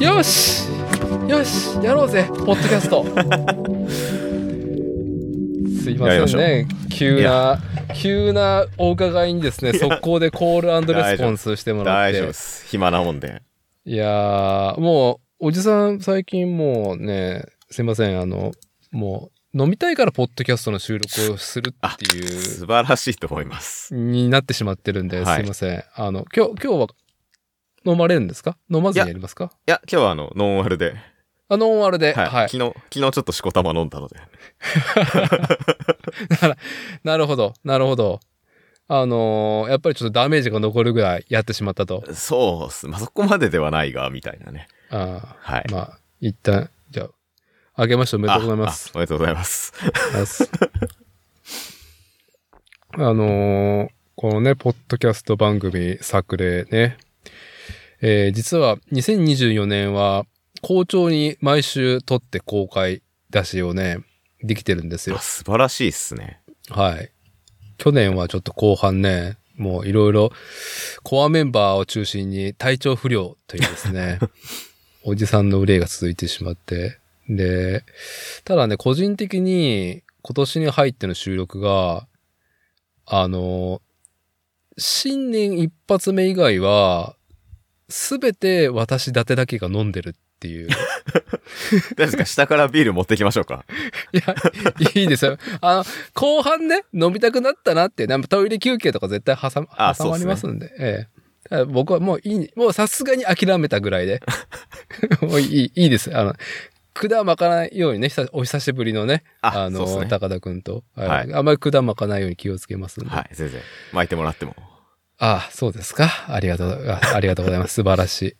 よしよしやろうぜポッドキャスト すいまやりませしんょね急な急なお伺いにですね速攻でコールレスポンスしてもらっ大て丈夫です。暇なもんで。いやーもうおじさん最近もうねすいませんあのもう飲みたいからポッドキャストの収録をするっていう素晴らしいと思います。になってしまってるんで、はいすいませんあの今日今日は飲まれるんですか飲まずにやりますかいや、今日はあの、ノンアルで。あノンアルで、はい。はい昨日、昨日ちょっとしこたま飲んだので。なるほど、なるほど。あのーやっぱりちょっとダメージが残るぐらいやってしまったと。そうっす。まあ、そこまでではないが、みたいなね。あはいー。まあ、一旦、じゃあ、あげましておめでとうございますあ。あおめでとうございます。ますあのーこのね、ポッドキャスト番組作例ね。えー実は2024年は、校長に毎週撮って公開出しをね、できてるんですよあ。素晴らしいっすね。はい。去年はちょっと後半ね、もういろいろコアメンバーを中心に体調不良というですね、おじさんの憂いが続いてしまって。で、ただね、個人的に今年に入っての収録が、あの、新年一発目以外は、すべて私だてだけが飲んでるっていう。大丈夫ですか下からビール持ってきましょうか。いや、いいですよ。あの、後半ね、飲みたくなったなって、なんかトイレ休憩とか絶対挟まあ挟まりますんで。ええだから僕はもういい、もうさすがに諦めたぐら いで。もういい、いいです。あの、管巻かないようにね、久お久しぶりのね、あの、そうっすね高田くんと、はいはいあまり管巻かないように気をつけますんで。はい、全然。巻いてもらっても。ああ、そうですか。ありがとう、あありがとうございます。素晴らしい。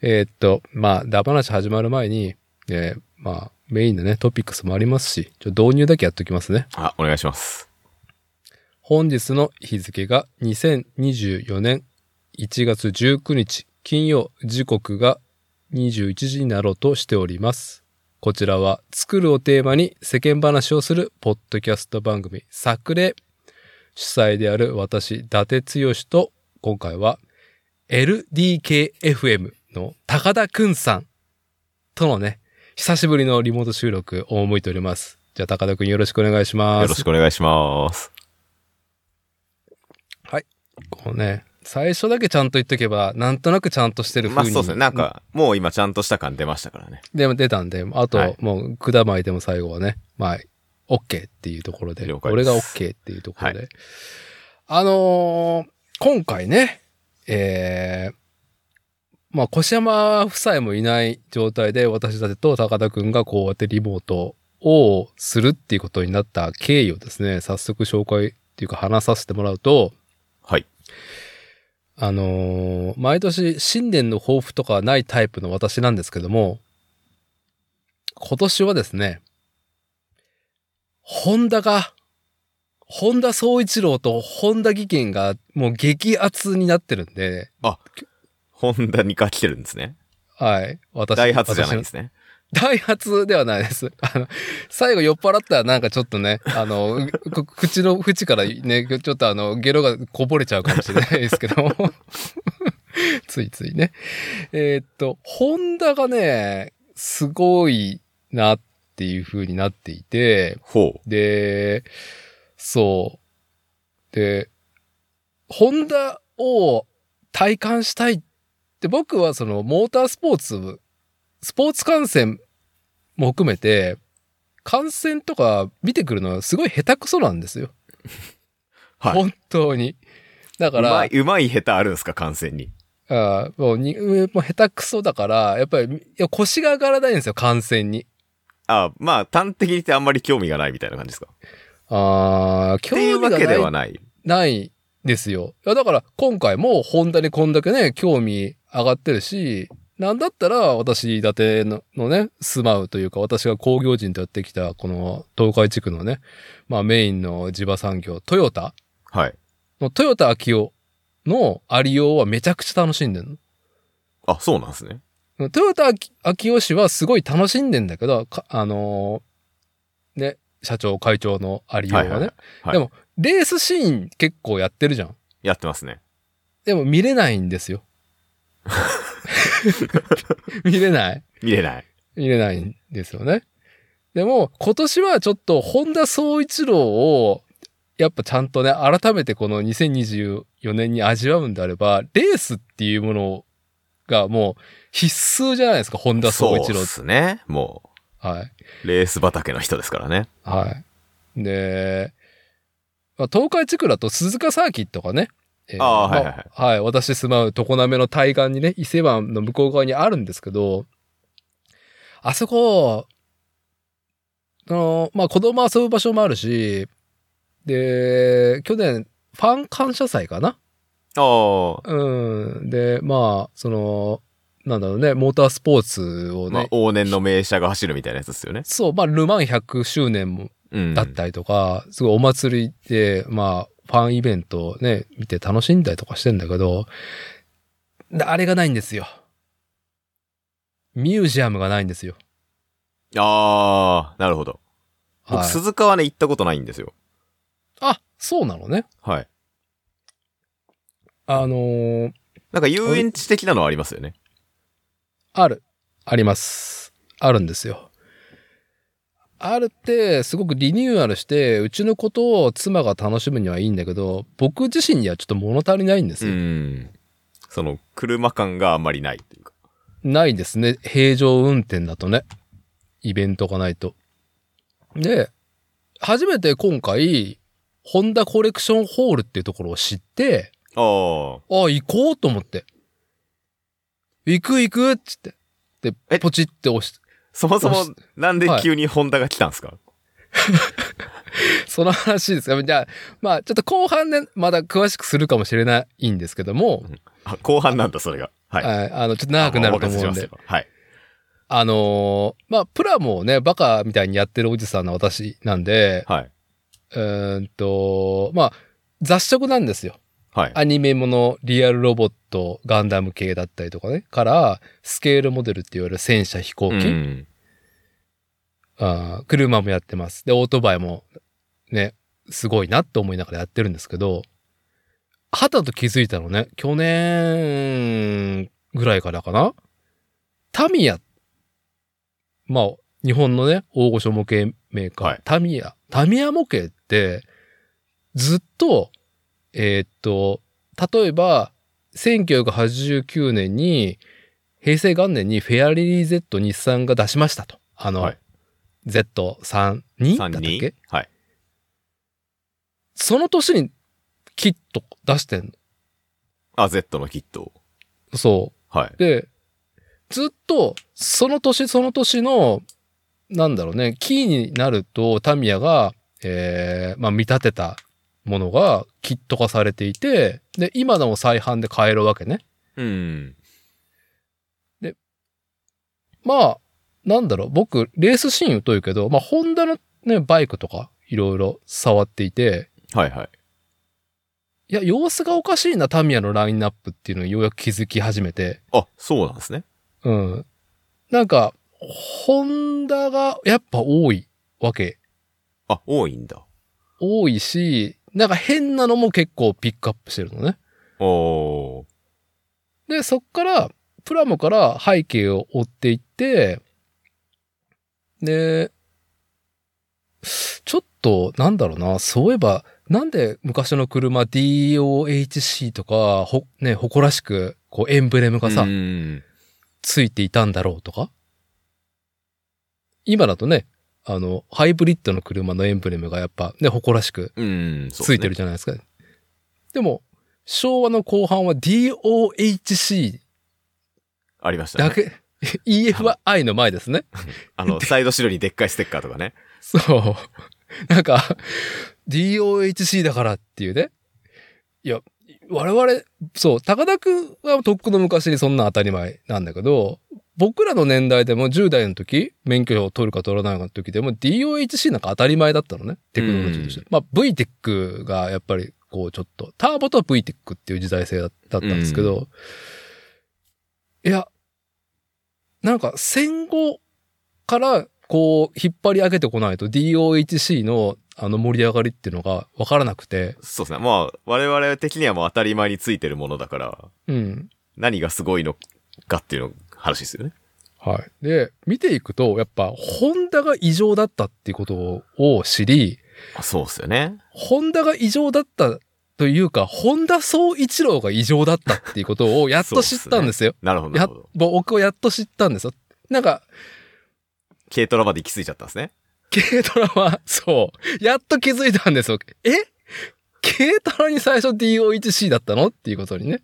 えーっと、まあ、ダバなし始まる前に、えーまあ、メインのね、トピックスもありますし、ちょっと導入だけやっときますね。あ、お願いします。本日の日付が2024年1月19日金曜時刻が21時になろうとしております。こちらは作るをテーマに世間話をするポッドキャスト番組作例主催である私伊達剛と今回は LDKFM の高田くんさんとのね久しぶりのリモート収録を思いております。じゃあ高田くんよろしくお願いします。よろしくお願いします。こうね、最初だけちゃんと言っとけば、なんとなくちゃんとしてる風に。まあそうですね。なんか、もう今ちゃんとした感出ましたからね。でも出たんで、あと、はいもう、くだまいでも最後はね、まあ、OK っていうところで、了解で俺すが OK っていうところで。あのー今回ね、えー、まあ、越山夫妻もいない状態で、私たちと高田くんがこうやってリモートをするっていうことになった経緯をですね、早速紹介っていうか話させてもらうと、はい。あのー毎年新年の抱負とかはないタイプの私なんですけども、今年はですね、ホンダが、ホンダ総一郎とホンダ技研がもう激アツになってるんで、ホンダにか来てるんですね。はい。私ダイハツじゃないんで私すね。の ダイハツではないです。あの、最後酔っ払ったらなんかちょっとね、あの、く口の縁からね、ちょっとあの、ゲロがこぼれちゃうかもしれないですけども。 ついついね。えーっと、ホンダがね、すごいなっていう風になっていて、ほう。で、そう。で、ホンダを体感したいって僕はそのモータースポーツ、スポーツ観戦も含めて、観戦とか見てくるのはすごい下手くそなんですよ。はい。本当に。だかうらまい、、うまい下手あるんですか、感染に。あーもうに、もう下手くそだから、やっぱり、いや腰が上がらないんですよ、感染に。あ、まあ、端的に言ってあんまり興味がないみたいな感じですか。ああ、っ興てい味うがわなけでいはない。ないですよ。いや、だから今回もホンダにこんだけね、興味上がってるし、なんだったら私伊達ののね、住まうというか、私が工業人とやってきた、この東海地区のね、まあメインの地場産業、トヨタはい。のトヨタ秋夫のありようはめちゃくちゃ楽しんでるの。あ、そうなんですね。トヨタ秋秋夫氏はすごい楽しんでんだけど、かあのーね、社長、会長のありようはね、はいはいはいはいでも、レースシーン結構やってるじゃん。やってますね。 でも見れないんですよ。見れない。見れない。見れないんですよね。でも、今年はちょっと、本田総一郎を、やっぱちゃんとね、改めてこの2024年に味わうんであれば、レースっていうものがもう必須じゃないですか、本田そ総う一で郎って。すね。もはい。う、レース畑の人ですからね。はい。で、まあ、東海地区だと鈴鹿サーキットがね、えーあーはいはいまあはい私住まう常滑の対岸にね、伊勢湾の向こう側にあるんですけど、あそこ、あの、まあ、子供遊ぶ場所もあるし、で、去年、ファン感謝祭かなああ、うん。で、まあ、その、なんだろうね、モータースポーツをね、まあ、往年の名車が走るみたいなやつですよね。そう、まあ、ルマン100周年もうん。だったりとか、すごいお祭りで、まあ、ファンイベントをね、見て楽しんだりとかしてんだけど、なあれがないんですよ。ミュージアムがないんですよ。ああ、なるほど。僕、はい鈴鹿はね、行ったことないんですよ。あ、そうなのね。はい。あのーなんか遊園地的なのはありますよね。ある。あります。あるんですよ。あるって、すごくリニューアルして、うちのことを妻が楽しむにはいいんだけど、僕自身にはちょっと物足りないんですうよ。ん。その、車感があんまりないというか。ないですね。平常運転だとね。イベントがないと。で、初めて今回、ホンダコレクションホールっていうところを知って、ああ。ああ、行こうと思って。行く行くっつって。で、えポチって押し、そもそもそ、なんで急にホンダが来たんですか、その話ですが、じゃあ、まあ、ちょっと後半でまだ詳しくするかもしれないんですけども、あ後半なんだ、それが。はい。はい、あの、ちょっと長くなると思うんあお任でせし、ますよはい。あのーまあ、プラモをね、バカみたいにやってるおじさんの私なんで、はい。うーんと、まあ、雑食なんですよ。はい。アニメもの、リアルロボット、ガンダム系だったりとかね、から、スケールモデルって言われる戦車飛行機、うん。あー車もやってます。で、オートバイも、ね、すごいなって思いながらやってるんですけど、はたと気づいたのね、去年ぐらいからかなタミヤ。まあ、日本のね、大御所模型メーカー、はいタミヤ。タミヤ模型って、ずっと、えーっと、例えば、1989年に、平成元年にフェアリー Z 日産が出しましたと。あの、はい Z32 だったっ3け人はい。その年にキット出してんあ、Z のキットを。の。そう。はい。で、ずっと、その年その年の、なんだろうね、キーになると、タミヤが、えー、まあ、見立てたものがキット化されていて、で、今のも再販で買えるわけね。うん。まあ、なんだろう、僕、レースシーンというけど、まあ、ホンダのね、バイクとか、いろいろ触っていて、はいはい。いや、様子がおかしいな、タミヤのラインナップっていうのにようやく気づき始めて、あ、そうなんですね。うん。なんか、ホンダがやっぱ多いわけ。あ、多いんだ。多いし、なんか変なのも結構ピックアップしてるのね。おー。で、そっから、プラモから背景を追っていって、で、ちょっと、なんだろうな、そういえば、なんで昔の車 DOHC とか、ほ、ね、誇らしく、こう、エンブレムがさ、うん。ついていたんだろうとか今だとね、あの、ハイブリッドの車のエンブレムがやっぱね、誇らしくうん。そうですねついてる。じゃないですか。でも、昭和の後半は DOHC ありましただね。け、EF は I の前ですね。あの、サイドシルにでっかいステッカーとかね。そう。なんか、DOHC だからっていうね。いや、我々、そう、高田くんはとっくの昔にそんな当たり前なんだけど、僕らの年代でも10代の時、免許を取るか取らないかの時でも DOHC なんか当たり前だったのね。テクノロジーとして。まあ VTEC がやっぱりこうちょっと、ターボと VTEC っていう時代性だったんですけど、いや、なんか戦後からこう引っ張り上げてこないと DOHC のあの盛り上がりっていうのがわからなくて、そうですね。まあ、我々的にはもう当たり前についてるものだから、うん。何がすごいのかっていうの話ですよね。はい。で、見ていくと、やっぱ、ホンダが異常だったっていうことを知り、あそうっすよね。ホンダが異常だったというか、ホンダ総一郎が異常だったっていうことをやっと知ったんですよ。なるほど、なやるほど。僕はやっと知ったんですよ。なんか、軽トラまで行き着いちゃったんですね。軽トラは、 そう、やっと気づいたんですよ。え軽トラに最初 DO1C だったのっていうことにね。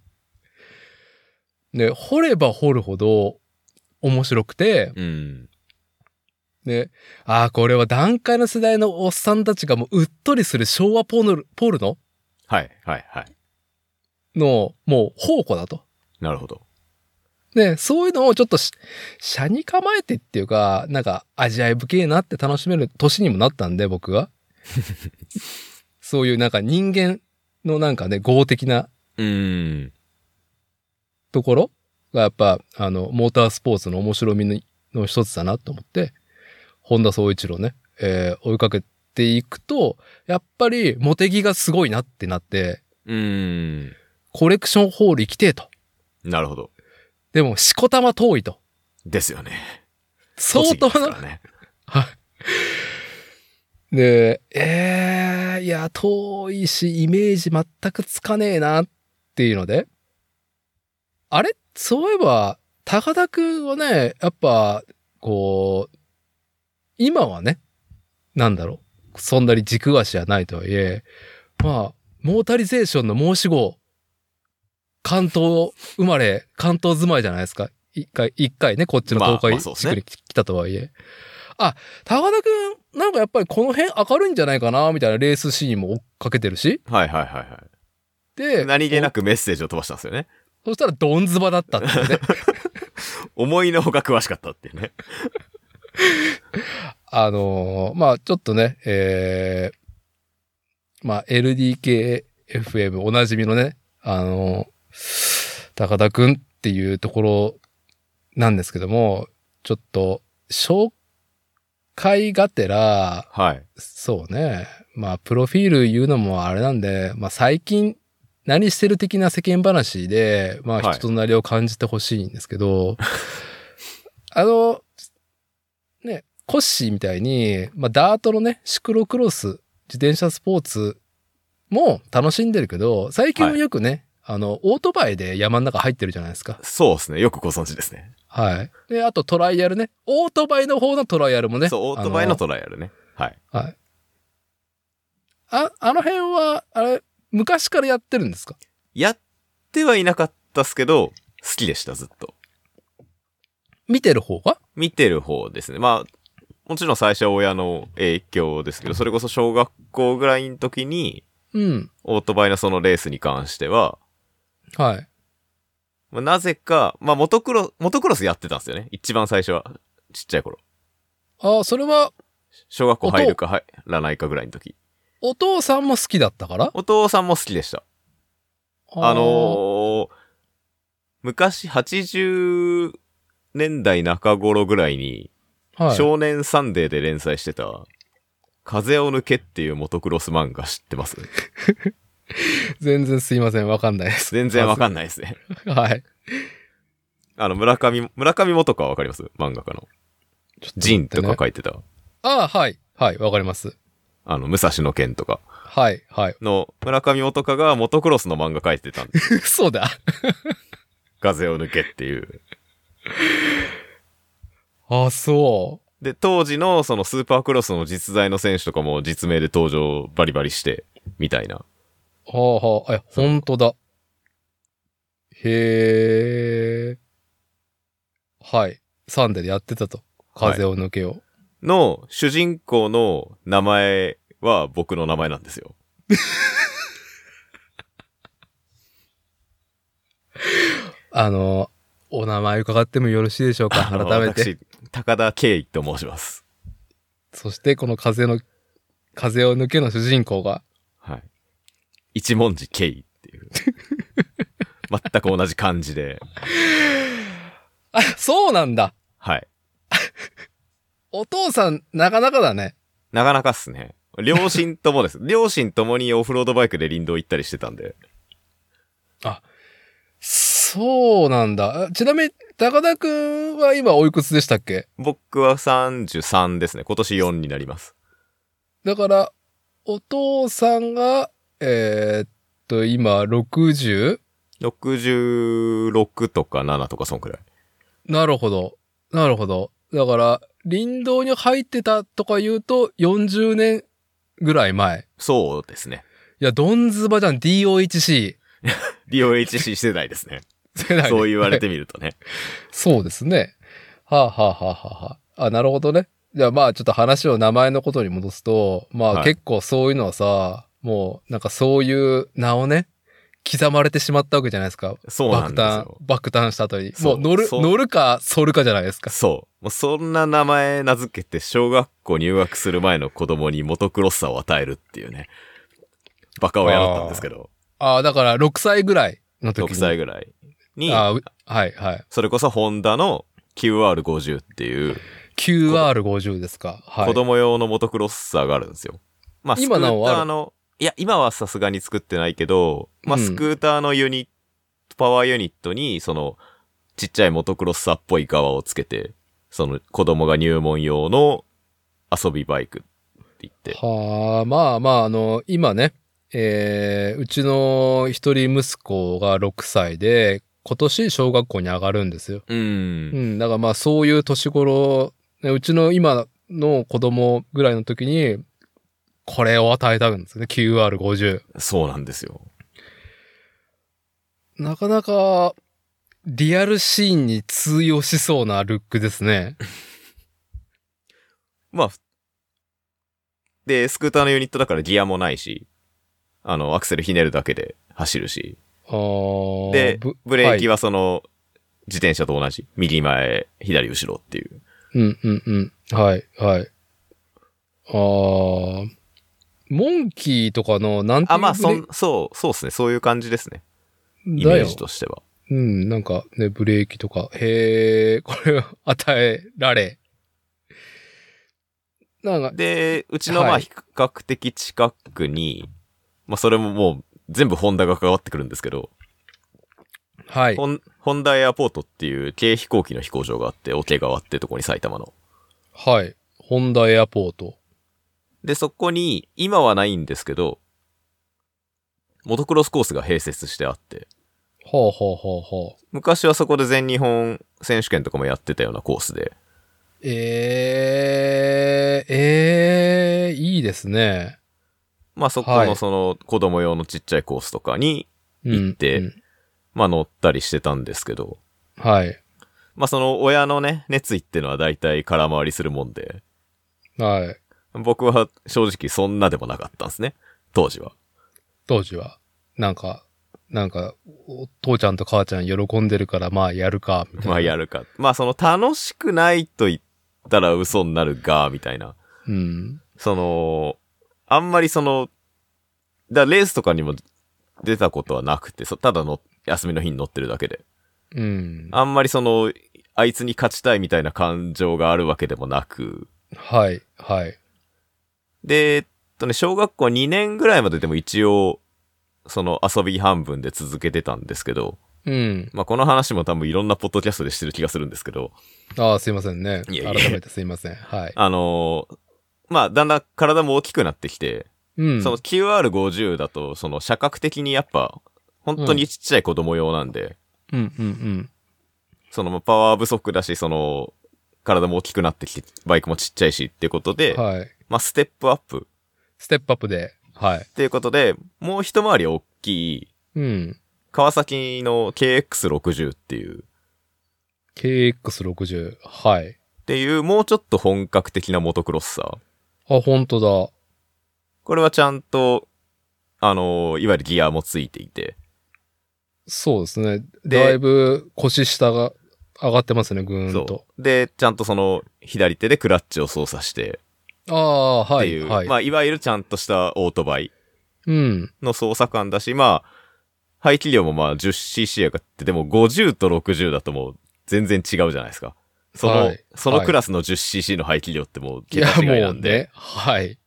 で、掘れば掘るほど面白くて、うん。ね、ああ、これは段階の世代のおっさんたちがもううっとりする昭和ポルポルノはい、はい、はい。の、もう宝庫だと。なるほど。ね、そういうのをちょっとし、車に構えてっていうか、なんか、味わい深いなって楽しめる年にもなったんで、僕が。そういうなんか人間のなんかね、合的なうん。ところがやっぱ、あの、モータースポーツの面白みのの一つだなと思って、本田総一郎ね、えー追いかけていくと、やっぱり、モテギがすごいなってなって、うん。コレクションホール行きてえと。なるほど。でも、しこたま遠いと。ですよね。相当栃木ですなから、ね。はい。で、えー、いや、遠いし、イメージ全くつかねえなっていうので、あれそういえば、高田くんはね、やっぱ、こう、今はね、なんだろう、そんなに軸足はないとはいえ、まあ、モータリゼーションの申し子、関東生まれ、関東住まいじゃないですか。一回、一回ね、こっちのまあ東ま海あそうです地ね区に来たとはいえ。あ、高田くん、なんかやっぱりこの辺明るいんじゃないかな、みたいなレースシーンも追っかけてるし。はい、はい、はい、はで、い。何気なくメッセージを飛ばしたんですよね。そしたらドンズバだったっていうね。思いのほか詳しかったっていうね。あのーまあちょっとね、えーまあ LDKFM おなじみのね、あのー高田くんっていうところなんですけども、ちょっと、紹介がてら、はい。そうね、まあプロフィール言うのもあれなんで、まあ最近何してる的な世間話で、まはあい人となりを感じてほしいんですけど、 あの、ね、コッシーみたいに、まあ、ダートのね、シクロクロス、自転車スポーツも楽しんでるけど、最近はよくね、あの、オートバイで山の中入ってるじゃないですか。そうですね。よくご存知ですね。はい。で、あとトライアルね。オートバイの方のトライアルもね。そう、オートバイのトトライアルね。はい。ライはい。あ、あの辺は、あれ、昔からやってるんですかやってはいなかったっすけど、好きでした、ずっと。見てる方が見てる方ですね。まあ、もちろん最初は親の影響ですけど、それこそ小学校ぐらいの時に、うん。オートバイのそのレースに関しては、はい。まあなぜか、まあ、モトクロ、モトクロスやってたんですよね。一番最初は。ちっちゃい頃。あ、それは、小学校入るか入らないかぐらいの時。お父さんも好きだったからお父さんも好きでした。あのー昔80年代中頃ぐらいに、ーはい、少年サンデーで連載してた、風を抜けっていうモトクロス漫画知ってます全然すいません。わかんないです。 全然わんかんないですね。はい。あの、村上、村上元かはわかります漫画家の。ジンとか書いてた。ああ、はい。はい、わかります。あの、武蔵野剣とかはい、はい。 の村上元かがモトクロスの漫画書いてたんで嘘だ。風を抜けっ ていう。あ、そで、当時のそのスーパークロスの実在の選手とかも実名で登場バリバリして、みたいな。う。はあはあ、え、ほんとだ。へえ。はい。サンデーでやってたと。はい風を抜けよう。の主人公の名前は僕の名前なんですよ。あの、お名前伺ってもよろしいでしょうかあ改のめて。私、高田圭一と申します。そして、この風の、風を抜けの主人公が、はい。一文字圭一って いう。全く同じ漢字で。あ、そうなんだはい。お父さん、なかなかだね。なかなかっすね。両親ともです。両親ともにオフロードバイクで林道行ったりしてたんで。そそうなんだ。あちなみに、高田くんは今おいくつでしたっけ僕は33ですね。今年4になります。だから、お父さんが、えーっと、今 60? 66とか7とかそんくらい。なるほど。なるほど。だから、林道に入ってたとか言うと40年ぐらい前。そうですね。いや、ドンズバじゃん、DOHC。 DOHC 世代で すね。世代そう言われてみるとね。 そうですね。はあ、はあはあはあはあ、あ、なるほどね。じゃあまあちょっと話を名前のことに戻すと、まはあい結構そういうのはさ、もうなんかそういう名をね、刻まれてしまったわけじゃないですか。そうな爆んです誕よ、。爆誕した後に。もそうう乗る、そう乗るか、反るかじゃないですか。そう。もうそんな名前名付けて小学校入学する前の子供にモトクロッサを与えるっていうね。バカ親だったんですけど、ああ、だから6歳ぐらいの時に。 6歳ぐらいに、ああうはいはい。それこそホンダの QR50 っていう QR50 ですか。はい子。供用のモトクロッサーがあるんですよ。まあ、スク今ータなおあるーの、いや、今はさすがに作ってないけど、まあ、うんスクーターのユニット、パワーユニットに、その、ちっちゃいモトクロッサーっぽい側をつけて、その、子供が入門用の遊びバイクって言って。はあ、まあまあ、あの、今ね、えー、うちの一人息子が6歳で、今年小学校に上がるんですよ。うう。んん、だからまあそういう年頃、ねうちの今の子供ぐらいの時に、これを与えたんですよね、QR50。そうなんですよ。なかなか、リアルシーンに通用しそうなルックです ね。まあ、で、スクーターのユニットだからギアもないし、あの、アクセルひねるだけで走るし、あーでぶブレーキははその、自転車と同じ。右前、左後ろっていう。い。うんうんうん。はい、はい。あーモンキーとかの、なんていあ、うまあ、ブそレん、そう、そうですね。そういう感じですね。イだメーよ。ジとしては。うん、なんかね、ブレーキとか、へ え、これを与えられ。なんか、で、うちの、まはあ、い比較的近くに、まあ、それももう、全部ホンダが関わってくるんですけど、はい。ホンホンダエアポートっていう軽飛行機の飛行場があって、桶川ってとこに埼玉の。はい。ホンダエアポート。で、そこに、今はないんですけど、モトクロスコースが併設してあって、はあはあはあはあ。昔はそこで全日本選手権とかもやってたようなコースで、ええ、ええ、いいですね。まあそこはいのその子供用のちっちゃいコースとかに、うん行ってうんまあ乗ったりしてたんですけど、はい。まあその親のね、熱意ってのは大体空回りするもんで、はい。僕は正直そんなでもなかったんですね。当時は。当時は。なんか、なんか、お父ちゃんと母ちゃん喜んでるから、まあやるか、みたいな。まあやるか。まあその楽しくないと言ったら嘘になるが、みたいな。うん。その、あんまりその、だレースとかにも出たことはなくて、そただの休みの日に乗ってるだけで。うん。あんまりその、あいつに勝ちたいみたいな感情があるわけでもなく、はい、はい。で、えっとね、小学校2年ぐらいまででも一応、その遊び半分で続けてたんですけど、うん。まあ、この話も多分いろんなポッドキャストでしてる気がするんですけど、ああ、すいませんね。い改やいやめてすいません。はい。あのーまあ、だんだん体も大きくなってきて、うん。その QR50 だと、その、社格的にやっぱ、本当にちっちゃい子供用なんで、うん、うん、うん。その、まあパワー不足だし、その、体も大きくなってきて、バイクもちっちゃいしっていうことで、はい。まあ、ステップアップステップアップで。はい。っていうことで、もう一回り大きい、うん。川崎の KX60 っていう、っ KX60。はい。ていう、もうちょっと本格的なモトクロッサー。あ、本当これはちゃんと、あのーいわゆるギアもついていだ。て。そうですね。でだいぶ腰下が上がってますね、ぐーんとそ。う。で、ちゃんとその、左手でクラッチを操作して、ああー、っはていい。う、はい。まあ、いわゆるちゃんとしたオートバイうん。の操作感だし、まあ、排気量もまあ 10cc やがって、でも50と60だともう全然違うじゃないですか。その、はいそのクラスの 10cc の排気量ってもうい桁や、違いなもうんで、ね。はい。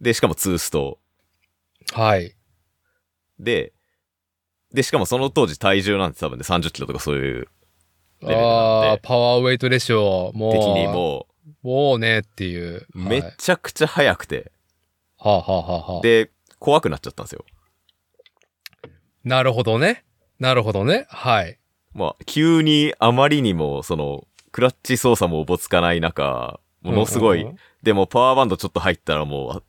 で、しかもツーストはい。で、で、しかもその当時体重なんて多分ね、30キロとかそういうレベルなんでああ、パワーウェイトレシオ、もう、的にももうねっていう。う、めはいちゃくちゃ速くて、はあ、はあはあはあ、で、怖くなっちゃったんですよ。なるほどね。なるほどね。はい。まあ、急にあまりにも、その、クラッチ操作もおぼつかない中、ものすごうい、んうんうんでもパワーバンドちょっと入ったらもう、あ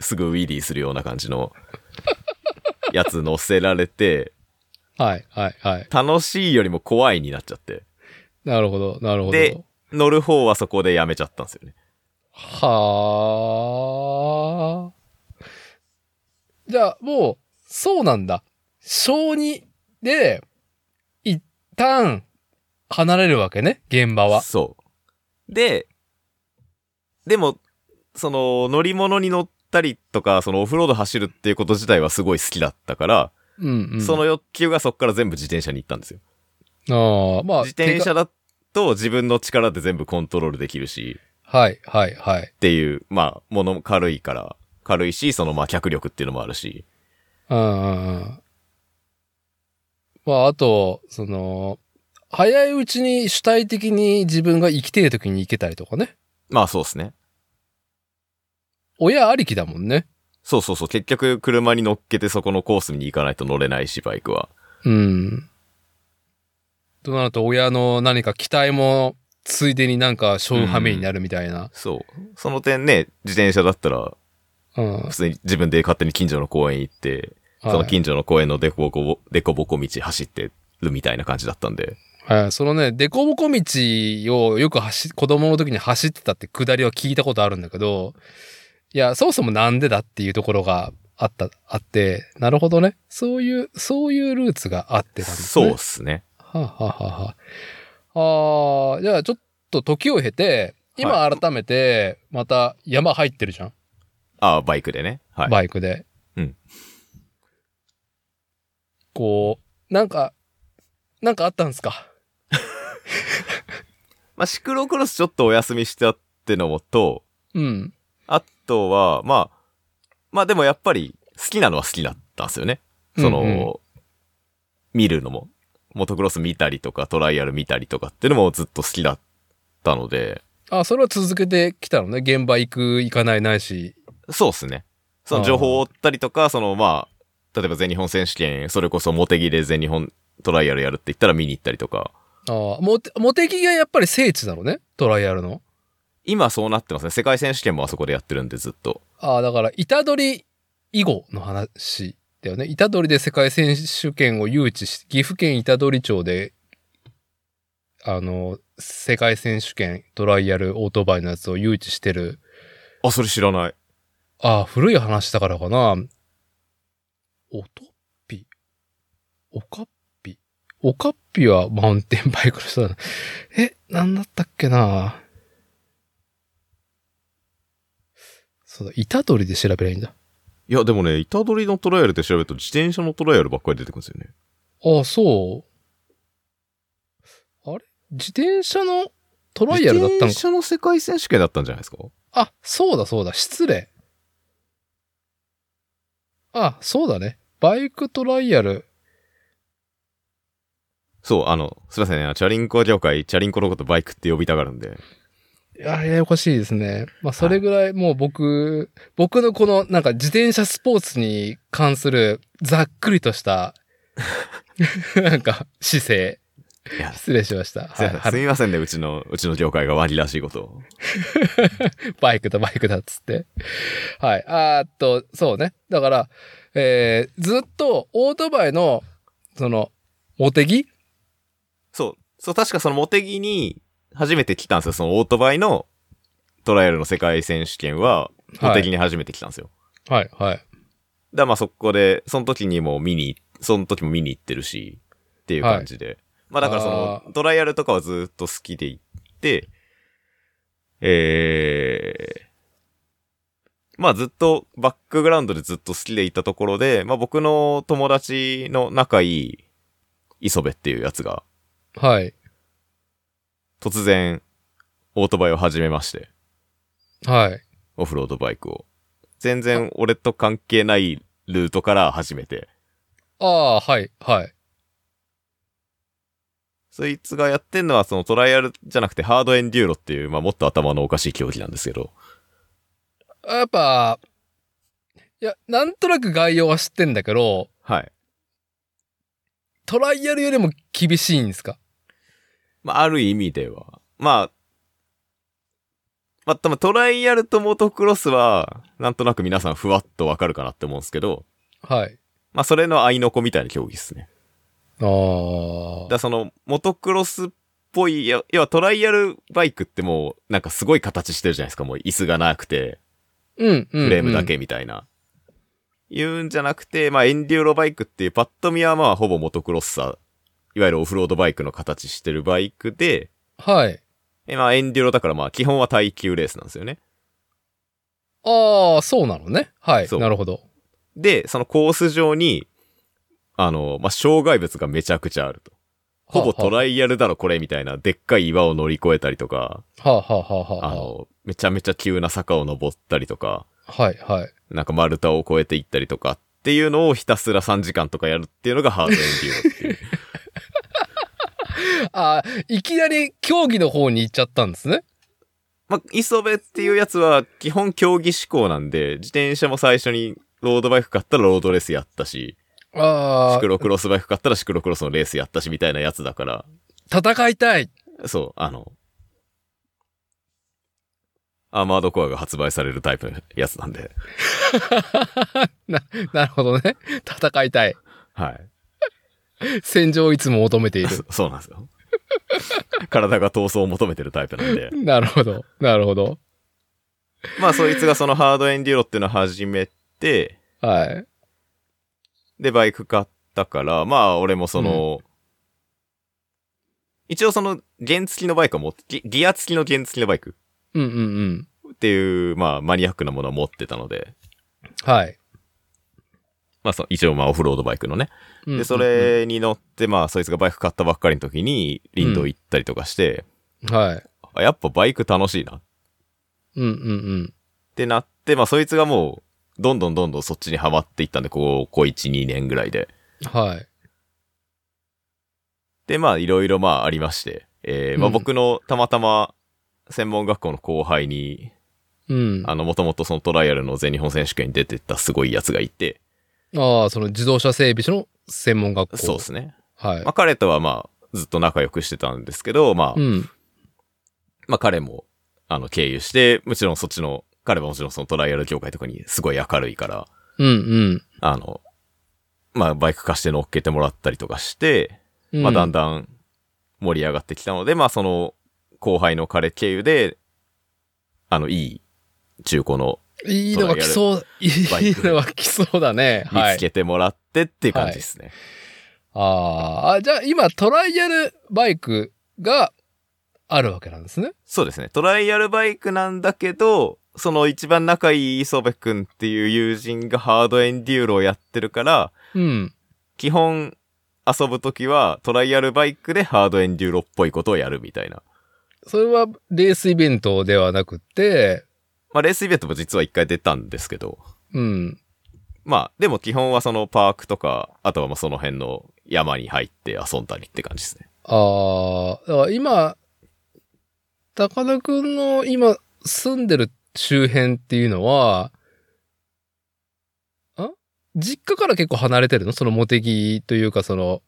すぐウィリーするような感じの、やつ乗せられて、はい、はい、はい。楽しいよりも怖いになっちゃって、なるほど、なるほでど。乗る方はそこでやめちゃったんですよね。はあ。じゃあ、もう、そうなんだ。小2で、一旦、離れるわけね、現場は。そう。で、でも、その、乗り物に乗ったりとか、そのオフロード走るっていうこと自体はすごい好きだったから、うん、うん。その欲求がそこから全部自転車に行ったんですよ。の、ああ、まあ、自転てか車だと自分の力で全部コントロールできるし、はい、はい、はい。っていう、まあ、もの軽いから、軽いし、そのまあ脚力っていうのもあるし、うんうんうん。まあ、あと、その、早いうちに主体的に自分が生きている時に行けたりとかね。まあそうですね。親ありきだもんね。そうそうそう、結局車に乗っけてそこのコースに行かないと乗れないし、バイクは。うん。となると、親の何か期待も、ついでになんか、勝負はめになるみたいな。そう。その点ね、自転車だったら、うん。普通に自分で勝手に近所の公園行って、そのはい近所の公園のデコボコ、デコボコ道走ってるみたいな感じだったんで。はい。そのね、凸凹道をよく走、子供の時に走ってたって下りは聞いたことあるんだけど、いや、そもそもなんでだっていうところがあった、あって、なるほどね。そういう、そういうルーツがあってたんですね。そうっすね。はあ、はあはあはあ、あーじゃあちょっと時を経て、今改めて、また山入ってるじゃん、ああ、バイクでね。はい。バイクで。うんこう、なんか、なんかあったんですかまあ、シクロクロスちょっとお休みしたってのもと、うん。あとは、まあ、まあでもやっぱり好きなのは好きだったんですよね。その、うん見るのも。モトクロス見たりとか、トライアル見たりとかっていうのもずっと好きだったので、あ、それは続けてきたのね。現場行く、行かないないし。そうっすね。その情報を追ったりとか、そのまあ、例えば全日本選手権、それこそモテギで全日本トライアルやるって言ったら見に行ったりとか、ああ、モテ、モテギがやっぱり聖地なのね。トライアルの。今そうなってますね。世界選手権もあそこでやってるんでずっと。ああ、だから、虎取以後の話だよね。虎取で世界選手権を誘致し、岐阜県虎取町で、あの、世界選手権トライアルオートバイのやつを誘致してる。あ、それ知らない。ああ、古い話だからかな。おとっぴおかっぴおかっぴはマウンテンバイクの人だな。え、なんだったっけなそうだ、虎取で調べりゃいいんだ。いや、でもね、板取りのトライアルって調べると自転車のトライアルばっかり出てくるんですよね。ああ、そう。あれ自転車のトライアルだったの自か。転車の世界選手権だったんじゃないですかあ、そうだそうだ。失礼。あ、そうだね。バイクトライアル。そう、あの、すいませんね。チャリンコ業界、チャリンコのことバイクって呼びたがるんで。あれ、ややこしいですね。まあ、それぐらい、もう僕、僕のこの、なんか自転車スポーツに関する、ざっくりとした、 なんか、姿勢。いや、す失礼しました。はいいませんすみませんね。うちの、うちの業界が悪いらしいことを。バイクだ、バイクだっつって。はい。あーっと、そうね。だから、えー、ずっとオートバイの、その、モテギそう、そう、確かそのモテギに初めて来たんですよ。そのオートバイのトライアルの世界選手権は、はいモテギに初めて来たんですよ。はい、はい。だからまあそこで、その時にもう見に、その時も見に行ってるし、っていう感じで。まあだからそあの、トライアルとかはずっと好きで行って、えー、まあずっと、バックグラウンドでずっと好きでいたところで、まあ僕の友達の仲いい、磯部っていうやつが、はい、突然、オートバイを始めまして、はい。オフロードバイクを。全然俺と関係ないルートから始めて、あああ、はい、はい。そいつがやってんのは、そのトライアルじゃなくてハードエンデューロっていう、まあもっと頭のおかしい競技なんですけど。やっぱ、いや、なんとなく概要は知ってんだけど、はい。トライアルよりも厳しいんですかまあある意味では。まあ、まあ、多分トライアルとモトクロスは、なんとなく皆さんふわっとわかるかなって思うんですけど、はい。まあそれの合いの子みたいな競技ですね。あだかあ。らその、モトクロスっぽい、いや要はトライアルバイクってもう、なんかすごい形してるじゃないですか。もう椅子がなくて、うん、うん。フレームだ。けみたいな。言うんじゃなくて、まあエンデューロバイクっていうパッと見はまあほぼモトクロッサー、いわゆるオフロードバイクの形してるバイクで、はい。えまあエンデューロだからまあ基本は耐久レースなんですよね。ああ、そうなのね。はい。そうなるほど。で、そのコース上に、あの、まあ、障害物がめちゃくちゃあると。ほぼトライアルだろこれみたいな、でっかい岩を乗り越えたりとか、はあ、はあはあはああはの、めちゃめちゃ急な坂を登ったりとか、あ、はい、はい。なんか丸太を越えていったりとかっていうのをひたすら3時間とかやるっていうのがハードエンデューロ っていう。ああ、いきなり競技の方に行っちゃったんですね。まあ、磯部っていうやつは基本競技志向なんで、自転車も最初にロードバイク買ったらロードレースやったし、あシクロクロスバイク買ったらシクロクロスのレースやったしみたいなやつだから、あ、戦いたい。そう、あの、アーマードコアが発売されるタイプのやつなんで、なるほどね。戦いたい。はい。戦場をいつも求めている。そそうなんですよ。体が闘争を求めてるタイプなんで。なるほど。なるほど。 まあそいつがそのハードエンデューロっていうのを始めて、はい。で、バイク買ったから、まあ、俺もその、一応その、原付きのバイクは持って、ギギア付きの原付きのバイクうんうんうん。っていう、まあ、マニアックなものを持ってたので、はい。まあ、その一応まあ、オフロードバイクのね。うんうんうんで、そ、れに乗って、まあ、そいつがバイク買ったばっかりの時に、林道行ったりとかして、はい。あやっぱバイク楽しいなっうんうんてなって、まあ、そいつがもう、どんどんどんどんそっちにハマっていったんで、こう、こう1、2年ぐらいで。うん。はい。で、まあ、いろいろまあ、ありまして。えーまあ、うん僕のたまたま、専門学校の後輩に、うん。ああの、もともとそのトライアルの全日本選手権に出てたすごいやつがいて、あ、その自動車整備士の専門学校。そうですね。はいまあ、。彼とはまあ、ずっと仲良くしてたんですけど、まあ、うん。まあ、彼も、あの、経由して、もちろんそっちの、彼はもちろんそのトライアル業界とかにすごい明るいから、うんうん。あの、まあ、バイク貸して乗っけてもらったりとかして、うんまあ、だんだん盛り上がってきたので、まあ、その、後輩の彼経由で、あの、いい中古のいいのが来そう、いいバイクのが来そうだね。 見はつい。けてもらってっていう感じですね。あーあ、じゃあ今トライアルバイクがあるわけなんですね。そうですね。トライアルバイクなんだけど、その一番仲いい磯部くんっていう友人がハードエンデューロをやってるから、うん。基本遊ぶときはトライアルバイクでハードエンデューロっぽいことをやるみたいな。それはレースイベントではなくて、まあレースイベントも実は一回出たんですけど、うん。まあでも基本はそのパークとか、あとはまあその辺の山に入って遊んだりって感じですね。ああ、だから今、高田くんの今住んでる周辺っていうのは、ん実家から結構離れてるのその茂木というかその、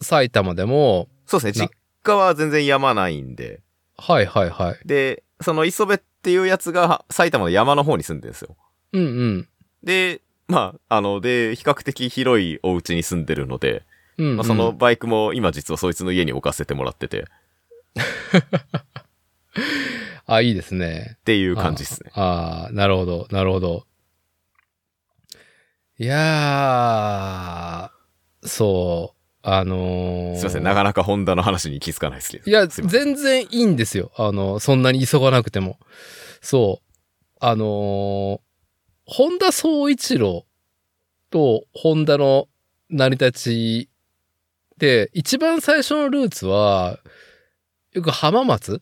埼玉でも、そうですね。実家は全然山ないんで、はいはいはい。で、その磯部っていうやつが埼玉の山の方に住んでるんですよ。うんうん。で、まあ、あの、で、比較的広いお家に住んでるので、うん、うんまあ、その、バイクも今実はそいつの家に置かせてもらってて、っあ、いいですね。ていう感じですね。ああ、なるほど、なるほど。いやー、そう、あのーすいません、なかなかホンダの話に気づかないですけど。いや、すいません。全然いいんですよ。あの、そんなに急がなくても。そう。あのー本田総一郎と本田の成り立ちで、一番最初のルーツは、よく浜松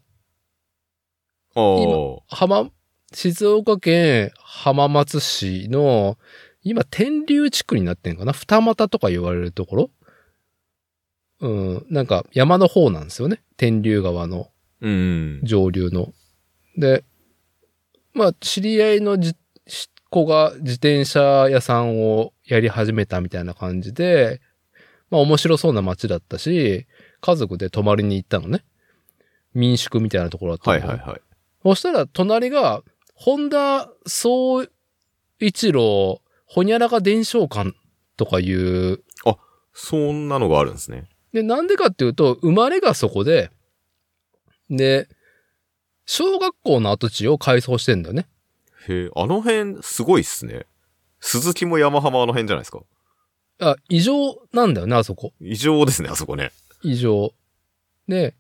おー浜、静岡県浜松市の今、天竜地区になってんのかな二股とか言われるところうん、なんか山の方なんですよね。天竜川のうん。上流の。で、まあ、知り合いのじし子が自転車屋さんをやり始めたみたいな感じで、まあ面白そうな街だったし、家族で泊まりに行ったのね。民宿みたいなところだったのはいはいはい。そしたら隣が、本田総一郎、ほにゃらが伝承館とかいう。そんなのがあるんですね。で、なんでかっていうと、生まれがそこで、で、小学校の跡地を改装してんだよね。へえ、あの辺すごいっすね。鈴木も山浜あの辺じゃないですか。あ、異常なんだよね、あそこ。異常ですね、あそこね。異常。で、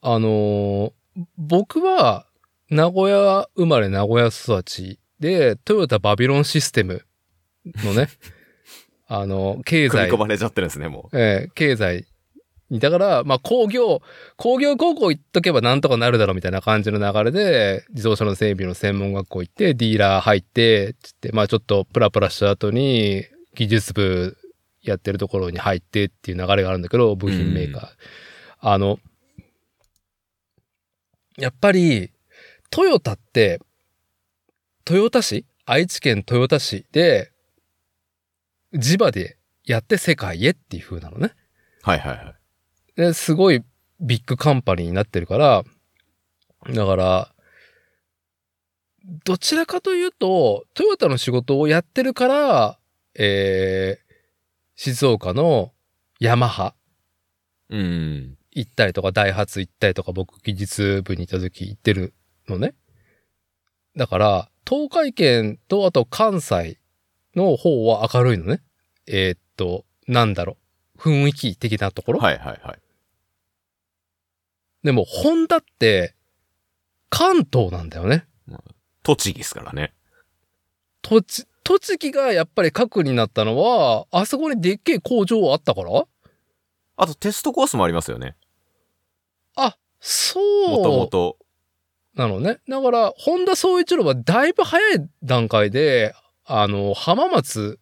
あのー僕は、名古屋生まれ名古屋育ちで、トヨタバビロンシステムのね、あの、経組済み込。まれちゃってるんですね、もえー経済に。だから、まあ、工業、工業高校行っとけばなんとかなるだろうみたいな感じの流れで、自動車の整備の専門学校行って、ディーラー入って、つって、まあ、ちょっとプラプラした後に、技術部やってるところに入ってっていう流れがあるんだけど、部品メーカー。あの、やっぱり、トヨタって、豊田市愛知県豊田市で、地場でやって世界へっていう風なのね。う。はいはいはい。ですごいビッグカンパニーになってるから、だから、どちらかというと、トヨタの仕事をやってるから、えー、静岡のヤマハうん。行ったりとか、ダイハツ行ったりとか、僕技術部にいた時行ってるのね。だから、東海圏とあと関西の方は明るいのね。えーっと、なんだろう。雰囲気的なところ。はいはいはい。でも、ホンダって、関東なんだよね。栃木ですからね。栃、栃木がやっぱり核になったのは、あそこにでっけえ工場あったからあとテストコースもありますよね。そもともうと。なのね。だから、ホンダ総一郎はだいぶ早い段階で、あの、浜松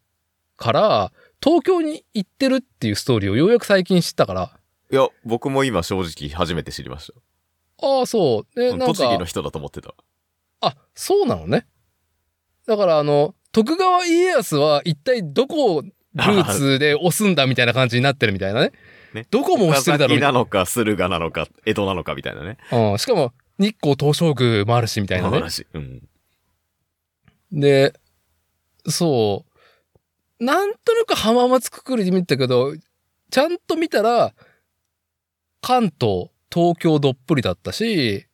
から東京に行ってるっていうストーリーをようやく最近知ったから、いや、僕も今正直初めて知りましああ、そう。で、た。なん栃木のか、人だと思ってた。あ、そうなのね。だから、あの、徳川家康は一体どこをルーツで押すんだみたいな感じになってるみたいなね。ねどこも押してるだろう岡崎なのか、駿河なのか、江戸なのかみたいなね。うん、しかも、日光東照宮もあるし、みたいなね。話。うん。で、そう。なんとなく浜松くくりで見てたけど、ちゃんと見たら、関東、東京どっぷりだったし、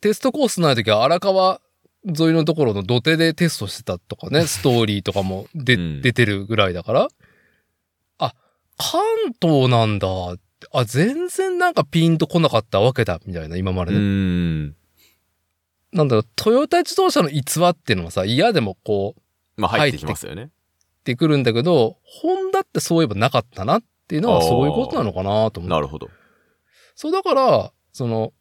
テストコースない時は荒川沿いのところの土手でテストしてたとか ね、ストーリーとかもで、うん出てるぐらいだから、あ、関東なんだって、あ、全然なんかピンとこなかったわけだ、みたいな、今までうね。ん。なんだろう、トヨタ自動車の逸話っていうのはさ、嫌でもこう、まあ入ってきますよね。ってくるんだけど、ホンダってそういえばなかったなっていうのはあーそういうことなのかなと思なう。るほど。そうだから、その、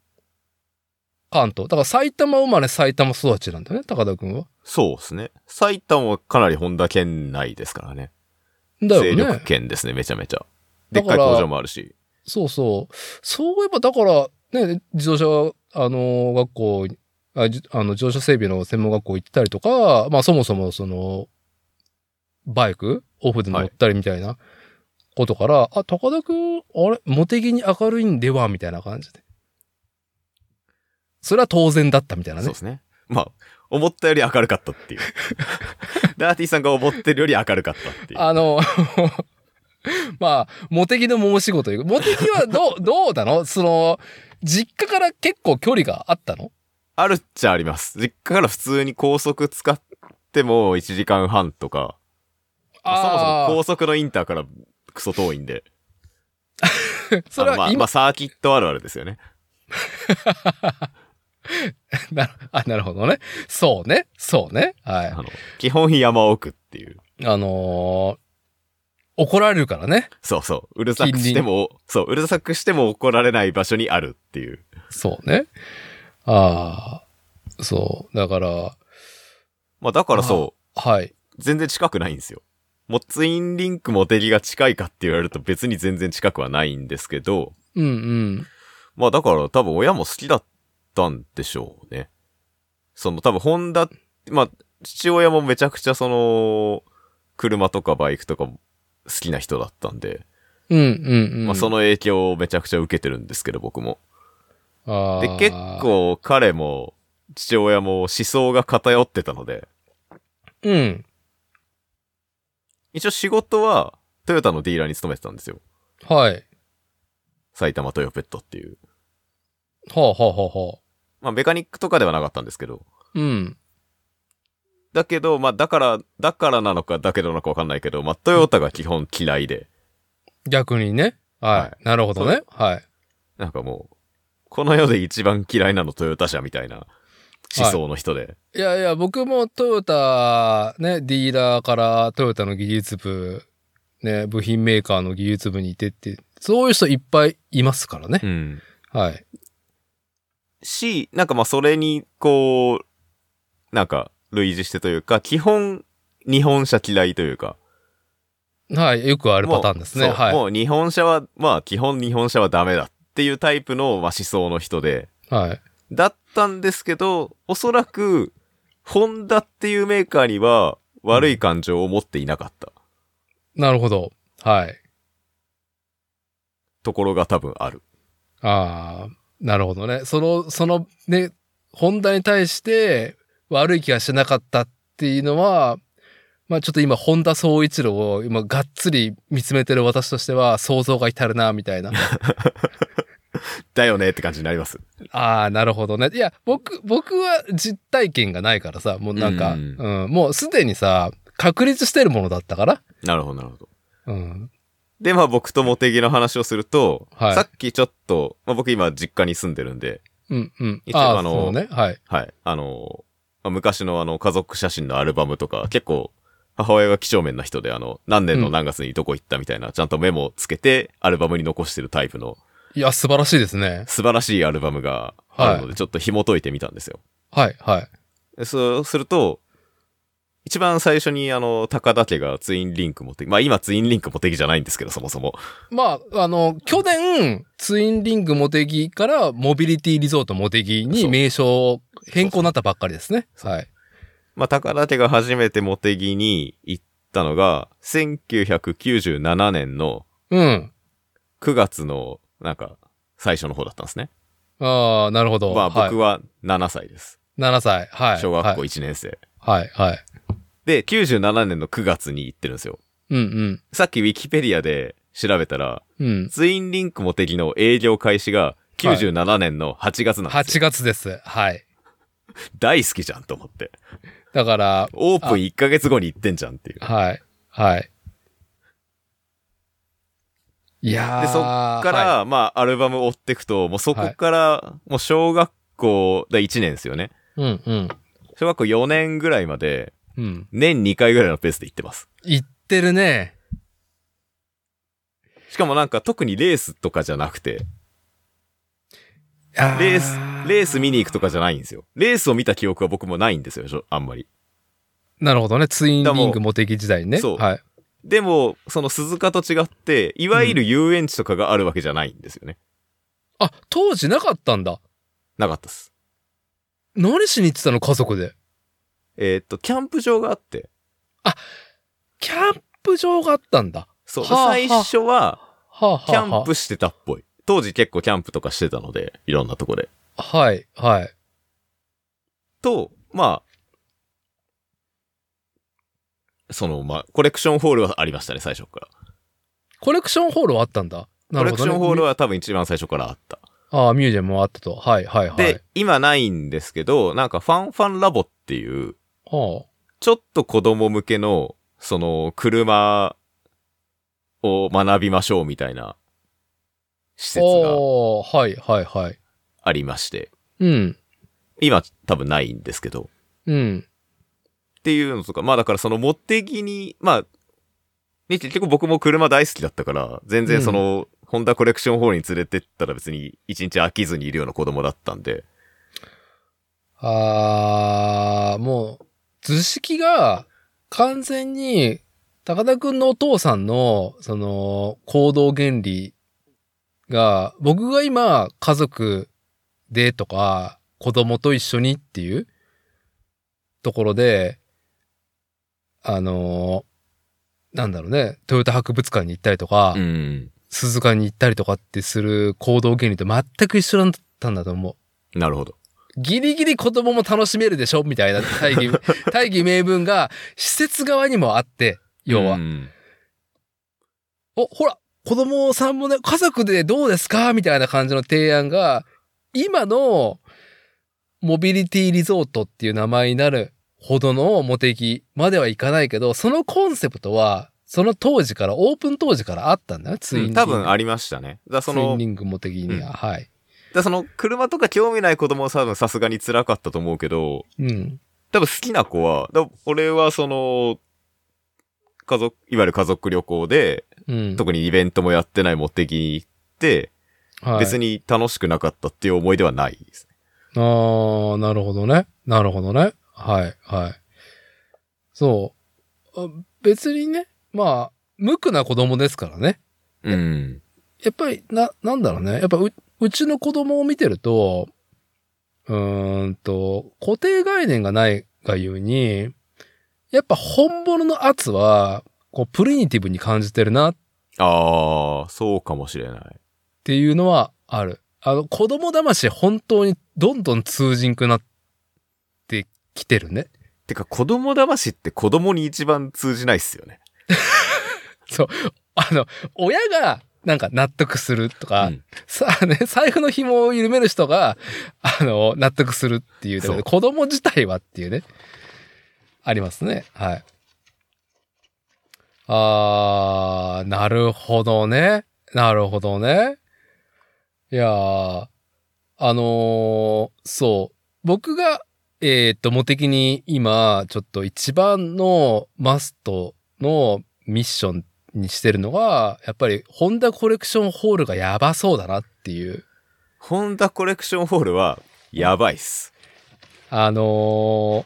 関東。だから埼玉生まれ埼玉育ちなんだよね、高田くんは。そうですね。埼玉はかなり本田県内ですからね。だ勢よ力ね。圏ですね、めちゃめちゃ。でだっかからい工場もあるし。そうそう。そういえばだから、ね、自動車、あの、学校に、あじあの自動車整備の専門学校行ったりとか、まあそもそもその、バイクオフで乗ったりみたいなことから、あ、高田くん、あれ、モテギに明るいんではみたいな感じで。それは当然だったみたいなそうねで。すね。まあ、思ったより明るかった っていう。ダーティさんが思ってるより明るかったっていう。あの、 まあ、モテギの申し子というか、モテギはどう、どうなのその、実家から結構距離があったのあるっちゃあります。実家から普通に高速使っても1時間半とか、まあそもそあーも高速のインターからクソ遠いんで、それあのまはあ、ま今あ、、サーキットあるあるですよね。なるあ、 なるほどね。そうね。そうね。はあの基本山奥っていう。い。あのー怒られるからね。そうそう。うるさくしても、そう、うるさくしても怒られない場所にあるっていう。そうね。ああ、そう。だから、まあだからそはい。う、全然近くないんですよ。もうツインリンクモテギが近いかって言われると別に全然近くはないんですけど、うんうん。まあだから多分親も好きだったんでしょうね。その多分ホンダ、まあ父親もめちゃくちゃその車とかバイクとか好きな人だったんで、うんうんうん。まあその影響をめちゃくちゃ受けてるんですけど僕も。あでー、結構彼も父親も思想が偏ってたので、うん。一応仕事はトヨタのディーラーに勤めてたんですよ。はい。埼玉トヨペットっていう。はあはあはあはあ。まあメカニックとかではなかったんですけど。うん。だけど、まあだから、だからなのかだけどなのかわかんないけど、まあトヨタが基本嫌いで、逆にね。はい。はいなるほどね。はい。なんかもう、この世で一番嫌いなのトヨタ車みたいな思想の人で。いやいや、僕もトヨタ、ね、ディーラーからトヨタの技術部、ね、部品メーカーの技術部にいてって、そういう人いっぱいいますからねう。ん。はい。し、なんかまあそれに、こう、なんか類似してというか、基本、日本車嫌いというか。はい。よくあるもパうターンですね。そうはもう日本車は、まあ基本日本車はダメだっていうタイプの、まあ、思想の人で、い。はい。だったんですけど、おそらく、ホンダっていうメーカーには悪い感情を持っていなかったなるほど。はい。ところが多分ある。ああ、なるほどね。その、そのね、ホンダに対して悪い気がしなかったっていうのは、まあちょっと今、本田総一郎を今、がっつり見つめてる私としては、想像が至るな、みたいな。だよねって感じになります。ああ、なるほどね。いや、僕、僕は実体験がないからさ、もうなんか、ううんん、もうすでにさ、確立してるものだったから。なるほど、なるほど。うん。で、まあ僕とモテギの話をすると、はいさっきちょっと、まあ僕今実家に住んでるんで、うん、うん。一応ああ、あのそうね。はい。はい、あの、まあ昔のあの家族写真のアルバムとか、結構母親が几帳面な人で、あの、何年の何月にどこ行ったみたいな、ちゃんとメモをつけてアルバムに残してるタイプのいや、素晴らしいですね。素晴らしいアルバムがあるので、ちょっと紐解いてみたんですよ。はい、はい。でそうすると、一番最初にあの、高田家がツインリンク持って、まあ今ツインリンク持ってきじゃないんですけど、そもそも。まあ、あの、去年、ツインリングモテギからモビリティリゾートモテギに名称変更になったばっかりですね。はい。まあ高田家が初めてモテギに行ったのが、1997年のうん。 9月の、なんか、最初の方だったんですね。ああ、なるほど。まあはい僕は7歳です。 7歳。はい。小学校はい。 1年生。はい、はい。で、97年の9月に行ってるんですよ。うん、さっきウィキペディアで調べたら、うん。うん。ツインリンクモテギの営業開始が97年の8月なんです8よ。月です。はい。大好きじゃんと思って。だから、オープン1ヶ月後に行ってんじゃんっていう。はい。はい。いやーで、そっから、はまあ、アルバム追ってくと、もうそこから、もう小学校、だ1年ですよね。いうんうん。小学校4年ぐらいまで、うん。年2回ぐらいのペースで行ってます。言ってるね。しかもなんか特にレースとかじゃなくて、レレース、レース見に行くとかじゃないんですよ。レースを見た記憶は僕もないんですよ、しょあんまり。なるほどね。ツインリングモテギ時代ね。そうはい。でも、その鈴鹿と違って、いわゆる遊園地とかがあるわけじゃないんですよね。あ、当時なかったんだ。なかったです。何しに行ってたの家族で。えーっと、キャンプ場があって、キャンプ場があったんだ。そう、はあはあ最初は、はあ、はあはあ、キャンプしてたっぽい。当時結構キャンプとかしてたので、いろんなとこで。はい、はい。と、まあ、その、まあ、コレクションホールはありましたね、最初から。コレクションホールはあったんだ。なコるレほクど、シね。ョンホールは多分一番最初からあった。ああ、ミュージアムもあったと。はい、はい、はい。で、今ないんですけど、なんかファンファンラボっていう、はちょっと子供向けの、その、車を学びましょうみたいな施あ。設がおーはい、はい、はい。ありまして、うん、今多分ないんですけど、うん、っていうのとか、まあだからそのモテギに、まあ、ね、結局僕も車大好きだったから、全然その、ホンダコレクションホールに連れてったら別に一日飽きずにいるような子供だったんで、ああ、もう、図式が完全に、高田くんのお父さんの、その、行動原理が、僕が今、家族でとか、子供と一緒にっていうところで、あの、なんだろうね、トヨタ博物館に行ったりとか、うん。鈴鹿に行ったりとかってする行動原理と全く一緒だったんだと思う。なるほど。ギリギリ子供も楽しめるでしょみた いな大義、大義名分が施設側にもあって、要は。うんお、ほら、子供さんもね、家族でどうですかみたいな感じの提案が、今のモビリティリゾートっていう名前になるほどのモテキまではいかないけど、そのコンセプトは、その当時から、オープン当時からあったんだよね、ツインリング。多分ありましたね。だからそツイのンリ、ングモテキには、うんはい。だその車とか興味ない子供は多分さすがに辛かったと思うけど、うん。多分好きな子は、だ俺はその、家族、いわゆる家族旅行で、うん。特にイベントもやってない持ってきに行って、はい別に楽しくなかったっていう思いではないですね。ああ、なるほどね。なるほどね。はい、はい。そう。あ別にね、まあ、無垢な子供ですからね。うん。やっぱり、な、なんだろうね。やっぱう、うちの子供を見てると、うーんと、固定概念がないがゆえに、やっぱ本物の圧は、こう、プリニティブに感じてるなっああ、そうかもしれない。ていうのはある。あの、子供魂本当にどんどん通じんくなってきてるね。てか、子供騙しって子供に一番通じないっすよね。あの、親が、なんか納得するとか、うんさあね、財布の紐を緩める人が、あの、納得するっていうだけで、そう子供自体はっていうね、ありますね。はい。あー、なるほどね。なるほどね。いやー、あのーそう。僕が、えーっと、モテキに今、ちょっと一番のマストのミッションにしてるのが、やっぱり、ホンダコレクションホールがやばそうだなっていう。ホンダコレクションホールは、やばいっす。あのー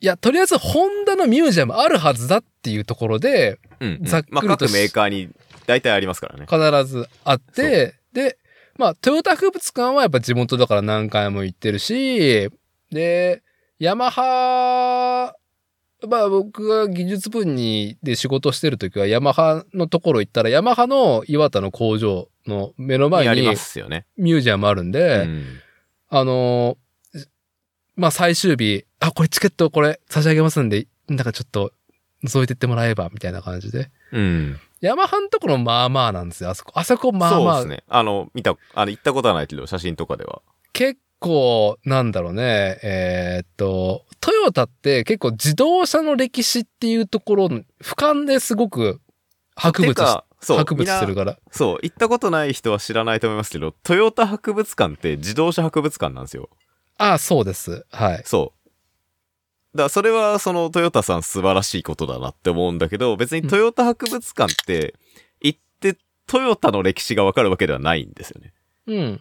いや、とりあえず、ホンダのミュージアムあるはずだっていうところで、うん。ざっくりとまあ、各メーカーに大体ありますからね。必ずあって、で、まあ、トヨタ博物館はやっぱ地元だから何回も行ってるし、で、ヤマハ、まあ僕が技術分にで仕事してる時はヤマハのところ行ったら、ヤマハの岩田の工場の目の前にありまにすよね。ミュージアムあるんで、うんあのーまあ最終日、あ、これチケットこれ差し上げますんで、なんかちょっと覗いてってもらえばみたいな感じで。うん。ヤマハのところまあまあなんですよ、あそこ。あそこまあまそあうですね。あの、見た、あの、行ったことはないけど、写真とかでは。結構、なんだろうね、えーっと、トヨタって結構自動車の歴史っていうところ、俯瞰ですごく博て物し、か、そう、博物してみるんなから。そう、行ったことない人は知らないと思いますけど、トヨタ博物館って自動車博物館なんですよ。ああ、そうです。はい。そう。だからそれは、その、トヨタさん素晴らしいことだなって思うんだけど、別にトヨタ博物館って、行って、トヨタの歴史がわかるわけではないんですよね。うん。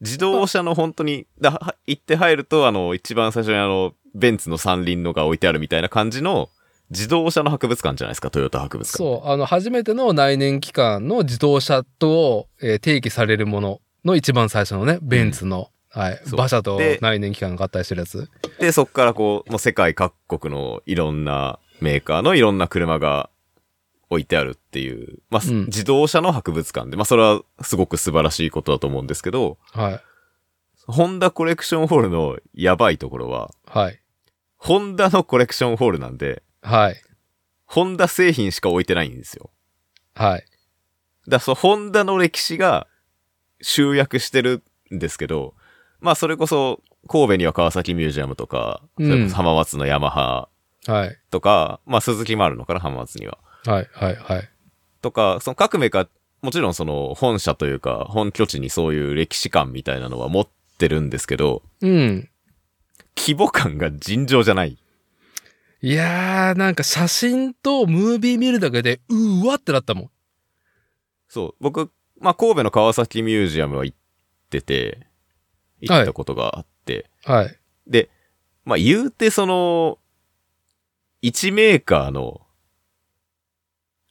自動車の本当に、だは行って入ると、あの、一番最初にあの、ベンツの三輪のが置いてあるみたいな感じの、自動車の博物館じゃないですか、トヨタ博物館。そう。あの、初めての内燃機関の自動車と、えー定義されるものの一番最初のね、ベンツの、はい。そう馬車とで内燃機関が合体してるやつ。で、そっからこう、もう世界各国のいろんなメーカーのいろんな車が置いてあるっていう、まあ、すうん自動車の博物館で、まあ、それはすごく素晴らしいことだと思うんですけど、はい。ホンダコレクションホールのやばいところは、はい。ホンダのコレクションホールなんで、はい。ホンダ製品しか置いてないんですよ。はい。だからそのホンダの歴史が集約してるんですけど、まあ、それこそ、神戸には川崎ミュージアムとか、それこそ浜松のヤマハはい。とか、まあ、鈴木もあるのかな、浜松には。はい。はい。はい。とか、その各メーカー、もちろんその本社というか、本拠地にそういう歴史観みたいなのは持ってるんですけど、うん。規模感が尋常じゃない。いやー、なんか写真とムービー見るだけで、うーわってなったもん。そう、僕、まあ、神戸の川崎ミュージアムは行ってて、行ったことがあって、はい。で、まあ、言うてその、 1メーカーの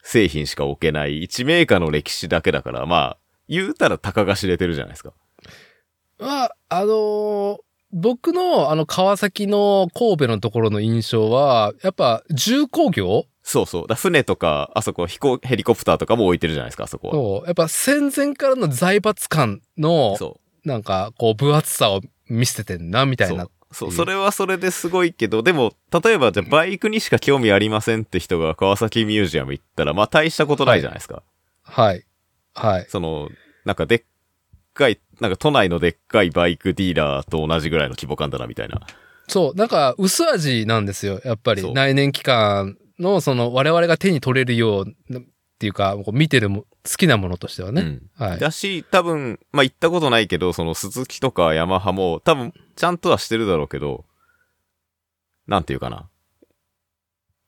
製品しか置けない1メーカーの歴史だけだから、まあ、言うたら高が知れてるじゃないですか。まあ、あのー僕のあの川崎の神戸のところの印象は、やっぱ重工業そうそう。だから船とか、あそこ飛行、ヘリコプターとかも置いてるじゃないですか、あそこの、やっぱ戦前からの財閥感のは。、そう。なんかこう分厚さを見せてんな、みたいな。そうそう、うんそれはそれですごいけど、でも、例えばじゃあバイクにしか興味ありませんって人が川崎ミュージアム行ったら、まあ大したことないじゃないですか。はい。はい。その、なんかでっかい、なんか都内のでっかいバイクディーラーと同じぐらいの規模感だな、みたいな。そう、なんか薄味なんですよ、やっぱそり。う内燃期間のその我々が手に取れるようなっていうか、こう見てるも好きなものとしてはうね。んはい。だし、多分、まあ行ったことないけど、その鈴木とかヤマハも、多分、ちゃんとはしてるだろうけど、なんていうかな。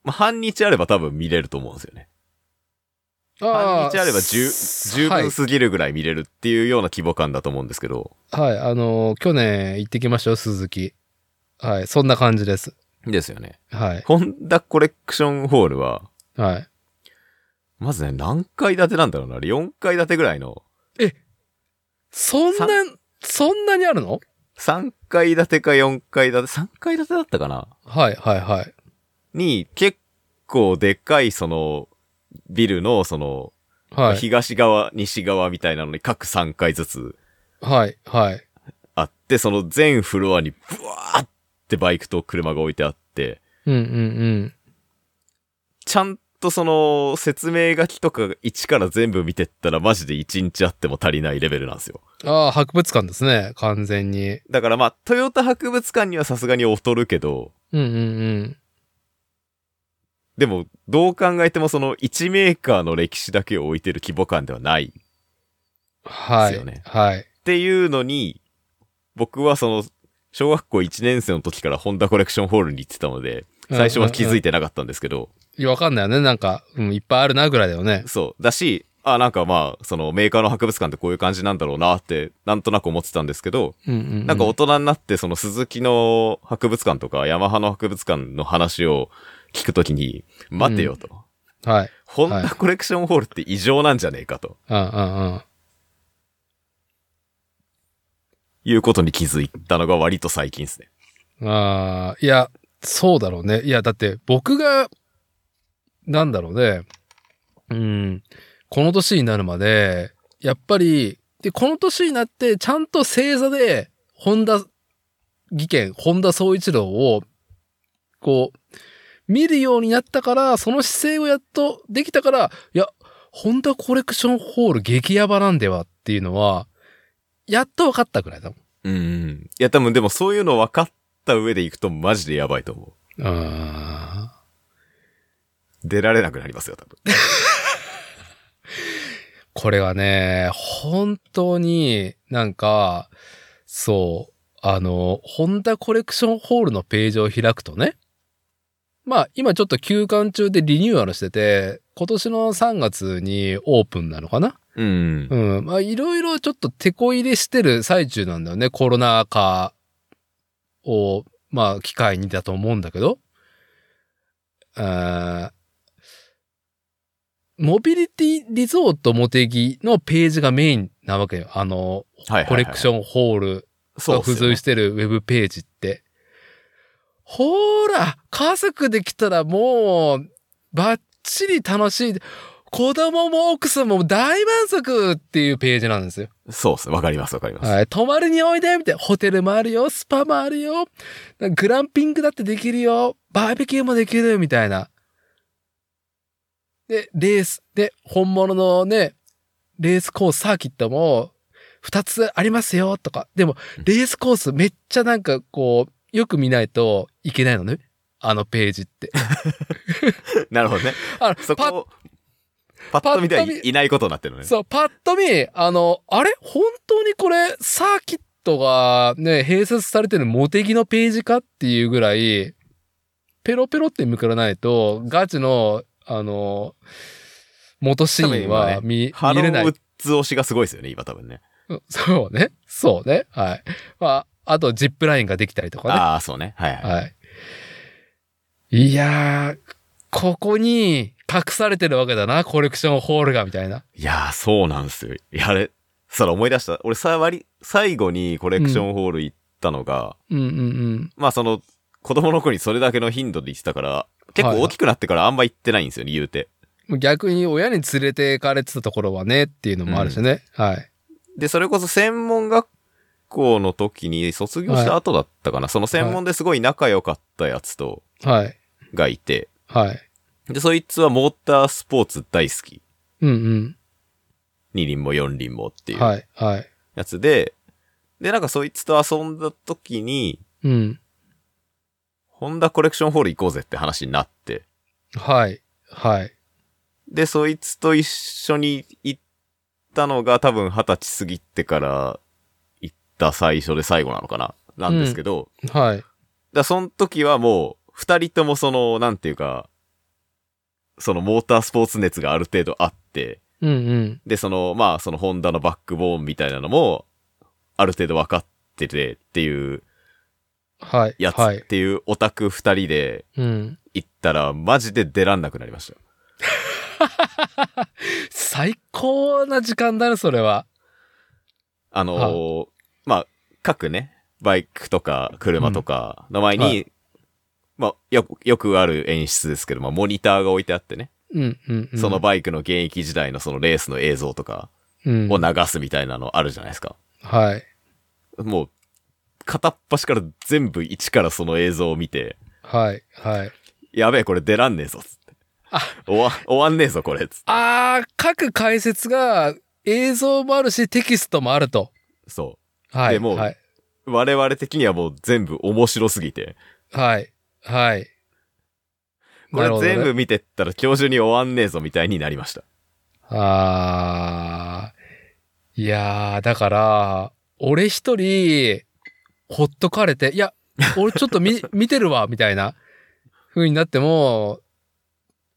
まあ半日あれば多分見れると思うんですよね。半日あれば十十は分いすぎるぐらい見れるっていうような規模感だと思うんですけど。はい、あのー去年行ってきましたよ、鈴木。はい、そんな感じです。ですよね。はい、ホンダコレクションホールは、はい。まずね、何階建てなんだろうな。あれ4階建てぐらいの、そんなさ、そんなにあるの3階建てか4階建て、3階建てだったかなはい、はい、はい。に、結構でかいその、ビルのその、はい、東側、西側みたいなのに各3階ずつはい、はい。あって、その全フロアにブワーってバイクと車が置いてあって、うん、うん、うん。ちゃんとその説明書きとか1から全部見てったらマジで1日あっても足りないレベルなんですよ。ああ、博物館ですね、完全に。だからまあ、トヨタ博物館にはさすがに劣るけど、うん、うん、うん。でもどう考えてもその1メーカーの歴史だけを置いてる規模感ではないっはですよい、ねはい。ていうのに、僕はその小学校1年生の時からホンダコレクションホールに行ってたので、最初は気づいいてなかったんですけど、いや、わかんないよね。なんか、うん、いっぱいあるな、ぐらいだよね。そう。だし、あ、なんかまあ、そのメーカーの博物館ってこういう感じなんだろうなって、なんとなく思ってたんですけど、うん、うん。なんか大人になって、その鈴木の博物館とか、ヤマハの博物館の話を聞くときに、待てよと。はい。ホンダコレクションホールって異常なんじゃねえかとうん、うん、うん。いうことに気づいたのが割と最近ですね。ああ、いや、そうだろうね。いや、だって僕が、なんだろうね。うん。この年になるまで、やっぱり、で、この年になって、ちゃんと正座で、本田技研、本田総一郎を、こう、見るようになったから、その姿勢をやっとできたから、いや、本田コレクションホール激ヤバなんではっていうのは、やっと分かったくらいだもん。うんうん。いや、多分でもそういうの分かった上で行くとマジでやばいと思う。ああ。出られなくなりますよ、多分。これはね、本当になんか、そう、あの、ホンダコレクションホールのページを開くとね、まあ今ちょっと休館中でリニューアルしてて、今年の3月にオープンなのかなうん。うん。まあいろいろちょっと手こ入れしてる最中なんだよね。コロナ禍を、まあ機会にだと思うんだけど。あーモビリティリゾートモテギのページがメインなわけよ。あの、はいはい、はい。コレクション。ョンホールそがうっす付よね、随してるウェブページって。ほーら、家族できたらもう、ばっちり楽しい。子供も奥さんも大満足っていうページなんですよ。そうっす。わかります、わかります。はい。泊まりにおいでみたいな。ホテルもあるよ。スパもあるよ。なんかグランピングだってできるよ。バーベキューもできるみたいな。で、レース。で、本物のね、レースコースサーキットも2つありますよとか。でもうん、レースコースめっちゃなんかこう、よく見ないといけないのね。あのページ って。なるほどね。あのそパッこを、パッと見てはパッとい見いないことになってるのね。そう、パッと見、あの、あれ本当にこれ、サーキットがね、併設されてるモテギのページかっていうぐらい、ペロペロってめくらないと、ガチの、あの、元シーンは多分今ね見,、ハ見ロれなーウいッ。ズ推しがすごいですよね、今多分ね。うんそうね。そうね。はい。まあ、あと、ジップラインができたりとかね。ああ、そうね。はいはい。はい。いやー、ここに隠されてるわけだな、コレクションホールが、みたいな。いやー、そうなんすよ。いや、あれ、そら思い出した。俺、さ、割り、最後にコレクションホール行ったのが、うんうんうん。まあ、その、子供の子にそれだけの頻度で行ってたから、結はい構はい大きくなってからあんま行ってないんですよね、言うて。逆に親に連れて行かれてたところはねっていうのもあるしね。はい。で、それこそ専門学校の時に卒業した後だったかな。その専門ですごい仲良かったやつと、はい。がいて、はい。で、そいつはモータースポーツ大好き。うん二輪も四輪もってういん。うはい。はい。やつで、で、なんかそいつと遊んだ時に、うん。ホンダコレクションホール行こうぜって話になって、はい。はい。で、そいつと一緒に行ったのが多分二十歳過ぎてから行った最初で最後なのかななんですけど、はい。だからその時はもう、二人ともその、なんていうか、そのモータースポーツ熱がある程度あって、うんうん。で、その、まあ、そのホンダのバックボーンみたいなのも、ある程度分かっててっていうはい。やつはっい。ていうオタク二人でうん。行ったら、マジで出らんなくなりました。最高な時間だね、それは。あのーまあ、各ね、バイクとか車とかの前に、はまあ、よく、よくある演出ですけど、まあ、モニターが置いてあってね、うんうん、うん。その、バイクの現役時代のそのレースの映像とかうんを、流すみたいなのあるじゃないですか。はい。もう、片っ端から全部一からその映像を見て、はい。はい。やべえ、これ出らんねえぞ、つって。あ終わ、終わんねえぞ、これ、つっあー、各解説が映像もあるし、テキストもあると。てそはい。でもはい。う。我々的にはもう全部面白すぎて、はい。はい。こなるれほどね全部見てったら今日中に終わんねえぞ、みたいになりました。あー。いやー、だから、俺一人、ほっとかれて、いや、俺ちょっと 見、見てるわ、みたいな、風になっても、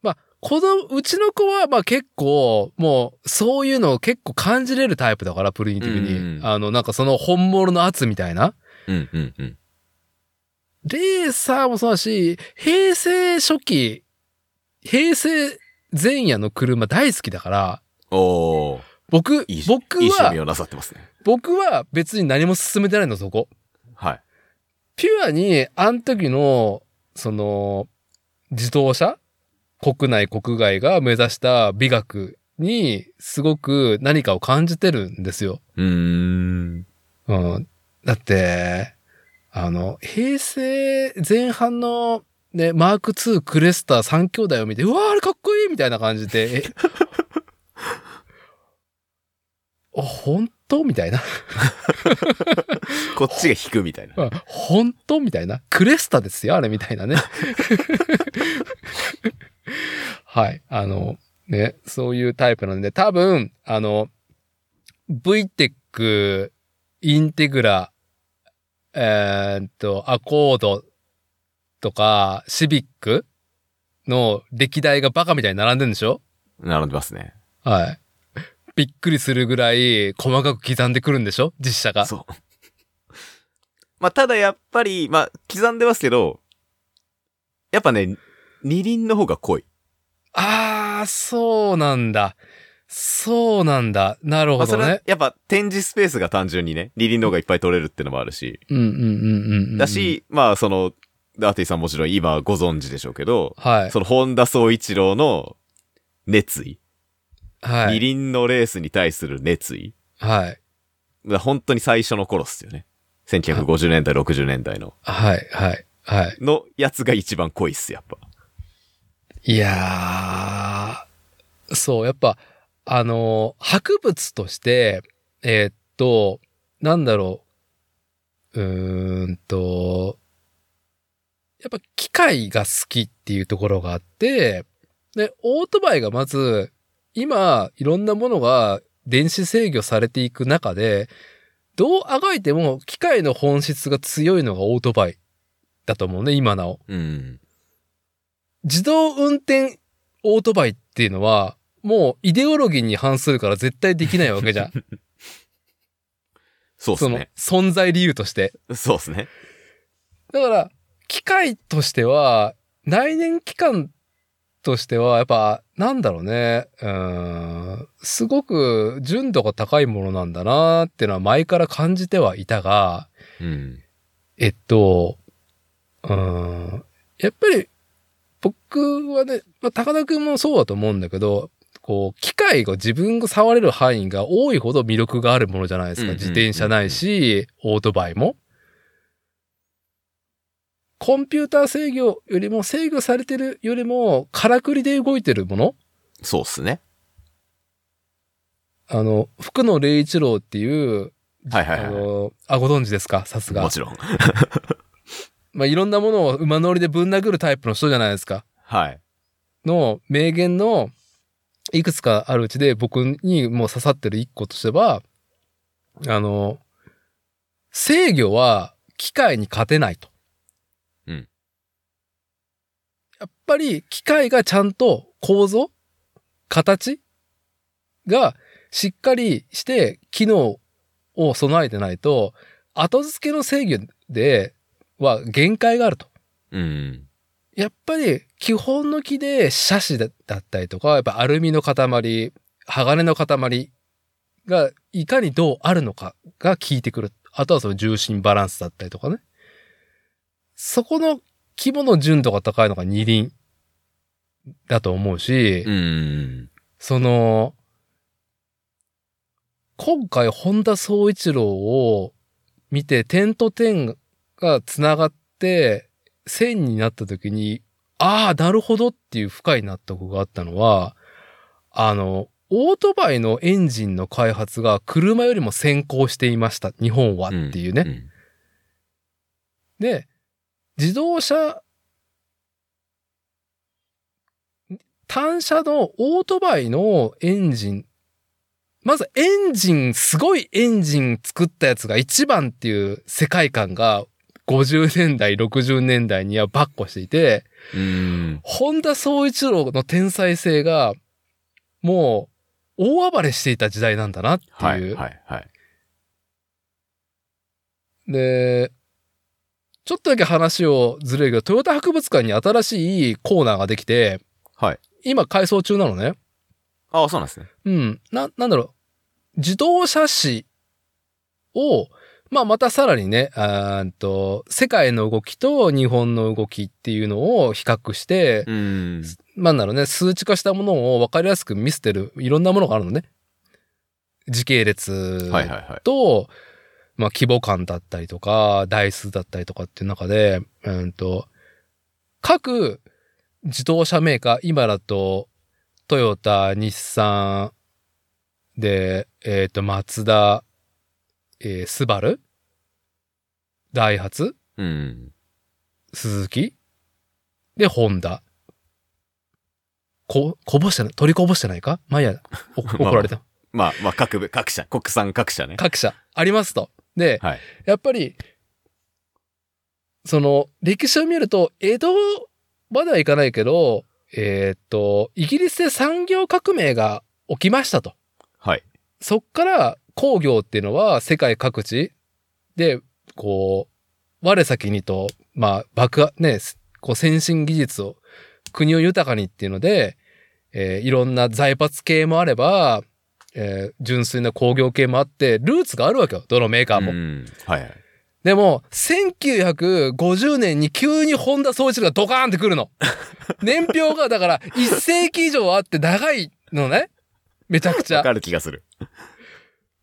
まあ、この、うちの子は、まあ結構、もう、そういうのを結構感じれるタイプだから、プリンティブに。うんうんあの、なんかその本物の圧みたいな。うんうんうん。レーサーもそうだし、平成初期、平成前夜の車大好きだから、おー、僕、いいし、僕いい趣味は、をなさってますね。僕は別に何も進めてないの、そこ。はい。ピュアに、あの時の、その、自動車国内、国外が目指した美学に、すごく何かを感じてるんですよ。うーん。うん。だって、あの、平成前半の、ね、マーク2クレスター3兄弟を見て、うわーあれかっこいいみたいな感じで、え あ、本当みたいな。こっちが引くみたいな。うん本当みたいな。クレスタですよ、あれみたいなね。 はい。あの、ね、そういうタイプなんで、多分、あの、VTEC、インテグラ、えーっと、アコードとか、シビックの歴代がバカみたいに並んでるんでしょ並んでますね。はい。びっくりするぐらい細かく刻んでくるんでしょ実写が。そう。まあ、ただやっぱり、まあ、刻んでますけど、やっぱね、二輪の方が濃い。ああ、そうなんだ。そうなんだ。なるまほあ、そどれはね。やっぱ展示スペースが単純にね、二輪の方がいっぱい取れるってのもあるし、うんうんうんうんうん。だ、し、まあ、その、ダーティさんもちろん今ご存知でしょうけど、はい。その、本田宗一郎の熱意、は二い。輪のレースに対する熱意、はい。だから本当に最初の頃っすよね。1950年代、60年代の。はい。はい。はい。のやつが一番濃いっす、やっぱ。いやー。そう、やっぱ、あのー博物として、えーっと、なんだろう。うーんと、やっぱ機械が好きっていうところがあって、で、オートバイがまず、今、いろんなものが電子制御されていく中で、どうあがいても機械の本質が強いのがオートバイだと思うね、今なお。うん。自動運転オートバイっていうのは、もうイデオロギーに反するから絶対できないわけじ ゃん。そうっすそのね。存在理由として。そうっすね。だから、機械としては、内燃機関としては、やっぱ、なんだろうね、うーん、すごく純度が高いものなんだなっていうのは前から感じてはいたが、うん。えっと、うーん、やっぱり、僕はね、まあ、高田くんもそうだと思うんだけど、こう、機械が自分が触れる範囲が多いほど魅力があるものじゃないですうんか。うんうんうん自転車ないし、オートバイも。コンピューター制御よりも、制御されてるよりも、からくりで動いてるものそうっすね。あの、福野霊一郎っていう、はいはあいはい。の、あ、ご存知ですかさすがも。ちろん。まあ、いろんなものを馬乗りでぶん殴るタイプの人じゃないですか。はい。の名言のいくつかあるうちで僕にもう刺さってる一個としては、あの、制御は機械に勝てないと。うん。やっぱり機械がちゃんと構造形がしっかりして機能を備えてないと、後付けの制御では限界があると。うん。やっぱり基本の木でシャシだったりとか、やっぱアルミの塊、鋼の塊がいかにどうあるのかが効いてくる。あとはその重心バランスだったりとかね。そこの規模の純度が高いのが二輪だと思うし、うん。その、今回本田総一郎を見て点と点が繋がって線になった時に、ああ、なるほどっていう深い納得があったのは、あの、オートバイのエンジンの開発が車よりも先行していました、日本はっていうね。ん。で、自動車、単車のオートバイのエンジン、まずエンジン、すごいエンジン作ったやつが一番っていう世界観が50年代、60年代にはバッコしていて、うん。本田総一郎の天才性がもう大暴れしていた時代なんだなっていう。はいはいはい。で、ちょっとだけ話をずれるけど、トヨタ博物館に新しいコーナーができて、はい。今改装中なのね。ああ、そうなんですね。うん。な、なんだろう。自動車史を、まあ、またさらにね、あーんと、世界の動きと日本の動きっていうのを比較して、うん。まあ、なんだろうね、数値化したものを分かりやすく見せてる、いろんなものがあるのね。時系列はいはいはい。と、まあ、規模感だったりとか、台数だったりとかっていう中で、うんと、各自動車メーカー、今だと、トヨタ、日産、で、えっ、と、マツダ、えースバル、ダイハツ、うん。鈴木、で、ホンダ。こ、こぼしてない、取りこぼしてないか前や、お怒られた。 まあまあ、各部、各社、国産各社ね。各社、ありますと。で、はい。やっぱり、その、歴史を見ると、江戸まではいかないけど、えーっと、イギリスで産業革命が起きましたと。はい。そっから工業っていうのは世界各地で、こう、我先にと、まあ、爆破、ね、すこう先進技術を、国を豊かにっていうので、えーいろんな財閥系もあれば、えー純粋な工業系もあって、ルーツがあるわけよ。どのメーカーもう。ん。はいはい。でも、1950年に急に本田総一郎がドカーンってくる の。年表がだから1世紀以上あって長いのね。めちゃくちわゃ。かる気がする。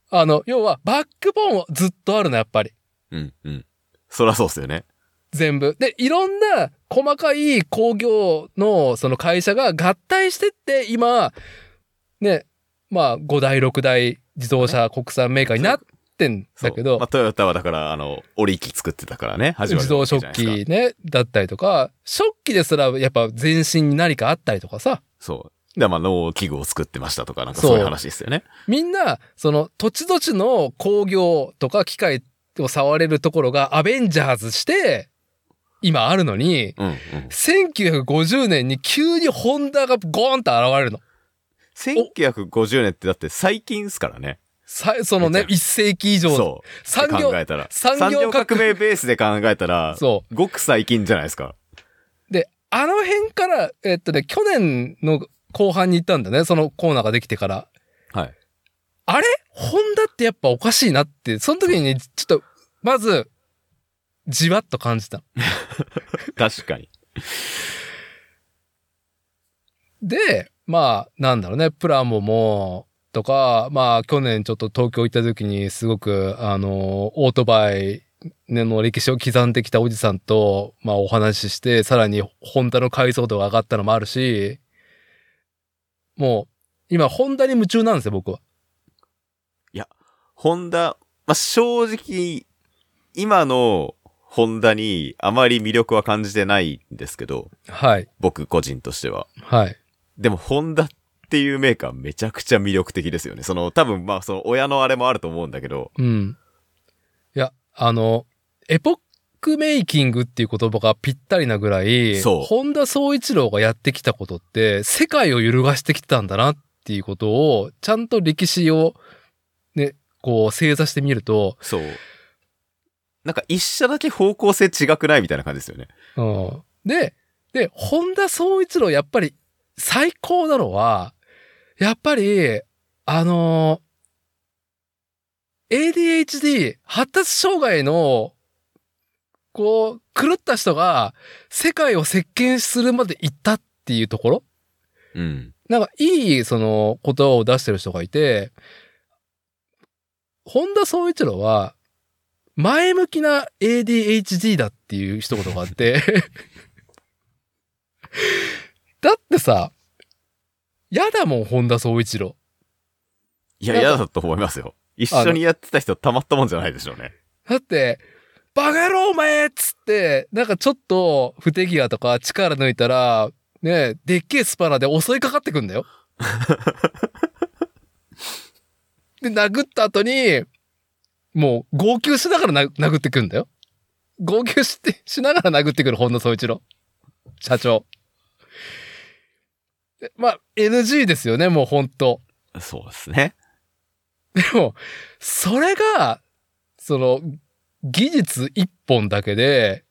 あの、要はバックボーンはずっとあるの、やっぱり。うんうん。そらそうっすよね。全部。で、いろんな細かい工業のその会社が合体してって、今、ね、まあ5台、6台自動車国産メーカーになってんそうだけどまあ、。トヨタはだから、あの、折り機作ってたからね、始ま自りな動わけ食じゃないですか器ね、だったりとか、食器ですらやっぱ全身に何かあったりとかさ、そう。で、まあ、農機具を作ってましたとか、なんかそうそういう話ですよね。みんな、その土地土地の工業とか機械を触れるところがアベンジャーズして、今あるのに、うん、うん。 1950年に急にホンダがゴーンと現れるの。 1950年ってだって最近っすからね。さそのね、め1世紀以上。そう。産って業考、えたら。産業革産業革命ベースで考えたら、そごく最近じゃないですか。う。で、あの辺から、えっとね、去年の後半に行ったんだね。そのコーナーができてから。はい。あれホンダってやっぱおかしいなって、その時にね、ちょっと、まず、じわっと感じた。確かに。で、まあ、なんだろうね、プラモも、とか、まあ、去年ちょっと東京行った時に、すごく、あの、オートバイの歴史を刻んできたおじさんと、まあ、お話しして、さらに、ホンダの解像度が上がったのもあるし、もう、今、ホンダに夢中なんですよ、僕は。ホンダ、まあ、正直、今のホンダにあまり魅力は感じてないんですけど、はい。僕個人としては。はい。でも、ホンダっていうメーカーめちゃくちゃ魅力的ですよね。その、多分、まあ、その親のあれもあると思うんだけど、うん。いや、あの、エポックメイキングっていう言葉がぴったりなぐらい、そう本田総一郎がやってきたことって、世界を揺るがしてきたんだなっていうことを、ちゃんと歴史を、ね、こう、正座してみると、そう。なんか一社だけ方向性違くないみたいな感じですよね。うん。で、で、本田総一郎やっぱり最高なのは、やっぱり、あの ADHD 発達障害の、こう、狂った人が世界を席巻するまで行ったっていうところうん。なんかいいその言葉を出してる人がいて、本田宗一郎は前向きな ADHD だっていう一言があって。 だってさ、やだもん、本田宗一郎。いや、なんか嫌だと思いますよ。一緒にやってた人たまったもんじゃないでしょうね。だって、バカ野郎お前っつって、なんかちょっと不手際とか力抜いたら、ねえ、でっけえスパナで襲いかかってくんだよ。で、殴った後に、もう号泣しながらな殴ってくんだよ。号泣して、しながら殴ってくる本田宗一郎。社長。でまあ、NG ですよね、もう本当そうですね。でも、それが、その、技術一本だけで、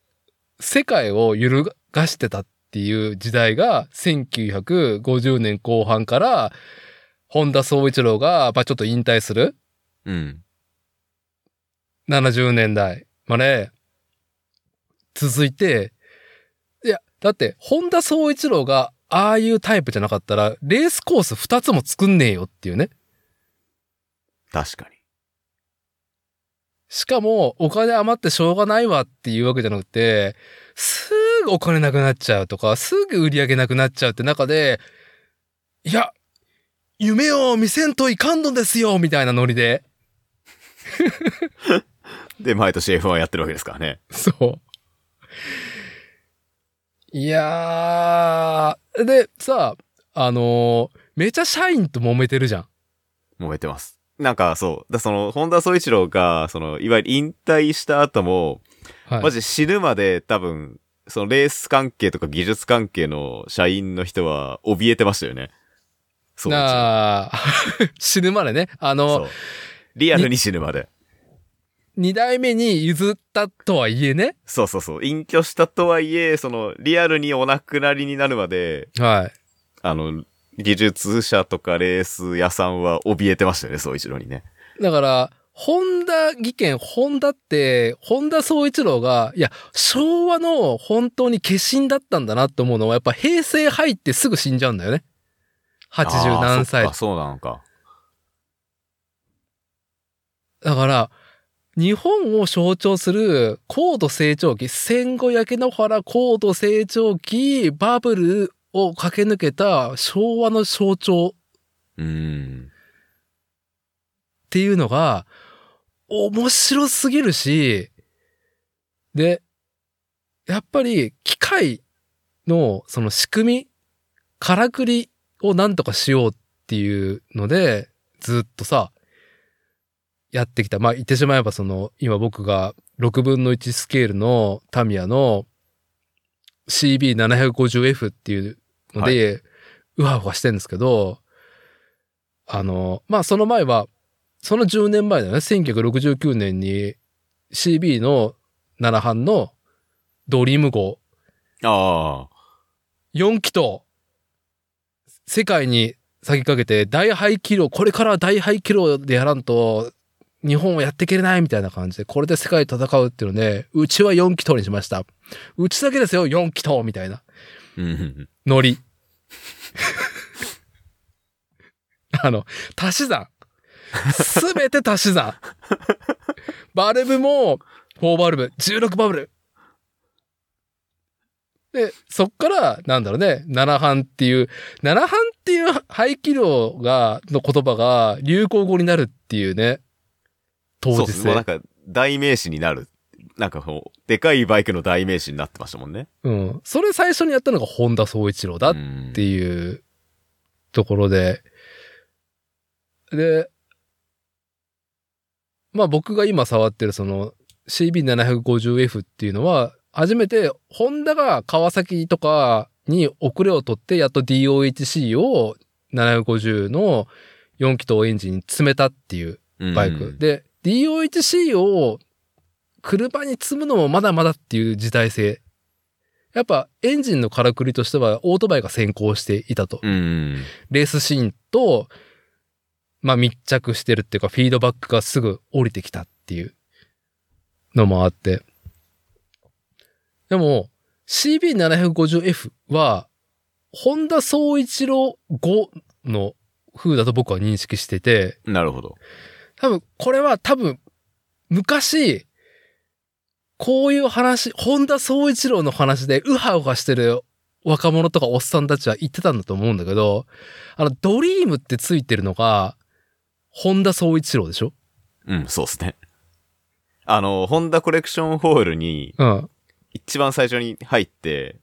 世界を揺るがしてたっていう時代が、1950年後半から、本田宗一郎が、まあちょっと引退するうん。 70年代まで続いて、いや、だって、本田宗一郎がああいうタイプじゃなかったら、レースコース2つも作んねえよっていうね。確かに。しかも、お金余ってしょうがないわっていうわけじゃなくて、すぐお金なくなっちゃうとか、すぐ売り上げなくなっちゃうって中で、いや、夢を見せんといかんのですよみたいなノリで。で、毎年 F1 やってるわけですからね。そう。いやー。で、さ、あのーめちゃ社員と揉めてるじゃん。揉めてます。なんか、そう。だその、本田宗一郎が、その、いわゆる引退した後も、はい。マジ死ぬまで多分、そのレース関係とか技術関係の社員の人は怯えてましたよね。そう。なあ 死ぬまでね。あの、そうリアルに死ぬまで。二代目に譲ったとはいえね。そうそうそう。隠居したとはいえ、その、リアルにお亡くなりになるまで、はい。あの、技術者とかレース屋さんは怯えてましたよね、そう一郎にね。だから、ホンダ技研、ホンダって、ホンダ総一郎が、いや、昭和の本当に化身だったんだなって思うのは、やっぱ平成入ってすぐ死んじゃうんだよね。80何歳あーそっかそうなのか。だから、日本を象徴する高度成長期、戦後焼け野原高度成長期、バブルを駆け抜けた昭和の象徴うーん。っていうのが、面白すぎるし、で、やっぱり機械のその仕組み、からくりをなんとかしようっていうので、ずっとさ、やってきた。まあ言ってしまえばその、今僕が6分の1スケールのタミヤの CB750F っていうので、うわうわしてるんですけど、あの、まあその前はその10年前だよね。1969年に CB の7班のドリーム号ああ。 4気筒、世界に先駆けて大廃棄量、これからは大廃棄量でやらんと、日本はやっていけれないみたいな感じで、これで世界と戦うっていうので、うちは4気筒にしました。うちだけですよ、4気筒みたいな。うん。ノリ。 あの、足し算。すべて足し算。バルブも4バルブ、16バルブ。で、そっから、なんだろうね、7半っていう、7半っていう排気量が、の言葉が流行語になるっていうね、当そう時ですね。もうな性ん。か、代名詞になる。なんかこう、でかいバイクの代名詞になってましたもんね。うん。それ最初にやったのが本田総一郎だっっっていうところで、で、まあ僕が今触ってるその CB750F っていうのは、初めてホンダが川崎とかに遅れを取ってやっと DOHC を750の4気筒エンジンに詰めたっていうバイク。で、DOHC を車に積むのもまだまだっていう時代性。やっぱエンジンのからくりとしてはオートバイが先行していたと。うん。レースシーンと、まあ密着してるっていうかフィードバックがすぐ降りてきたっていうのもあって。でも CB750F は、ホンダ総一郎5の風だと僕は認識してて、なるほど。多分、これは多分、昔、こういう話、本田総一郎の話で、ウハウハしてる若者とかおっさんたちは言ってたんだと思うんだけど、あの、ドリームってついてるのが、本田総一郎でしょうん、そうですね。あの、ホンダコレクションホールに、うん。一番最初に入って、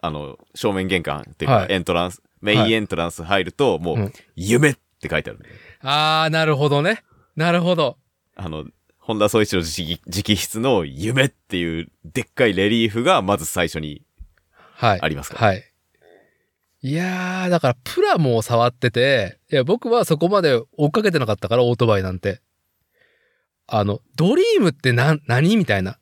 あの、正面玄関っていうはか、いエントランス、メインエントランス入ると、もう、うん夢って書いてあるんで。あー、なるほどね。なるほど。あの、本田総一郎直直筆の夢っていうでっかいレリーフがまず最初にはい。ありますから。はい。いやー、だからプラモを触ってて、いや、僕はそこまで追っかけてなかったから、オートバイなんて。あの、ドリームってな、何みたいな。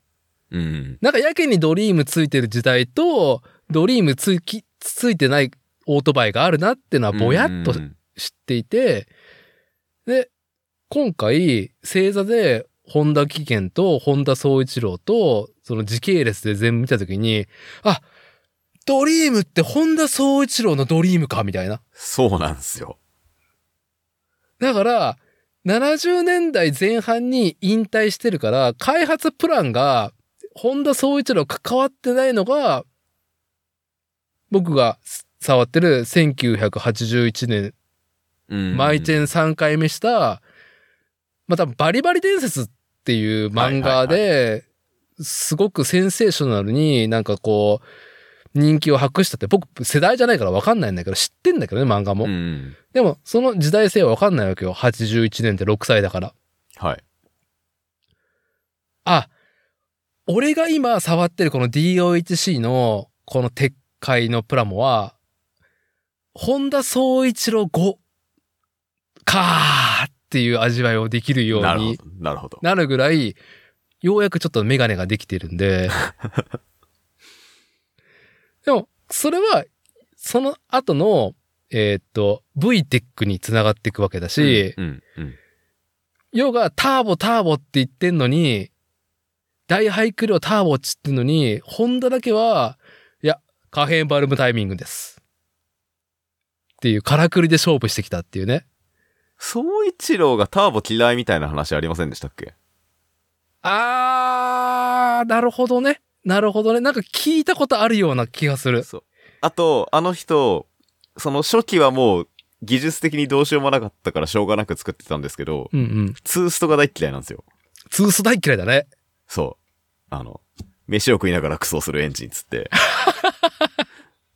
うん。なんかやけにドリームついてる時代と、ドリームつき、ついてないオートバイがあるなってのはぼやっとうん知っていて、で、今回、星座で、本田危険と本田総一郎と、その時系列で全部見たときに、あ、ドリームって本田総一郎のドリームか、みたいな。そうなんですよ。だから、70年代前半に引退してるから、開発プランが、本田総一郎関わってないのが、僕が触ってる1981年うんマイチェン3回目した、またバリバリ伝説っていう漫画はで、すごくセンセーショナルになんかこう、人気を博したって、僕世代じゃないからわかんないんだけど、知ってんだけどね、漫画も。うん。でも、その時代性はわかんないわけよ。81年って6歳だから。はい。あ、俺が今触ってるこの DOHC のこの撤回のプラモは、本田総一郎5かーっていう味わいをできるようなるほにど。なるほど。なるぐらい、ようやくちょっとメガネができてるん で。でも、それは、その後の、えーっと、VTEC につながっていくわけだし、うん。うん。要がターボターボって言ってんのに、大排気量ターボっつってんのに、ホンダだけは、いや、可変バルブタイミングです。っていう、からくりで勝負してきたっていうね。総一郎がターボ嫌いみたいな話ありませんでしたっけあー、なるほどね。なるほどね。なんか聞いたことあるような気がする。そう。あと、あの人、その初期はもう技術的にどうしようもなかったからしょうがなく作ってたんですけど、うんうん。ツーストが大嫌いなんですよ。ツース大嫌いだね。そう。あの、飯を食いながらクソするエンジンっつって。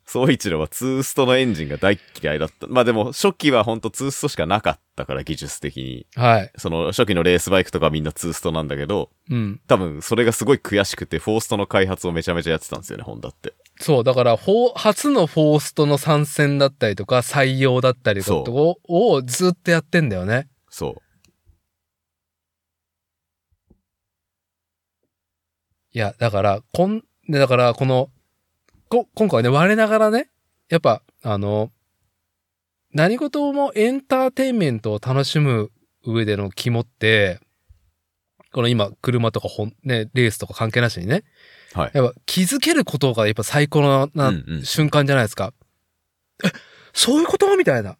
総一郎はツーストのエンジンが大嫌いだった。まあでも初期はほんとツーストしかなかったから技術的に。はい。その初期のレースバイクとかみんなツーストなんだけど、うん。多分それがすごい悔しくてフォーストの開発をめちゃめちゃやってたんですよね、ホンダって。そう、だから、フォー初のフォーストの参戦だったりとか、採用だったりとかををずっとやってんだよね。そう。いや、だから、こん、でだから、この、こ、今回ね、我ながらね、やっぱ、あの、何事もエンターテインメントを楽しむ上での肝って、この今、車とかほん、ね、レースとか関係なしにね、はいやっぱ気づけることがやっぱ最高のな、うんうん瞬間じゃないですか。え、そういうことみたいな。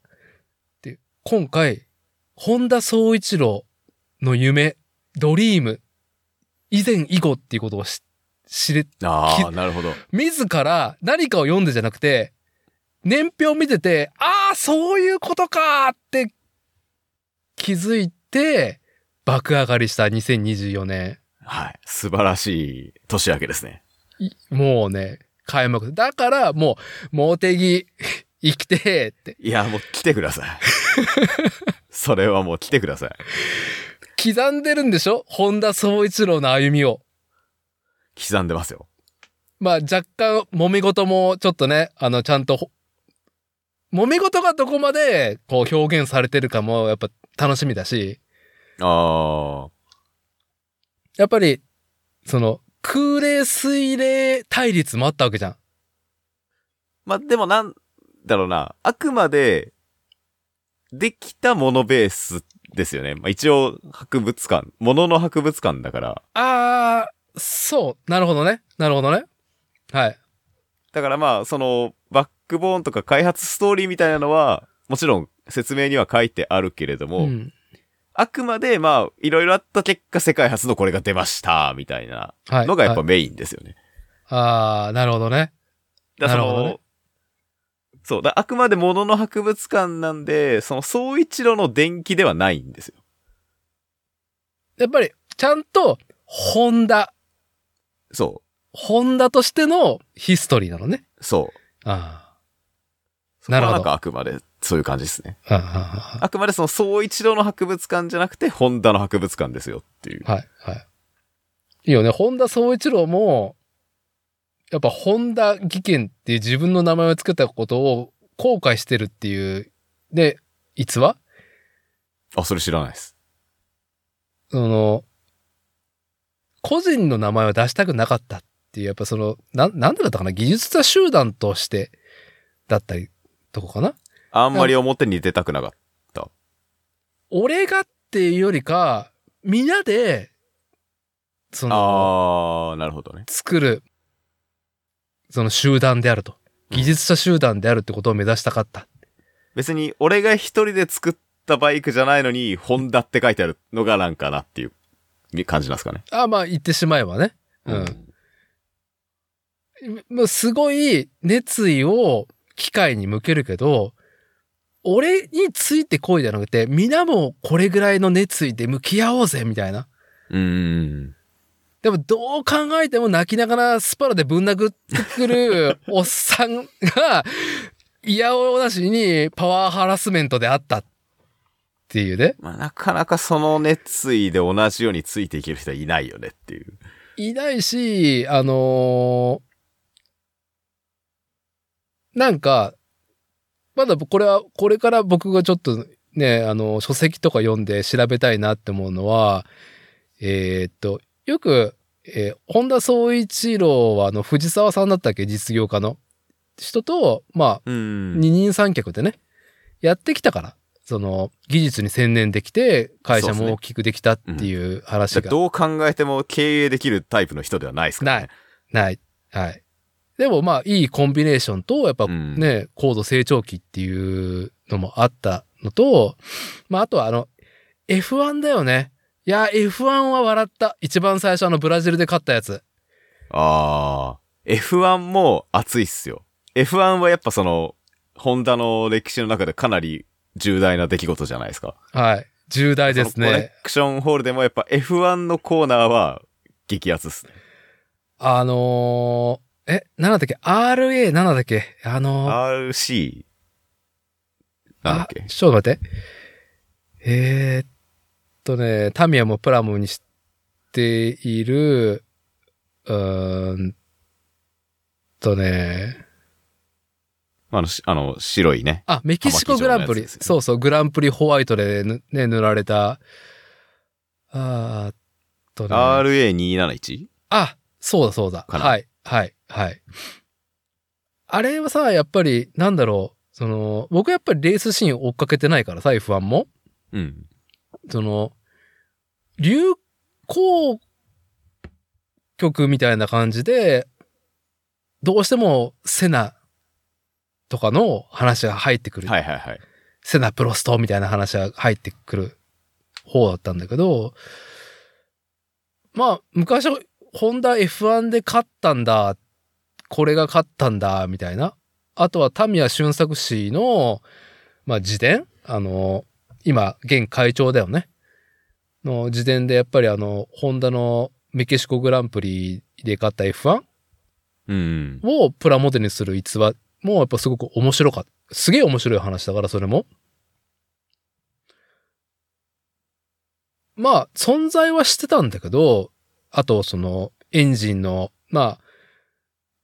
で、今回、本田総一郎の夢、ドリーム、以前以後っていうことをし知れ、ああ、きなるほど。自ら何かを読んでじゃなくて、年表を見てて、ああ、そういうことかーって気づいて、爆上がりした2024年。はい。素晴らしい年明けですね。いもうね、開幕。だからもう、モテギ、生きてーって、いや、もう来てください。それはもう来てください。刻んでるんでしょ本田総一郎の歩みを。刻んでますよ。まあ若干揉め事もちょっとね、あのちゃんとほ、揉め事がどこまでこう表現されてるかもやっぱ楽しみだし、あやっぱり、その、空冷水冷対立もあったわけじゃん。ー。まあ、でもなんだろうな。あくまで、できたものベースですよね。まあ、一応、博物館、ものの博物館だから。あー、そう。なるほどね。なるほどね。はい。だからまあ、その、バックボーンとか開発ストーリーみたいなのは、もちろん説明には書いてあるけれども、うん。あくまでまあ、いろいろあった結果、世界初のこれが出ました、みたいなはい。のがやっぱはいメインですよね。あー、なるほどね。だかならるそほの、どねそう、だあくまでものの博物館なんで、その、総一郎の伝記ではないんですよ。やっぱり、ちゃんと、ホンダ、そホンダとしてのヒストリーなのね。う、そう。あそこなはるほどんかあくまで、そういう感じですね。ーあー。ああくまでその、総一郎の博物館じゃなくて、ホンダの博物館ですよっていう。ーはい、はい。いいよね。本田総一郎も、やっぱ本田技研っていう自分の名前をつけたことを後悔してるっていう、で、逸話あ、それ知らないです。その、個人の名前は出したくなかったっていう、やっぱその、なん、なんでだったかな技術者集団として、だったり、とこかなあんまり表に出たくなかった。俺がっていうよりか、皆で、その、あー、なるほどね。作る、その集団であると。技術者集団であるってことを目指したかった。別に、俺が一人で作ったバイクじゃないのに、ホンダって書いてあるのがなんかなっていう感じなんですかね。ああ、まあ言ってしまえばね。うん。まあすごい熱意を機械に向けるけど、俺についてこいじゃなくて、皆もこれぐらいの熱意で向き合おうぜ、みたいな。うーん。でもどう考えても泣きながらスパラでぶん殴ってく るおっさんが嫌おなしにパワーハラスメントであったっていうね。まあ、なかなかその熱意で同じようについていける人はいないよねっていう。いないし、あのーなんか、まだこれは、これから僕がちょっとね、あの、書籍とか読んで調べたいなって思うのは、えーっと、よく、えー本田総一郎は、あの、藤沢さんだったっけ実業家の人と、まあ、うーん。二人三脚でね、やってきたから、その、技術に専念できて、会社そうですもね大きくできたっていう話じゃがあ。どう考えても経営できるタイプの人ではないですからね。ない。はい。でもまあ、いいコンビネーションと、やっぱうんね、高度成長期っていうのもあったのと、まあ、あとはあの、F1 だよね。いや、F1 は笑った。一番最初あの、ブラジルで勝ったやつ。ああ。F1 も熱いっすよ。F1 はやっぱその、ホンダの歴史の中でかなり重大な出来事じゃないですか。はい。重大ですそのコレね。クションホールでもやっぱ F1 のコーナーは激アツっすね。あのー、え、なんだっけ ?RA、なんだっけあのー、 RC。なんだっけあちょっと待って。えー、っとね、タミヤもプラムにしている、うーんとね、あの、しあの、白いね。あ、メキシコグランプリ。玉城城のやつですねそうそう、グランプリホワイトでぬね、塗られた、あーっとね。 RA271? あ、そうだそうだ。かなはい、はい、はい。あれはさ、やっぱり、なんだろう、その、僕やっぱりレースシーン追っかけてないからさ、F1 も。うん。その、流行曲みたいな感じで、どうしてもセナとかの話が入ってくる。はいはいはい。セナプロストみたいな話が入ってくる方だったんだけど、まあ、昔はホンダ F1 で勝ったんだ、これが勝ったんだ、みたいな。あとはタミヤ俊作氏の、まあ、自伝あの、今、現会長だよね。の自伝でやっぱりあの、ホンダのメキシコグランプリで勝った F1 うん。をプラモデルにする逸話もやっぱすごく面白かった。すげえ面白い話だから、それも。まあ、存在はしてたんだけど、あと、その、エンジンの、まあ、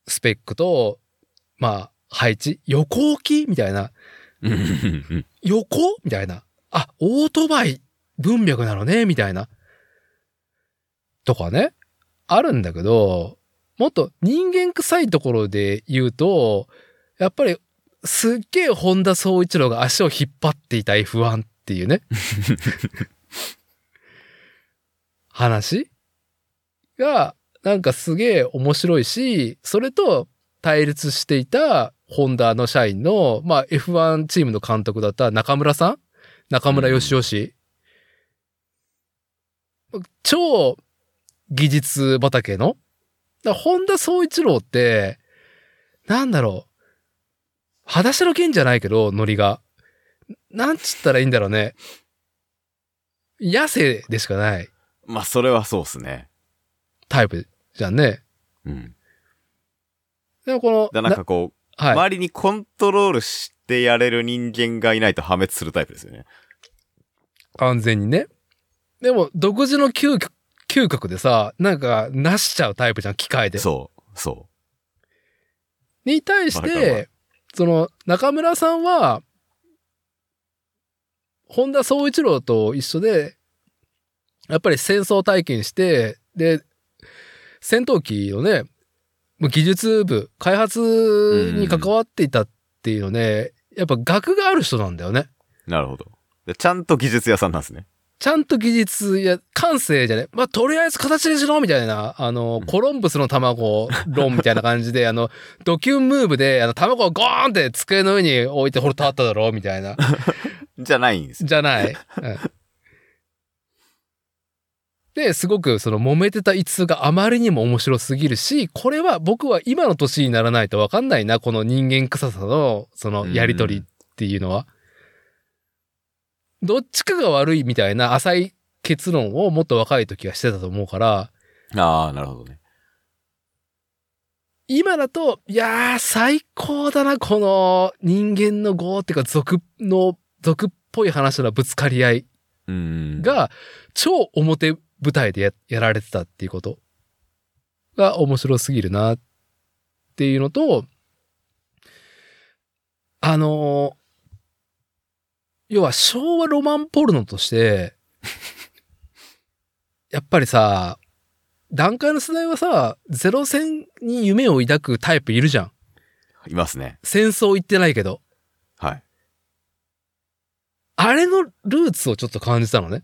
スペックと、まあ、配置、横置きみたいな、うん。横みたいな。あ、オートバイ文脈なのね、みたいな。とかね。あるんだけど、もっと人間臭いところで言うと、やっぱりすっげえ本田総一郎が足を引っ張っていた F1 っていうね。話が、なんかすげえ面白いし、それと対立していたホンダの社員の、まあ F1 チームの監督だった中村さん中村義雄氏。超技術畑のだホンダ総一郎って、なんだろう。裸足の剣じゃないけど、ノリが。なんつったらいいんだろうね。野生でしかないまあ、それはそうっすね。タイプじゃんね。うん。でもこの、だなんかこう、なはい。周りにコントロールしてやれる人間がいないと破滅するタイプですよね。完全にね。でも、独自の嗅覚嗅覚でさ、なんか、なしちゃうタイプじゃん、機械で。そう。そに対しわかるわて、その、中村さんは、本田総一郎と一緒で、やっぱり戦争体験して、で、戦闘機のね、もう技術部、開発に関わっていたっていうのね、やっぱ学がある人なんだよね。う。なるほど。でちゃんと技術屋さんなんですね。ちゃんと技術や感性じゃね、まあ、とりあえず形にしろみたいな、あの、コロンブスの卵論みたいな感じで、あの、ドキュンムーブで、あの、卵をゴーンって机の上に置いて、ほら、立っただろみたいな。じゃないんですよ。じゃない。うんで、すごくその揉めてた一通があまりにも面白すぎるし、これは僕は今の年にならないとわかんないな、この人間臭さのそのやりとりっていうのは。どっちかが悪いみたいな浅い結論をもっと若い時はしてたと思うから、ああ、なるほどね。今だと、いやー、最高だな、この人間の業っていうか俗の、俗っぽい話のぶつかり合い。うん。、が超表舞台でややられてたっていうことが面白すぎるなっていうのと、あのー要は昭和ロマンポルノとして、やっぱりさ、段階の世代はさ、ゼロ戦に夢を抱くタイプいるじゃん。いますね。戦争行ってないけど。はい。あれのルーツをちょっと感じたのね。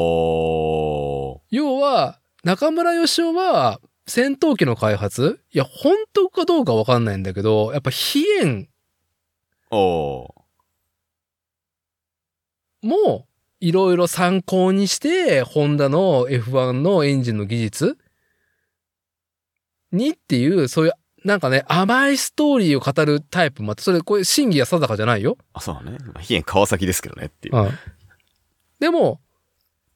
おー。要は、中村義雄は、戦闘機の開発いや、本当かどうかわかんないんだけど、やっぱ、飛燕おー。も、いろいろ参考にして、ホンダの F1 のエンジンの技術にっていう、そういう、なんかね、甘いストーリーを語るタイプもあって、それ、これ、真偽や定かじゃないよ。あ、そうだね。まあ非縁川崎ですけどねっていう。うんでも、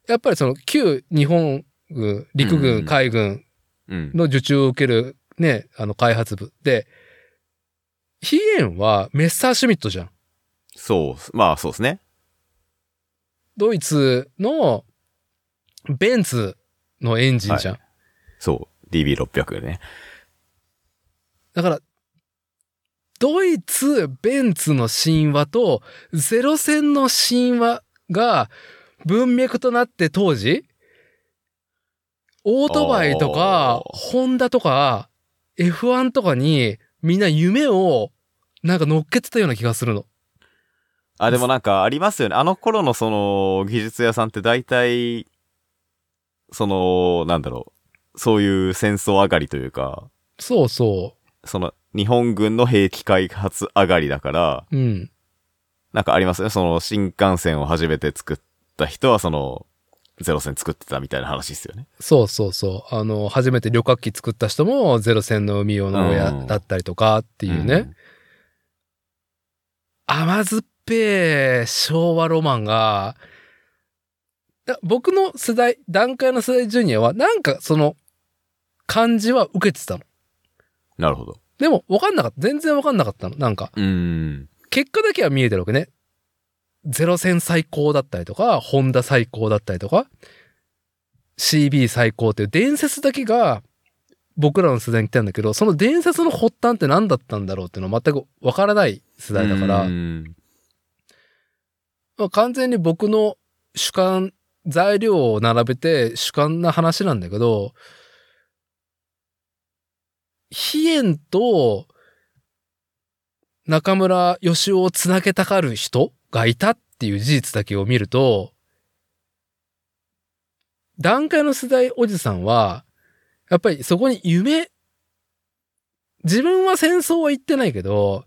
やっぱりその、旧日本軍、陸うんうんうん軍、海軍、うん。の受注を受けるね、あの開発部。で、ヒエンはメッサーシュミットじゃん。そうっす。まあ、そうですね。ドイツのベンツのエンジンじゃん。そう。DB600 ね。だから、ドイツ、ベンツの神話とゼロ戦の神話が文脈となって当時、オートバイとか、おホンダとか、 F1 とかにみんな夢をなんか乗っけてたような気がするの。あ、でもなんかありますよね。あの頃のその技術屋さんって大体、その、なんだろう。そういう戦争上がりというか、そうそその日本軍の兵器開発上がりだから、う。うん。なんかありますね。その新幹線を初めて作った人はその、ゼロ戦作ってたみたいな話ですよね。そうそうそう。あの、初めて旅客機作った人もゼロ戦の海用の親だったりとかっていうね。うん甘酸っぱい昭和ロマンが、だ僕の世代、段階の世代ジュニアは、なんかその、感じは受けてたの。なるほど。でも、わかんなかった。全然わかんなかったの。なんか、うーん。結果だけは見えてるわけね。ゼロ戦最高だったりとか、ホンダ最高だったりとか、CB 最高っていう伝説だけが、僕らの世代に来たんだけど、その伝説の発端って何だったんだろうっていうのは全くわからない世代だから、うーんまあ、完全に僕の主観、材料を並べて主観な話なんだけど、飛燕と中村義雄をつなげたがる人がいたっていう事実だけを見ると、段階の世代おじさんは、やっぱりそこに夢、自分は戦争は言ってないけど、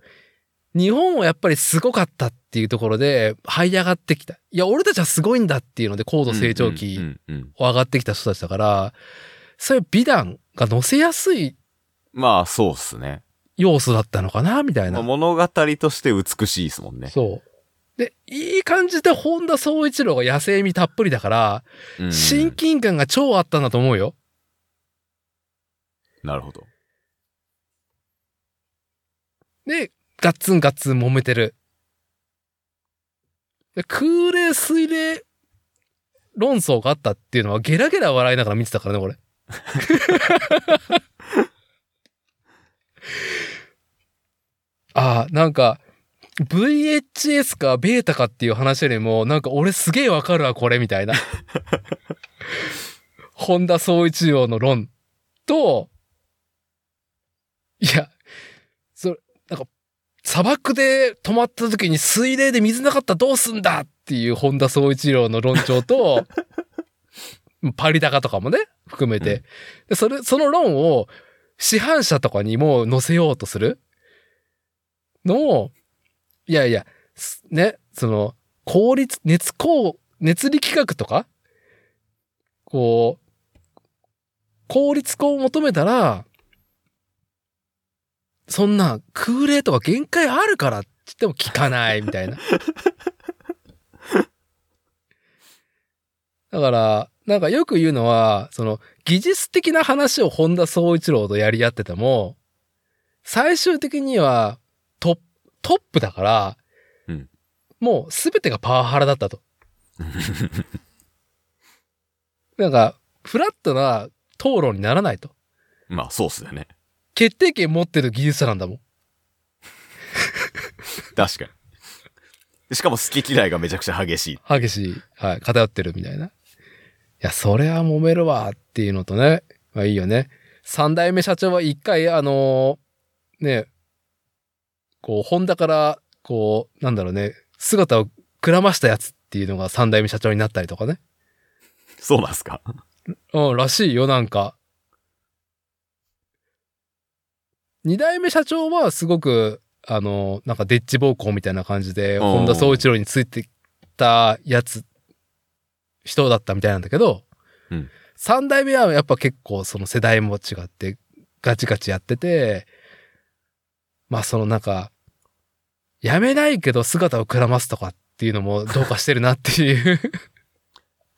日本はやっぱりすごかったっていうところで這い上がってきた。いや、俺たちはすごいんだっていうので高度成長期うんうんうんを上がってきた人たちだから、そういう美談が乗せやすいまあ、そうっすね。要素だったのかな、みたいまあな。物語として美しいですもんね。そう。で、いい感じで本田宗一郎が野生味たっぷりだから、うん親近感が超あったんだと思うよ。なるほど。で、ガッツンガッツン揉めてる。で空冷水冷論争があったっていうのはゲラゲラ笑いながら見てたからね、俺。 ああ、なんか、VHS かベータかっていう話よりも、なんか俺すげえわかるわ、これ、みたいな。 本田総一郎の論と、いや、それ、なんか、砂漠で止まった時に水冷で水なかったらどうすんだっていう本田総一郎の論調と、 パリ高とかもね、含めて。うんでそれ、その論を、市販車とかにも載せようとするのを、いやいや、すね、その、効率、熱効、熱力学とか、こう、効率化を求めたら、そんな空冷とか限界あるからって言っても聞かないみたいな。だから、なんかよく言うのは、その技術的な話を本田総一郎とやり合ってても、最終的にはトップ、トップだから、うんもう全てがパワハラだったと。なんか、フラットな討論にならないと。まあ、そうっすよね。決定権持ってる技術者なんだもん。確かに。しかも好き嫌いがめちゃくちゃ激しい。激しい、はい、偏ってるみたいな。いや、それは揉めるわっていうのとね、まあいいよね。三代目社長は一回、あのーね、こう、ホンダから、こう、なんだろうね、姿をくらましたやつっていうのが三代目社長になったりとかね。そうなんすかうん、らしいよ、なんか。二代目社長はすごく、あの、なんかデッチ暴行みたいな感じで、おー本田宗一郎についてたやつ、人だったみたいなんだけど、うん三代目はやっぱ結構その世代も違って、ガチガチやってて、まあそのなんか、やめないけど姿をくらますとかっていうのもどうかしてるなって いう。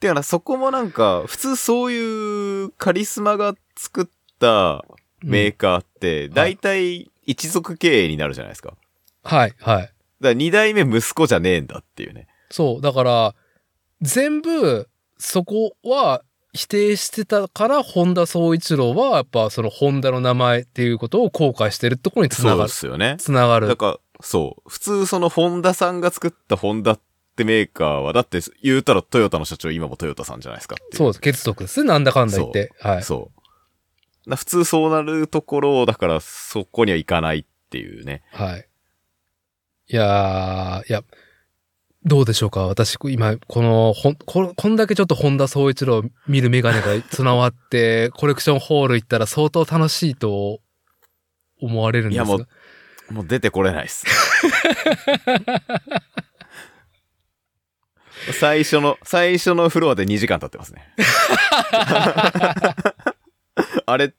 てかな、そこもなんか、普通そういうカリスマが作ったメーカーって、大体一族経営になるじゃないですか。だかはい、はい。ら二代目息子じゃねえんだっていうね。そう、だから、全部、そこは否定してたから、本田宗一郎は、やっぱその本田の名前っていうことを後悔してるところにつなそうがでる。すよね。つながだる。から、そう。普通そのホンダさんが作ったホンダってメーカーは、だって言うたらトヨタの社長今もトヨタさんじゃないですかっていう。そうです。結束ですね。なんだかんだ言って。はい。そう。な普通そうなるところを、だからそこには行かないっていうね。はい。いやー、いや、どうでしょうか私、今、この、ほん、こ、こんだけちょっと本田総一郎見るメガネが繋わって、コレクションホール行ったら相当楽しいと思われるんですが。いやもうもう出てこれないっす。 最初の、最初のフロアで2時間経ってま すね。あれ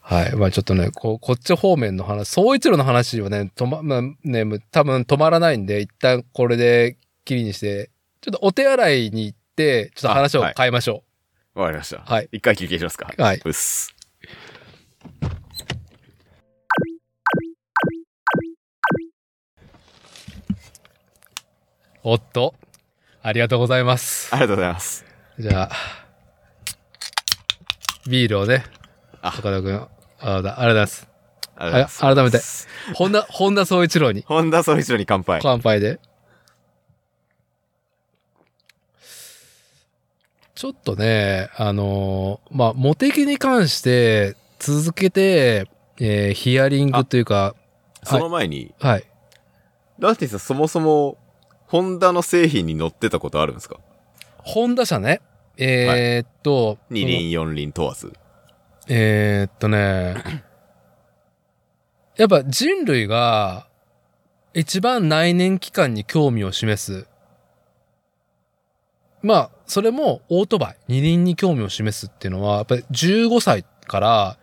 はい。まあちょっとね、こ、こっち方面の話、総一郎の話はね、止ま、まあね、む多分止まらないんで、一旦これで、きりにして、ちょっとお手洗いに行って、ちょっと話をあはい変えましょわかりました。はい一回休憩しますか。。う。はいうっす。おっと。ありがとうございますあ。りがとうございます。じゃあ、ビールをね、あ岡田くん、あだありがとうございます。ありがとうございます。あ改めて本田、本田総一郎に本田総一郎に乾杯。乾杯で。ちょっとね、あのーまあ、モテキに関して続けて、えーヒアリングというか、その前に、はい。ラスティさんそもそも、ホンダの製品に乗ってたことあるんですか本田社ね、えーっと、 ?2 輪4輪問わず。えーっと ね、やっぱ人類が一番内燃機関に興味を示す。まあ、それもオートバイ、二輪に興味を示すっていうのは、やっぱり15歳から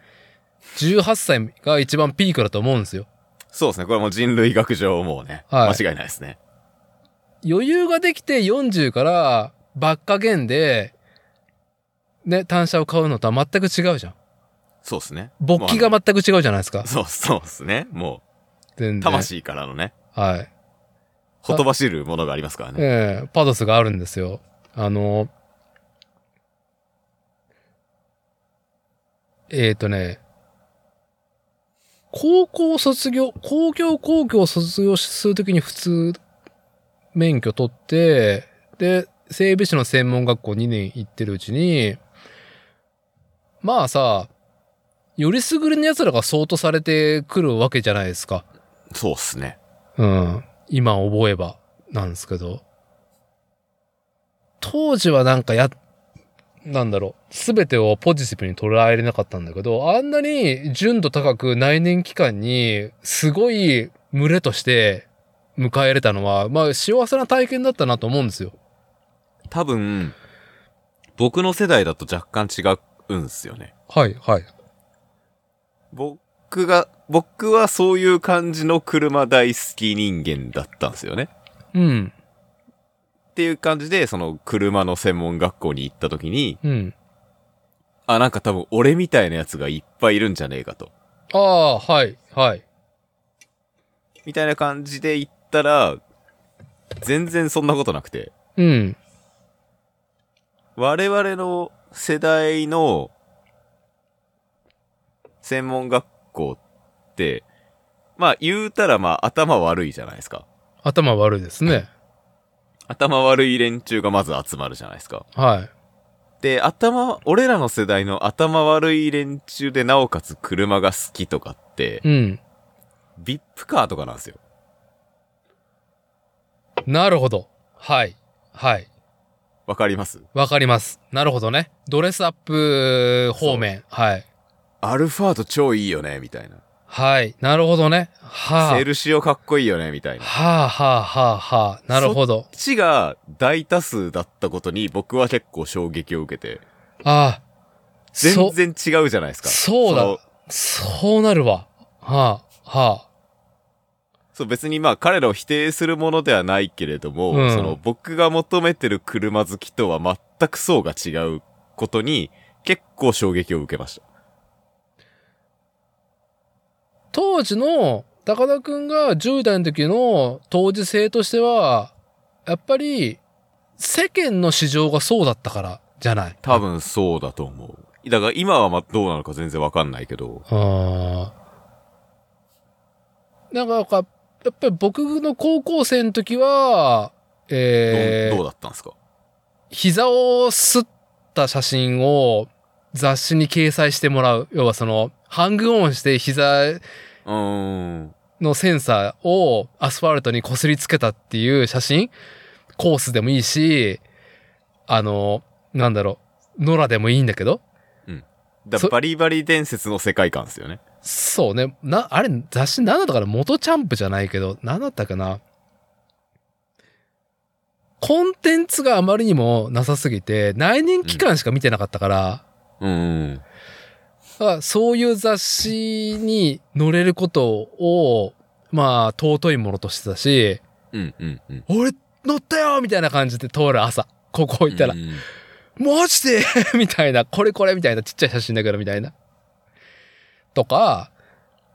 18歳が一番ピークだと思うんですよ。そうですね。これはもう人類学上もうね、はい間違いないですね。余裕ができて40からばっか減で、ね、単車を買うのとは全く違うじゃん。そうですね。勃起がま全く違うじゃないですか。そう、そうですね。も全然。う、魂からのね、はい。ほとばしるものがありますからね。ええパドスがあるんですよ。あの、えっ、とね、高校卒業、公共高校を卒業するときに普通免許取って、で、整備士の専門学校2年行ってるうちに、まあさ、よりすぐりの奴らが相当されてくるわけじゃないですか。そうですね。うん。今覚えば、なんですけど。当時はなんかや、なんだろう、すべてをポジティブに捉えれなかったんだけど、あんなに純度高く内燃期間に、すごい群れとして迎え入れたのは、まあ幸せな体験だったなと思うんですよ。多分、僕の世代だと若干違うんですよね。はい、はい。僕が、僕はそういう感じの車大好き人間だったんですよね。うん、っていう感じで、その車の専門学校に行った時に、うん。あ、なんか多分俺みたいなやつがいっぱいいるんじゃねえかと。ああ、はい、はい。みたいな感じで行ったら、全然そんなことなくて、うん、我々の世代の専門学校って、まあ言うたらまあ頭悪いじゃないですか。頭悪いですね。頭悪い連中がまず集まるじゃないですか。はい。で、頭、俺らの世代の頭悪い連中でなおかつ車が好きとかって、うん。ビップカーとかなんですよ。なるほど。はい、はい。わかりますわかります。なるほどね。ドレスアップ方面。はい。アルファード超いいよね、みたいな。はい。なるほどね。はあ。セルシオかっこいいよね、みたいな。こはあはあはあはあ。なるほど。っちが大多数だったことに僕は結構衝撃を受けて、ああ。全そ、然違うじゃないですか。そうだのそうなるわ。はあ、はそう別にまあ彼らを否定するものではないけれども、うんその僕が求めてる車好きとは全く層が違うことに結構衝撃を受けました。あ。当時の高田くんが10代の時の当時性としては、やっぱり世間の市場がそうだったからじゃない。多分そうだと思う。だから今はまあどうなのか全然わかんないけど、ああ。なんか、やっぱり僕の高校生の時は、どんえどうー、だったんですか膝をすった写真を雑誌に掲載してもらう。要はその、ハングオンして膝うーん。のセンサーをアスファルトに擦りつけたっていう写真コースでもいいし、あの、なんだろう、野良でもいいんだけど、だそバリバリ伝説の世界観ですよね。そうね。な、あれ、雑誌何だったかな元チャンプじゃないけど、何だったかなコンテンツがあまりにもなさすぎて、内任期間しか見てなかったから、うーん。だからそういう雑誌に載れることを、まあ、尊いものとしてたし、うんうんうん。俺、乗ったよみたいな感じで通る朝、ここ行ったらう、んうんマジで みたいな、これこれみたいな、ちっちゃい写真だけどみたいな。とか、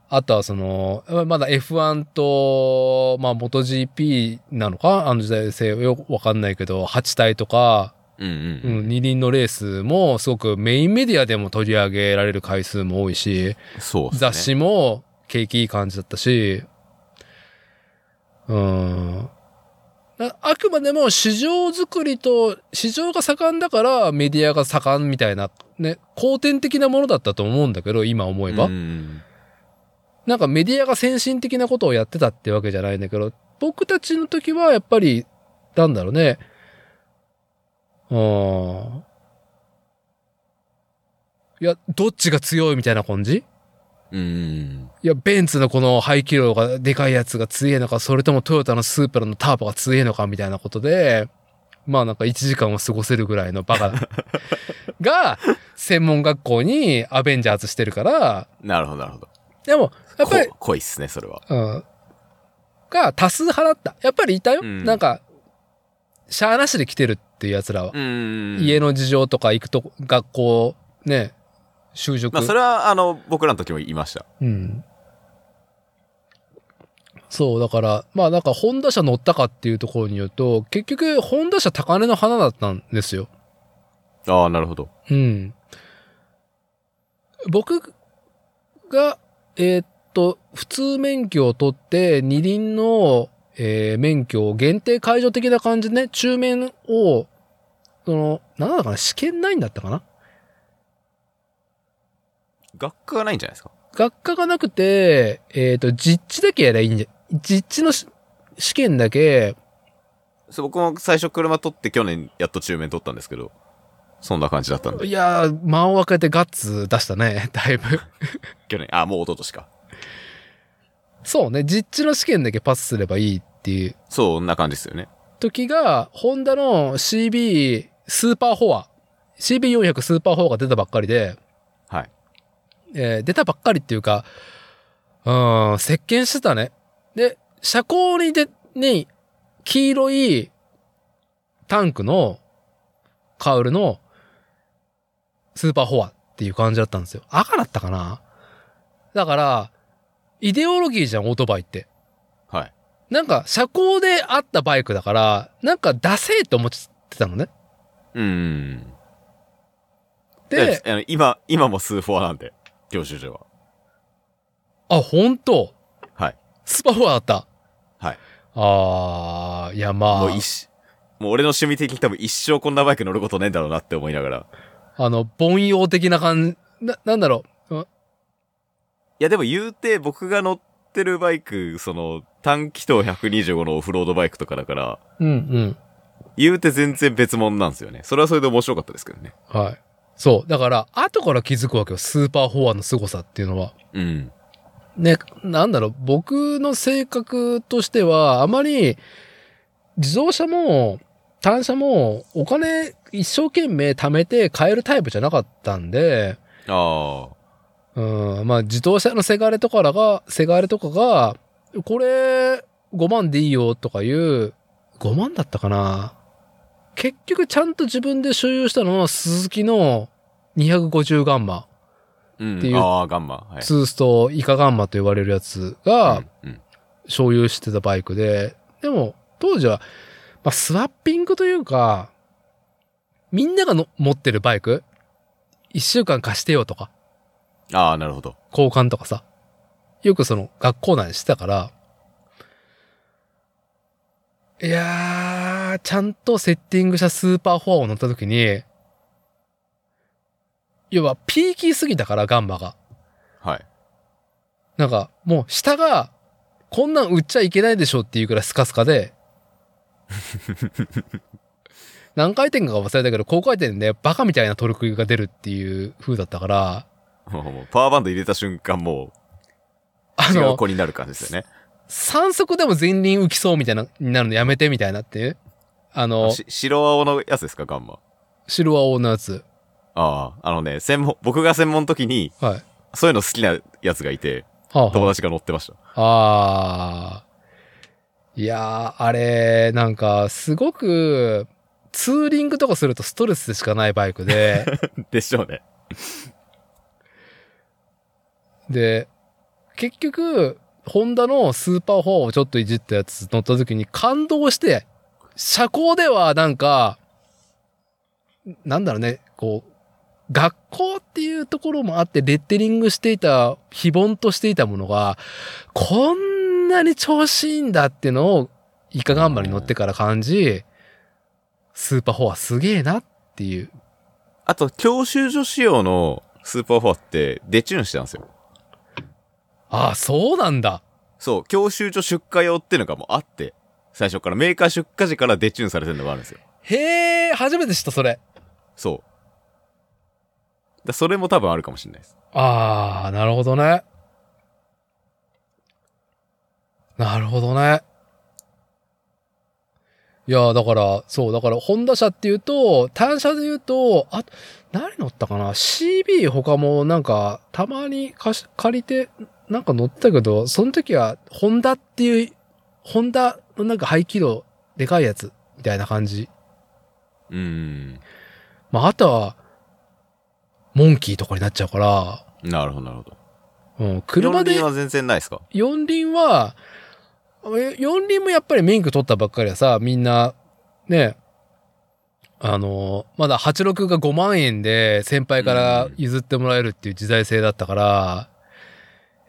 あとはその、まだ F1 と、まあ、MotoGP なのかあの時代性よくわかんないけど、8体とか、うんううんん、二輪のレースもすごくメインメディアでも取り上げられる回数も多いし、そうっすね。雑誌も景気いい感じだったし、うん。ああくまでも市場作りと、市場が盛んだからメディアが盛んみたいな、ね、後天的なものだったと思うんだけど、今思えば。うんうんなんかメディアが先進的なことをやってたってわけじゃないんだけど、僕たちの時はやっぱり、なんだろうね。うん。いや、どっちが強いみたいな感じうんうんいや、ベンツのこの排気量がでかいやつが強いのか、それともトヨタのスープラのターボが強いのかみたいなことで、まあなんか1時間を過ごせるぐらいのバ カが、専門学校にアベンジャーズしてるから、なるほど、なるほど。でも、やっぱりこ、濃いっすね、それは。うん、が多数派だった。やっぱりいたよ。うんなんか、シャアなしで来てるっていう奴らは。うん家。の事情とか行くと、学校、ね、就職。まあ、それは、あの、僕らの時も言いました。うん。そう、だから、まあなんか、ホンダ車乗ったかっていうところによると、結局、ホンダ車高値の花だったんですよ。ああ、なるほど。うん。僕が、えーっと、普通免許を取って、二輪の、えー免許を限定解除的な感じでね、中免を、その、なんだかな、試験ないんだったかな学科がないんじゃないですか。学科がなくて、えーっと、実地だけやりゃいいんじゃ、実地のし試験だけ、そう僕も最初車取って去年やっと中面取ったんですけど、そんな感じだったんで。いやー、間を空けてガッツ出したね、 だいぶ。去年、あ、もう一昨年か。そうね、実地の試験だけパスすればいいっていうそう、そんな感じですよね。時が、ホンダの CB スーパーフォア、CB400 スーパーフォアが出たばっかりで、はい。えー出たばっかりっていうか、うーん、石鹸してたね。で、車高にで、に、黄色いタンクのカウルのスーパーフォアっていう感じだったんですよ。赤だったかなだから、イデオロギーじゃん、オートバイって。はい。なんか、車高であったバイクだから、なんか、ダセーって思ってたのね。うん。で、いやあの今、今もスーフォアなんで、教習所は。あ、本当はい。スーパーフォアだった。はい。あー、いや、まあ。もう一、もう俺の趣味的に多分一生こんなバイク乗ることねえんだろうなって思いながら。あの、凡庸的な感じ、な、なんだろう。うんいやでも言うて僕が乗ってるバイク、その短気筒125のオフロードバイクとかだから、うん、言うて全然別物なんですよね。それはそれで面白かったですけどね。うん。はい。そう。だから、後から気づくわけよ。スーパーフォアの凄さっていうのは。うん。ね、なんだろう。僕の性格としては、あまり、自動車も、単車も、お金一生懸命貯めて買えるタイプじゃなかったんで、ああ。うん、まあ自動車のせがれとかが、せがれとかが、これ5万でいいよとかいう、5万だったかな。結局ちゃんと自分で所有したのは鈴木の250ガンマ、うんっていうああ、ガンマ。はい。ツーストイカガンマと言われるやつがうんうん所有してたバイクで、でも当時は、まあ、スワッピングというか、みんながの持ってるバイク、1週間貸してよとか、ああ、なるほど。交換とかさ、よくその学校内でしてたから、いやー、ちゃんとセッティングしたスーパーフォアを乗った時に、要は、ピーキーすぎたから、ガンマが。はい。 なんか、もう下が、こんなん売っちゃいけないでしょっていうくらいスカスカ で、何回転か忘れたけど、高回転でバカみたいなトルクが出るっていう風だったから、もうもうパワーバンド入れた瞬間もあう違うの、子になる感じですよね。三速でも前輪浮きそうみたいな、になるのやめてみたいなって、あの、し白青のやつですか、ガンマ。白青のやつ。ああ、あのね、専門、僕が専門の時に、はい。そういうの好きなやつがいて、はあはあ友達が乗ってました。ああ。いやー、あれ、なんか、すごく、ツーリングとかするとストレスでしかないバイクで、でしょうね。で、結局、ホンダのスーパー4をちょっといじったやつ乗った時に感動して、車高ではなんか、なんだろうね、こう、学校っていうところもあって、レッテリングしていた、非凡としていたものが、こんなに調子いいんだっていうのを、イカガンバに乗ってから感じ、スーパー4はすげえなっていう。あと、教習所仕様のスーパーフォアって、デチューンしてたんですよ。ああ、そうなんだ。そう、教習所出荷用っていうのがもうあって、最初からメーカー出荷時からデチューンされてるのがあるんですよ。へえ、初めて知った、それ。そう。だそれも多分あるかもしれないです。ああ、なるほどね。なるほどね。いやー、だから、そう、だから、ホンダ車っていうと、単車で言うと、あと、何乗ったかな ?CB 他もなんか、たまに貸し、借りて、なんか乗ってたけど、その時は、ホンダっていう、ホンダのなんか排気量、でかいやつ、みたいな感じ。うーん。まあ、あとは、モンキーとかになっちゃうから、なるほど、なるほど。うん、車で四輪は全然ないですか四輪は、え四輪もやっぱり免許取ったばっかりはさ、みんな、ね、あの、まだ86が5万円で先輩から譲ってもらえるっていう時代性だったから、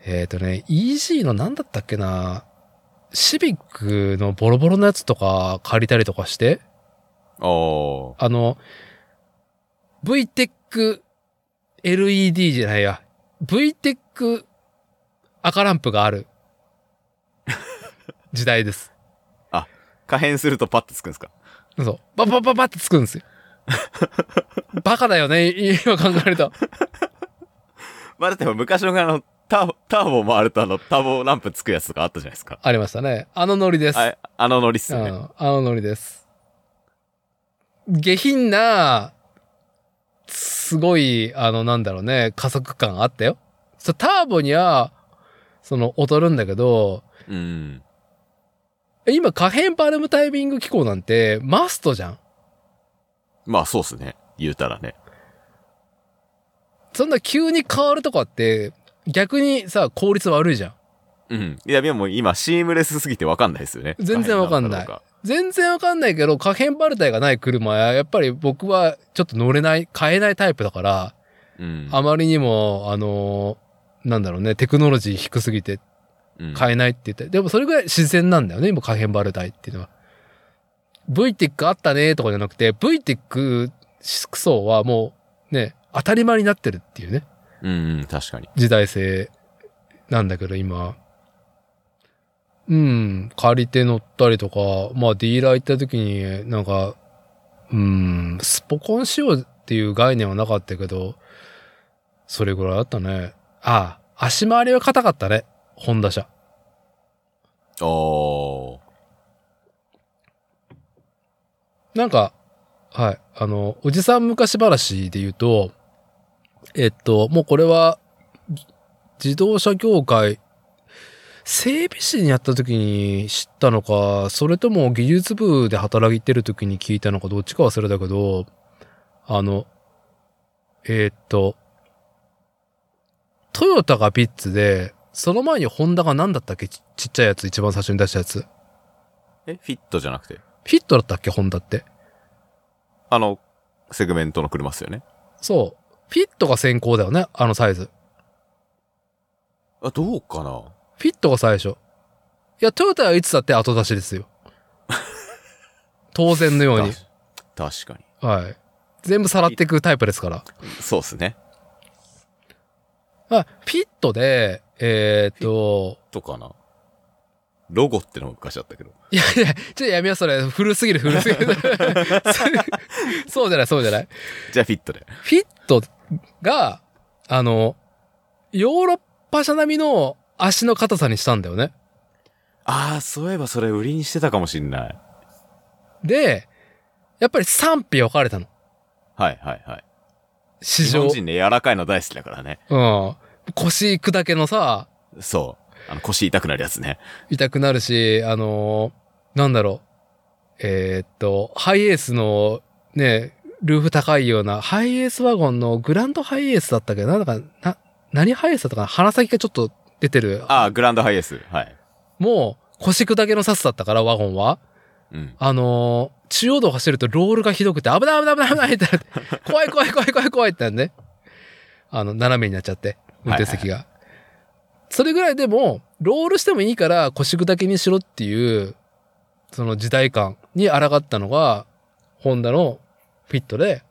えっ、とね、EG の何だったっけな、シビックのボロボロのやつとか借りたりとかして、ああ。あの、VTEC LED じゃないや、VTEC 赤ランプがある時代です。可変するとパッとつくんですか そう。ババババってつくんですよ。バカだよね、今考えると。まあだって昔のあの、ターボ、ターボ回るとあの、ターボランプつくやつとかあったじゃないですか。ありましたね。あのノリです。ああのノリっすうよね。ん、あのノリです。下品な、すごい、あの、なんだろうね、加速感あったよ。そうターボには、その、劣るんだけど、うん。今、可変バルムタイミング機構なんて、マストじゃん。まあそうっすね。言うたらね。そんな急に変わるとかって、逆にさ、効率悪いじゃん。うん。いや、でも今、シームレスすぎてわかんないですよね。全然わかんない可変のかどうか全然わかんないけど、可変バルタイがない車は、やっぱり僕はちょっと乗れない、買えないタイプだから、うん。あまりにも、あのーなんだろうね、テクノロジー低すぎてうん買えないって言って、でもそれぐらい自然なんだよね、今、可変バルタイっていうのは。VTEC あったねとかじゃなくて、VTEC クソはもうね、当たり前になってるっていうね、うん、うん、確かに。時代性なんだけど、今。うん、借りて乗ったりとか、まあディーラー行った時に、なんか、うん、スポコン仕様っていう概念はなかったけど、それぐらいだったね。ああ、足回りは硬かったね。ホンダ車。あー。なんか、はい、あの、おじさん昔話で言うと、えっと、もうこれは、じ自動車業界、整備士にやった時に知ったのか、それとも技術部で働いてる時に聞いたのか、どっちか忘れたけど、あの、えっと、トヨタがビッツで、その前にホンダが何だったっけちちっちゃいやつ、一番最初に出したやつ。フえ、フィットじゃなくて、ィットだったっけホンダって。あの、セグメントの車っすよね。そう。フィットが先行だよね、あのサイズ。あ、どうかなフィットが最初。いや、トヨタはいつだって後出しですよ。当然のように。 た確かはい。全部さらっていくタイプですから。に。そうっすね。まあ、ピットで、えーっと、とかな。ロゴってのも昔あったけど。いやいや、ちょっとやめよう、それ。古すぎる、古すぎる。 そうじゃない、そうじゃない。じゃあフィットで。フィットが、あの、ヨーロッパ車並みの足の硬さにしたんだよね。ああ、そういえばそれ売りにしてたかもしんない。で、やっぱり賛否分かれたの。はいはいはい。市日場。本うん人ね、柔らかいの大好きだからね。。腰砕けのさ、そう。あの腰痛くなるやつね。痛くなるし、あのーなんだろう。えーっと、ハイエースの、ね、ルーフ高いような、ハイエースワゴンのグランドハイエースだったっけど、なんだか、な、何ハイエースだったかな鼻先がちょっと出てる。ああ、グランドハイエース。はい。もう、腰砕けのサスだったから、ワゴンは。うん。あのー中央道走るとロールがひどくて、危ない危ない危ない危ないってなって、 怖い怖い怖い怖い怖いってなってね。あの、斜めになっちゃって、運転席が。それぐらいでも、ロールしてもいいから腰砕けにしろっていう、その時代感に抗ったのが、ホンダのフィットで、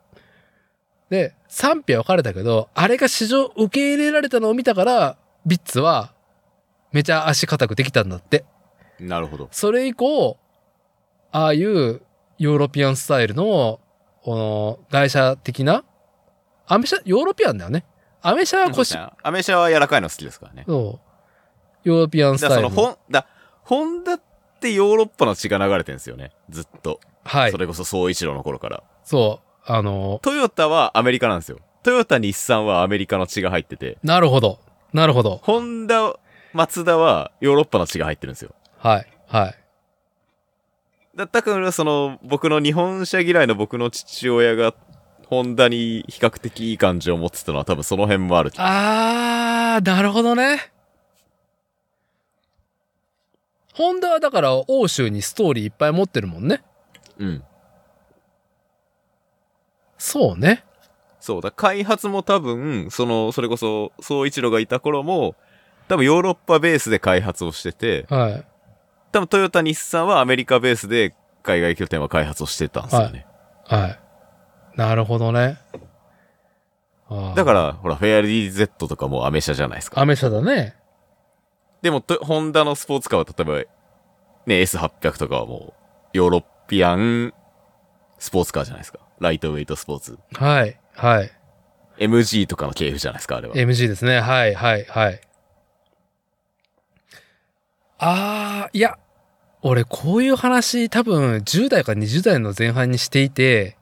で、賛否は分かれたけど、あれが市場受け入れられたのを見たから、ビッツは、めちゃ足固くできたんだって。なるほど。それ以降、ああいうヨーロピアンスタイルの、この、台車的な、アメ車、ヨーロピアンだよね。アメ車は腰、アメ車は柔らかいの好きですからね。そう。ヨーロピアンスだからタイそルの、の。ほん、だ、ホンダってヨーロッパの血が流れてるんですよね。ずっと。はいそ。れこそ総一郎の頃から。そう。あの、トヨタはアメリカなんですよ。トヨタ、日産はアメリカの血が入ってて、なるほど。なるほど。ホンダ、マツダはヨーロッパの血が入ってるんですよ。はい。はい。だだから、その、僕の日本車嫌いの僕の父親が、ホンダに比較的いい感情を持ってたのは多分その辺もある。あー、なるほどね。ホンダはだから欧州にストーリーいっぱい持ってるもんね。うん。そうね。そうだ、開発も多分、その、それこそ、総一郎がいた頃も、多分ヨーロッパベースで開発をしてて、はい。多分トヨタ、日産はアメリカベースで海外拠点は開発をしてたんですよね。はい。なるほどね。、だからら、ほら、フェアリー Z とかもアメ車じゃないですか。アメ車だね。でも、とホンダのスポーツカーは例えば、ね、S800 とかはもう、ヨーロピアンスポーツカーじゃないですか。ライトウェイトスポーツ。はい。はい。 MG とかの系譜じゃないですか、あれは。 MG ですね。はい、はい、はい。あー、いや、俺こういう話多分10代か20代の前半にしてい て、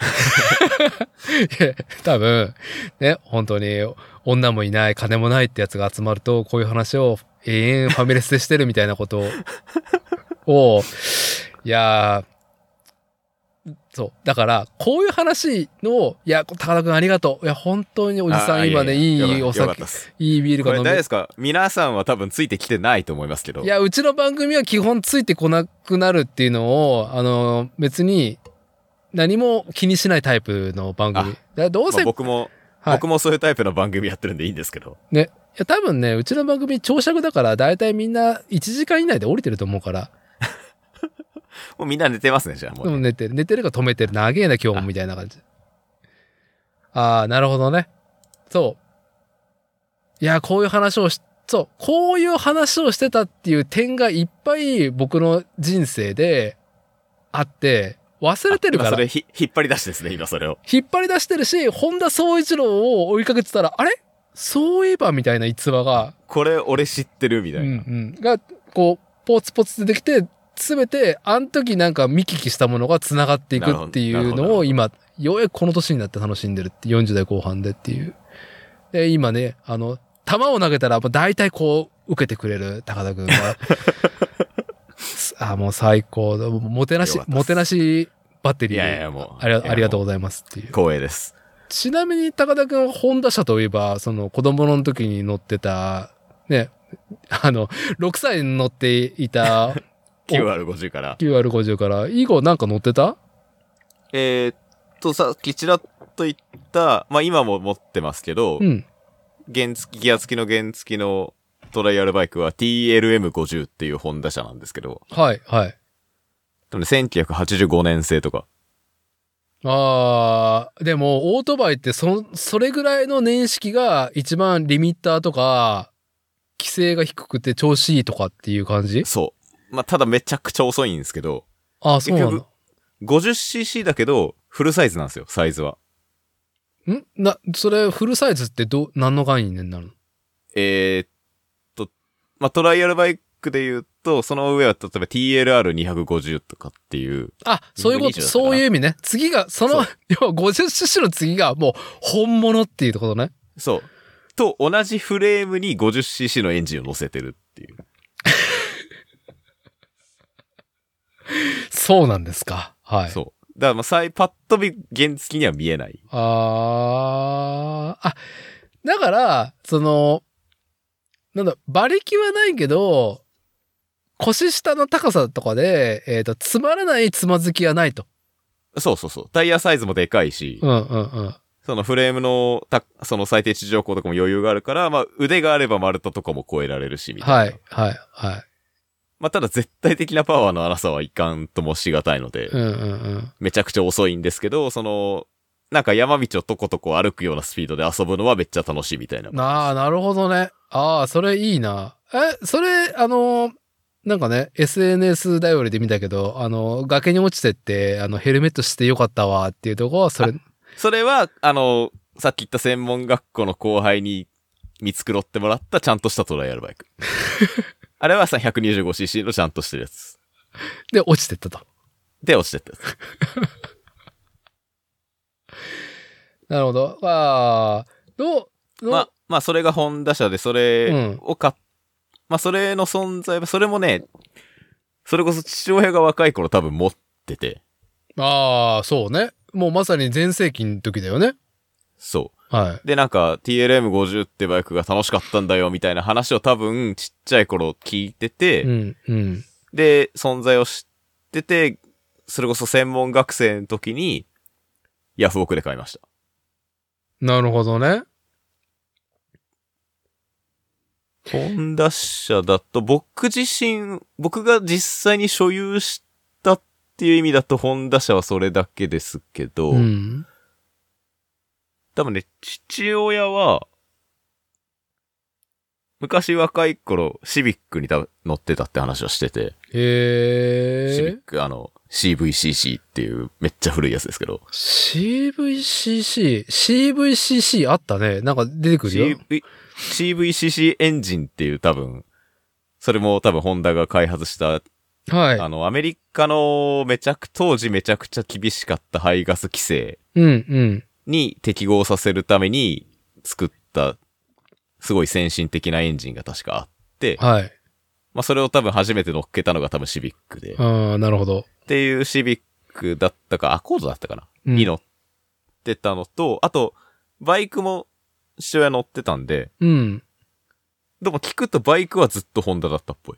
いや多分、ね、本当に女もいない、金もないってやつが集まると、こういう話を永遠ファミレスでしてるみたいなこと を、をいやーそう。だから、こういう話の、いや、高田くんありがとう。いや、本当におじさあん今ね、いややいおよかった酒っ、すいいビールこがれ飲大め丈夫ですか皆さんは多分ついてきてないと思いますけど。いや、うちの番組は基本ついてこなくなるっていうのを、あの、別に何も気にしないタイプの番組。あだからどうませ、あ、僕も、はい僕もそういうタイプの番組やってるんでいいんですけど。いや、多分ね、うちの番組長尺だから、だいたいみんな1時間以内で降りてると思うから、もうみんな寝てますね、じゃあもでう、も寝てる、寝てるか止めてる、長えな今日もみたいな感じ。ああー、なるほどね。そう。いや、こういう話をし、そう、こういう話をしてたっていう点がいっぱい僕の人生であって、忘れてる今からそ。れひ引っ張り出しですね、今それを。引っ張り出してるし、本田総一郎を追いかけてたら、あれそういえばみたいな逸話が、これ俺知ってるみうんたういな。ん、が、こう、ポツポツ出てきて、すべて、あの時なんか見聞きしたものが繋がっていくっていなるうほどなるのをほど今、ようやくこの年になって楽しんでるって、40代後半でっていう。で、今ね、あの、球を投げたら、まあ大体こう、受けてくれる高田くんは。す あ、もう最高だ。もてなよしかっ、たっすもてなしバッテリいーで。やいや、もう。ありがありがとうう。ございますっていう。光栄です。ちなみに高田くん、ホンダ車といえば、その子供の時に乗ってた、ね、あの、6歳に乗っていた QR50 から。 QR50 から、以後なんか乗ってたえーっと、さっきちらっと言った、まあ今も持ってますけど、うん。原付き、ギア付きの原付きのトライアルバイクは TLM50 っていうホンダ車なんですけど、はい、はい。でもね1985年製とか。ああ、でも、オートバイって、そ、それぐらいの年式が一番リミッターとか、規制が低くて調子いいとかっていう感じそう。まあ、ただめちゃくちゃ遅いんですけど、ああ、そうなん結 50cc だけど、フルサイズなんですよ、サイズは。だ。んな、それ、フルサイズってど、何の概念になるのえーっと、まあ、トライアルバイクで言うと、その上は例えば TLR250 とかっていう、あ、そういうこ20と、だからそういう意味ね。次が、 その、要そは 50cc の次がもう本物っていうことね。そう。と同じフレームに 50cc のエンジンを乗せてるっていう。そうなんですか。はい。そう。だからまあ、さいパッと見、原付には見えない。あーあ、だから、その、なんだ、馬力はないけど、腰下の高さとかで、えっ、と、つまらないつまずきはないと。そうそうそう。タイヤサイズもでかいし、うんうんうん。そのフレームのた、その最低地上高とかも余裕があるから、まあ腕があれば丸太とかも超えられるし、みたいな。はい、はい、はい。まあただ絶対的なパワーの荒さはいかんともしがたいので、うんうんうん。めちゃくちゃ遅いんですけど、その、なんか山道をとことこ歩くようなスピードで遊ぶのはめっちゃ楽しいみたいな。ああ、なるほどね。ああ、それいいな。え、それ、あの、なんかね、SNS 頼りで見たけど、あの、崖に落ちてって、あの、ヘルメットしてよかったわっていうとこは、それ、それは、あの、さっき言った専門学校の後輩に見繕ってもらったちゃんとしたトライアルバイク。あれはさ、125cc のちゃんとしてるやつ。で、落ちてったと。で、落ちてったやつ。なるほど。まあ、どう、どうまあ、まあ、それがホンダ車で、それを買っ、まあ、それの存在は、それもね、それこそ父親が若い頃多分持ってて、ああ、そうね。もうまさに全盛期の時だよね。そう。はい。で、なんか、TLM50 ってバイクが楽しかったんだよ、みたいな話を多分、ちっちゃい頃聞いてて、うん、うん。で、存在を知ってて、それこそ専門学生の時に、ヤフオクで買いました。なるほどね。ホンダ車だと、僕自身、僕が実際に所有したっていう意味だと、ホンダ車はそれだけですけど、うん。多分ね、父親は、昔若い頃、シビックに多分乗ってたって話をしてて、シビへック、あの、CVCC っていうめっちゃ古いやつですけど、ー。CVCC。CVCC あったね。なんか出てくるよ。 CV CVCC エンジンっていう多分、それも多分ホンダが開発した、あはの、アメリカのめちゃく、当時めちゃくちゃ厳しかった排ガス規制い。うん、うん。に適合させるために作った、すごい先進的なエンジンが確かあって、はい。まあそれを多分初めて乗っけたのが多分シビックで、っああ、なるほど。ていうシビックだったか、アコードだったかなうんに乗ってたのと、あと、バイクも父親乗ってたんで、うん。でも聞くとバイクはずっとホンダだったっぽい。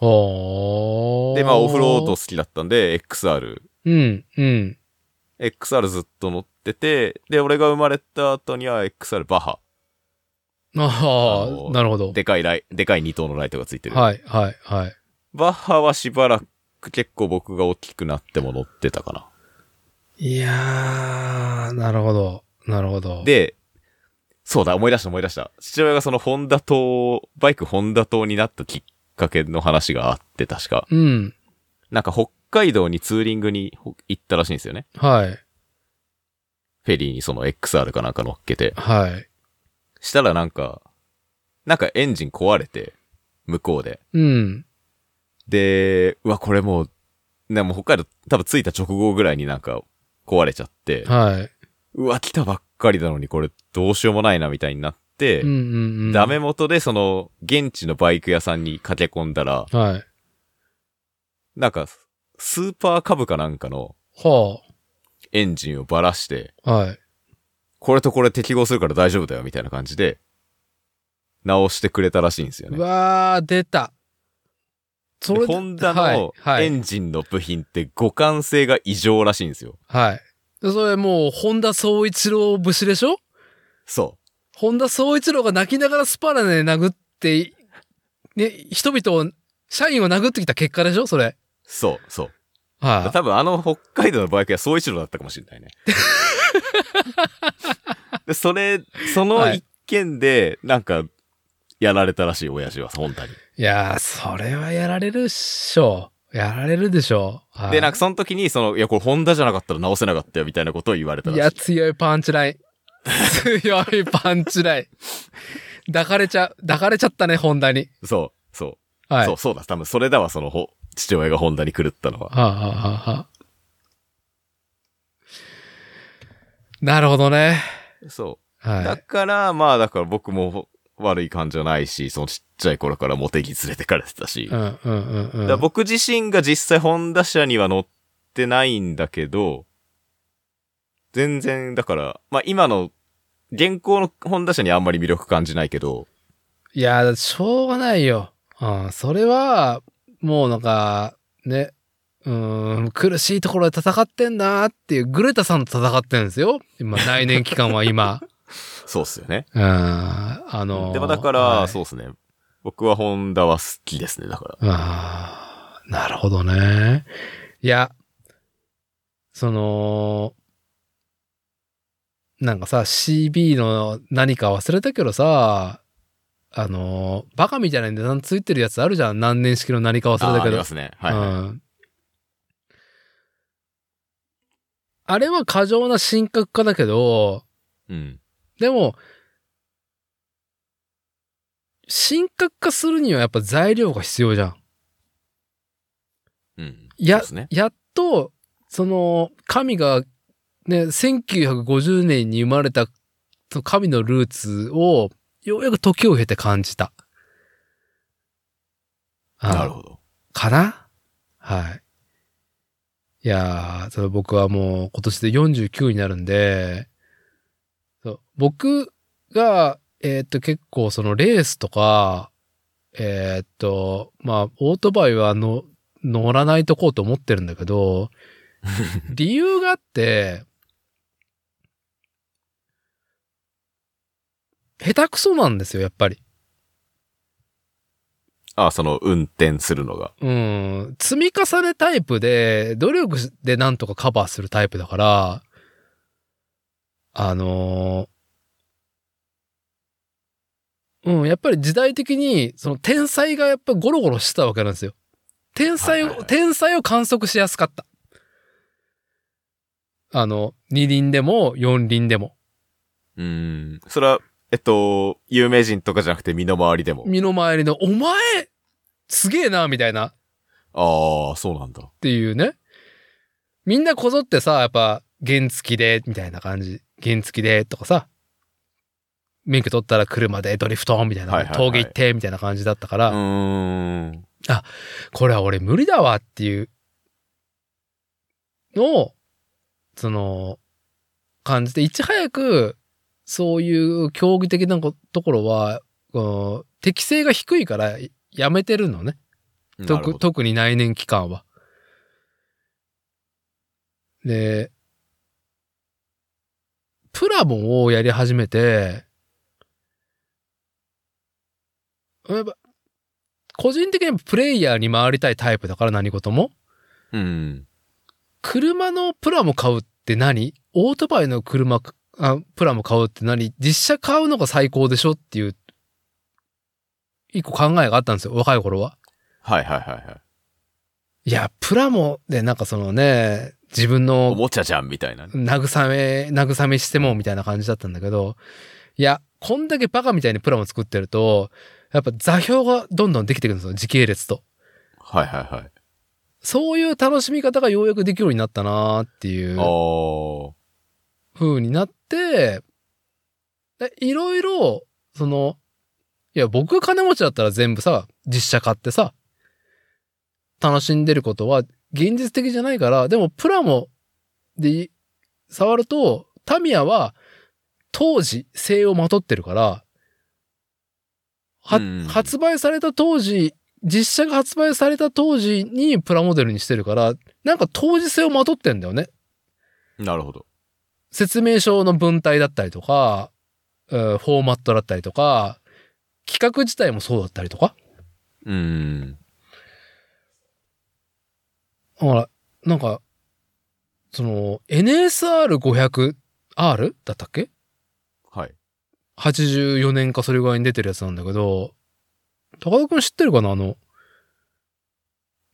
ああ。で、まあオフロード好。きだったんで、XR、うん、うん。 XR ずっと乗ってて、で、俺が生まれた後には XR バハ。あああの、なるほど。でかいライ、でかい2頭のライトがついてる。はい、はい、はい。バッハはしばらく結構僕が大きくなっても乗ってたかいやー、なるほど。なるほど。な。、で、そうだ、思い出した思い出した。父親がそのホンダ島、バイクホンダ島になったきっかけの話があって、確か。うん。なんか北海道にツーリングにほ行ったらしいんですよね。はい、フェリーにその XR かなんか乗っけて。はい。したらなんか、なんかエンジン壊れて、向こうで。うん。で、うわ、これもう、ね、もう北海道多分着いた直後ぐらいになんか壊れちゃって、はうわ、来たばっかりなのにこれどうしようもないなみたいになっい。て、うんうんうん。ダメ元でその現地のバイク屋さんに駆け込んだら、はい。なんかスーパーカブかなんかのはエンジンをばらして、あ。はい。これとこれ適合するから大丈夫だよ、みたいな感じで、直してくれたらしいんですようね。わー、出た。そでれでホンダのはい。エはい。ンジンの部品って互換性が異常らしいんですよ。はい、でそれもう、本田総一郎節でしょそ本田総一郎が泣きながらスパナで殴って、ね、人々を、社員を殴ってきた結果でしょそれ。う。そう、そう。はい、多分あの北海道のバイク屋、総一郎だったかもしれな いね。でそれ、その一件で、なんか、やられたらしい、親父は、本当に。いやー、それはやられるっしょ。やられるでしょ。はいで、なんかその時に、その、いや、これホンダじゃなかったら直せなかったよ、みたいなことを言われたいや、らしい。強いパンチライ ン。強いパンチライン。抱かれちゃ、抱かれちゃったね、ホンダに。そう、そう、はい。そう、そうだ。多分それだわ、その、ほ父親がホンダに狂ったのは。はあ、はあはあはあ、なるほどね。そう。だはから、まあだから僕も悪い感じはないし、そのちっちゃい頃からモテギ連れてかれてたし、い。うんうんうんうん。だから僕自身が実際ホンダ車には乗ってないんだけど、全然だから、まあ今の、現行のホンダ車にあんまり魅力感じないけど、いや、しょうがないよ。うん、それは、もうなんか、ね、うーん、苦しいところで戦ってんなーっていう、グレタさんと戦ってるんですよ。 今、内燃期間は今。そうっすよね。うん、あのーでもだから、はいそうっすね。僕はホンダは好きですね、だから。ああ、なるほどね。いや、その、なんかさ、CB の何か忘れたけどさ、あのー、バカみたいな値段ついてるやつあるじゃん。何年式の何か忘れたああけりどま。すね。はい、はいうん。あれは過剰な神格化だけど、うん。でも、神格化するにはやっぱ材料が必要じゃん。うん。いやそうっすね。やっと、その、神が、ね、1950年に生まれた、その神のルーツを、ようやく時を経て感じた。あなるほど。かなはい。いやー、それ僕はもう今年で49になるんで、そう僕が、えーっと結構そのレースとか、えーっと、まあオートバイはの乗らないとこうと思ってるんだけど、理由があって、下手くそなんですよ、やっぱり。ああ、その運転するのが。うん、積み重ねタイプで、努力でなんとかカバーするタイプだから、あのーうん、やっぱり時代的に、その天才がやっぱゴロゴロしてたわけなんですよ。天才を、はいはいはい天才を観測しやすかった。あの、二輪でも四輪でも、うーん。それは、えっと、有名人とかじゃなくて身の回りでも。身の回りの、お前、すげえな、みたいな。ああ、そうなんだ。っていうね。みんなこぞってさ、やっぱ、原付きで、みたいな感じ。原付きで、とかさ。免許取ったら車でドリフトみたいな、はいはいはい峠行ってみたいな感じだったから、うーん。これは俺無理だわっていうのを、その、感じて、いち早く、そういう競技的なこところは、こう適性が低いからやめてるのね。なるほ特ど特に内燃期間は。で、プラモンをやり始めて、やっぱ、個人的にはプレイヤーに回りたいタイプだから何事も。うん。車のプラモ買うって何オートバイの車あ、プラモ買うって何実車買うのが最高でしょっていう、一個考えがあったんですよ、若い頃は。はいはいはいはい。いや、プラモでなんかそのね、自分おのもちゃじゃんみたいな。慰め、慰めしてもみたいな感じだったんだけど、いや、こんだけバカみたいにプラモ作ってると、やっぱ座標がどんどんできてくるんですよ、時系列と。はいはいはい。そういう楽しみ方がようやくできるようになったなーっていうあー風になって、でいろいろ、その、いや、僕が金持ちだったら全部さ、実写買ってさ、楽しんでることは現実的じゃないから、でもプラモで触ると、タミヤは当時性をまとってるから、はうん発売された当時、実写が発売された当時にプラモデルにしてるから、なんか当時性をまとってんだよね。なるほど。説明書の文体だったりとか、うんフォーマットだったりとか、企画自体もそうだったりとか。うーん。だから、なんか、その、NSR500R? だったっけはい。 84年かそれぐらいに出てるやつなんだけど、高田くん知ってるかなあの、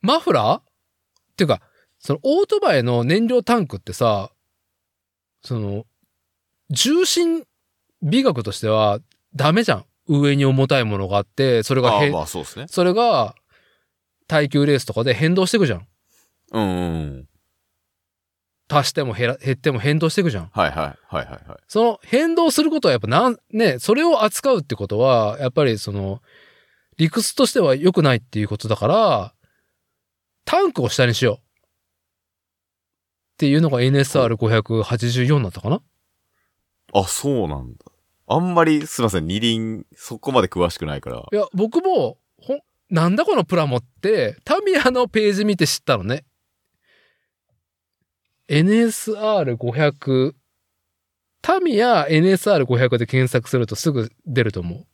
マフラーっていうか、そのオートバイの燃料タンクってさ、その、重心美学としてはダメじゃん。上に重たいものがあって、それがああ、へ、まあそうですね。それが耐久レースとかで変動していくじゃん。うんうんうん。足しても減ら減っても変動していくじゃん。はいはい。はいはいはい。その変動することはやっぱなん、ね、それを扱うってことは、やっぱりその、理屈としては良くないっていうことだから、タンクを下にしよう。っていうのが NSR584 だったかなあ、そうなんだ。あんまり、すいません、二輪、そこまで詳しくないから。いや、僕も、ほん、なんだこのプラモって、タミヤのページ見て知ったのね。NSR500、タミヤ NSR500 で検索するとすぐ出ると思う。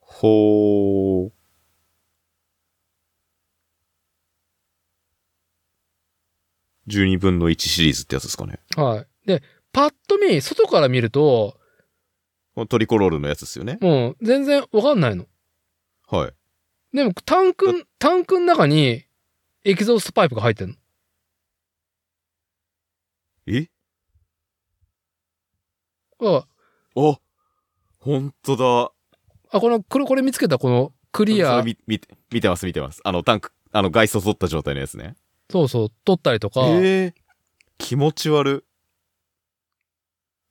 ほー。12分の1シリーズってやつですかね。はい。で、パッと見、外から見ると、このトリコロールのやつですよね。もう全然わかんないの。はい。でも、タンク、タンクの中にエキゾーストパイプが入ってんの。えあ、あほんとだ。あこの、これ、これ見つけた、このクリそアれ、見見て、見てます見てます。あの、タンク、あの、外装取った状態のやつね。そうそう、取ったりとか、えー、気持ち悪。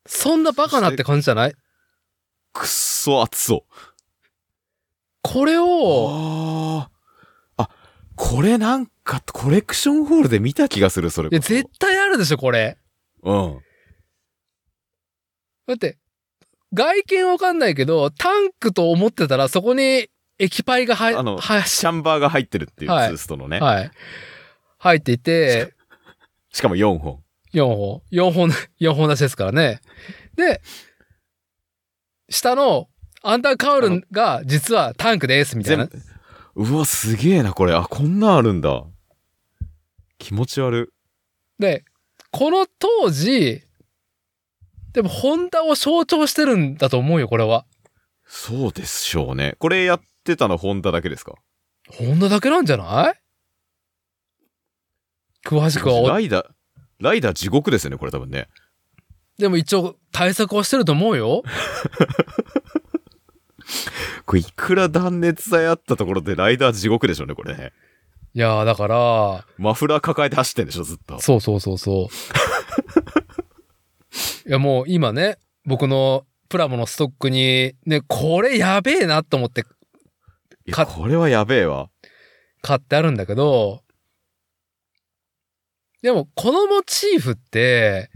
そんなバカなって感じじゃないくっそ熱そう。これを、あーあ、これなんかコレクションホールで見た気がする、それいや、絶対あるでしょ、これ。うん。だって、外見わかんないけど、タンクと思ってたら、そこに液パイが入、あのはシャンバーが入ってるっていうツはいーストのね。はい。入っていて、しかも4本。 4本。4本、4本出 しですからね。で、下のアンダーカウルンが実はタンクです、みたいな全。部。うわ、すげえな、これ。あ、こんなんあるんだ。気持ち悪で、この当時、でもホンダを象徴してるんだと思うよ、これは。い。そうでしょうね。これやってたのホンダだけですかホンダだけなんじゃない詳しくはお、ライダー、ライダー地獄ですよね、これ多分ね。でも一応対策はしてると思うよ。これいくら断熱材あったところでライダー地獄でしょうね、これね。いやー、だから、マフラー抱えて走ってんでしょ、ずっと。そうそうそうそう。いやもう今ね、僕のプラモのストックに、ね、これやべえなと思っていや、かこれはやべえわ。買ってあるんだけど、でもこのモチーフって、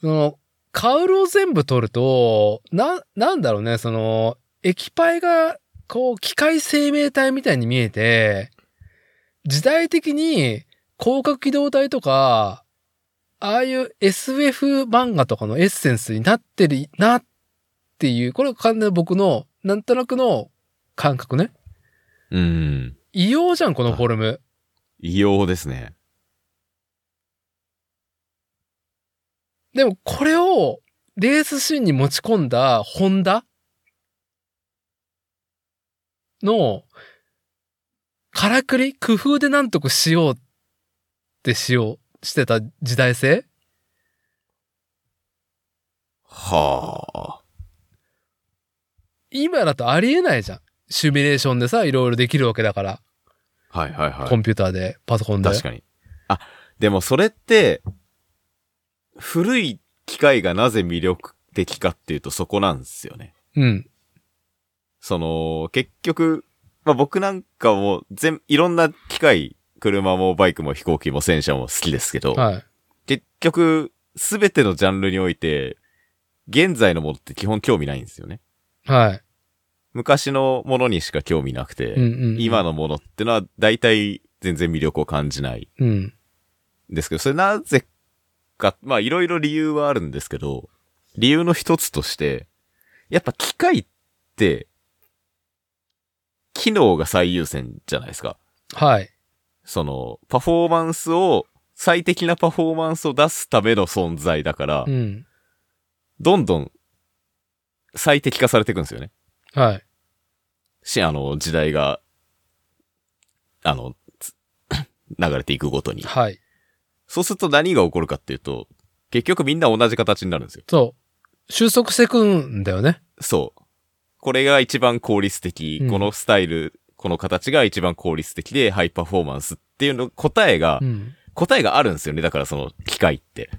その、カウルを全部取ると、な、なんだろうね、その、液体が、こう、機械生命体みたいに見えて、時代的に、広角機動隊とか、ああいう SF 漫画とかのエッセンスになってるなっていう、これは完全に僕の、なんとなくの感覚ね。うん。異様じゃん、このフォルム。異様ですね。でも、これを、レースシーンに持ち込んだ、ホンダの、からくり工夫でなんとかしようってしよう、してた時代性はあ。今だとありえないじゃん。シミュレーションでさ、いろいろできるわけだから。はいはいはいコ。ンピューターで、パソコンで。確かに。あ、でもそれって、古い機械がなぜ魅力的かっていうとそこなんですよね。うん。その、結局、まあ、僕なんかも全、いろんな機械、車もバイクも飛行機も戦車も好きですけど、はい。結局、すべてのジャンルにおいて、現在のものって基本興味ないんですよね。はい。昔のものにしか興味なくて、うんうん。今。のものってのは大体全然魅力を感じない。うん。ですけど、それなぜか、まあいろいろ理由はあるんですけど、理由の一つとして、やっぱ機械って、機能が最優先じゃないですか。はい。その、パフォーマンスを、最適なパフォーマンスを出すための存在だから、うん。どんどん最適化されていくんですよね。はい。し、あの、時代が、あの、つ 流れていくごとに。はい。そうすると何が起こるかっていうと、結局みんな同じ形になるんですよ。そう。収束してくんだよね。そう。これが一番効率的。うんこのスタイル、この形が一番効率的で、ハイパフォーマンスっていうの、答えが、うん。答えがあるんですよね。だからその機械って。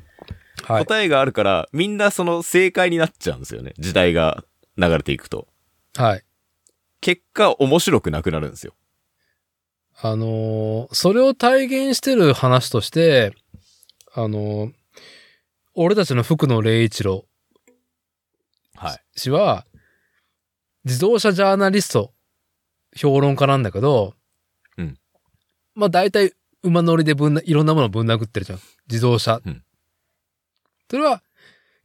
はい。答えがあるから、みんなその正解になっちゃうんですよね。時代が流れていくと。はい。結果、面白くなくなるんですよ。あのーそれを体現してる話として、あのー俺たちの福野霊一郎はい。氏は、自動車ジャーナリスト、評論家なんだけど、うんまあ大体馬乗りでぶんな、いろんなものをぶん殴ってるじゃん。自動車。うんそれは、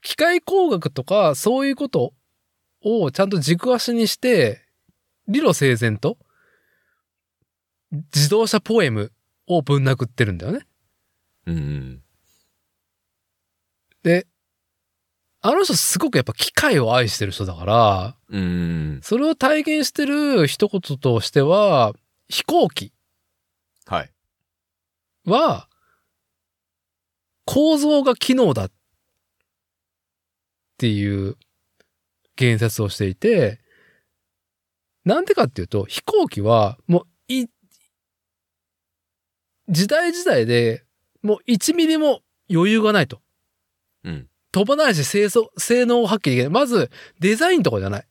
機械工学とか、そういうことをちゃんと軸足にして、理路整然と、自動車ポエムをぶん殴ってるんだよね。うんうん。で、あの人すごくやっぱ機械を愛してる人だから、うんうん。それを体現してる一言としては、飛行機はい。は、構造が機能だっていう言説をしていて、なんでかっていうと、飛行機はもうい、時代時代でもう1ミリも余裕がないと。うん。飛ばないし性素性能を発揮できない。まず、デザインとかじゃない。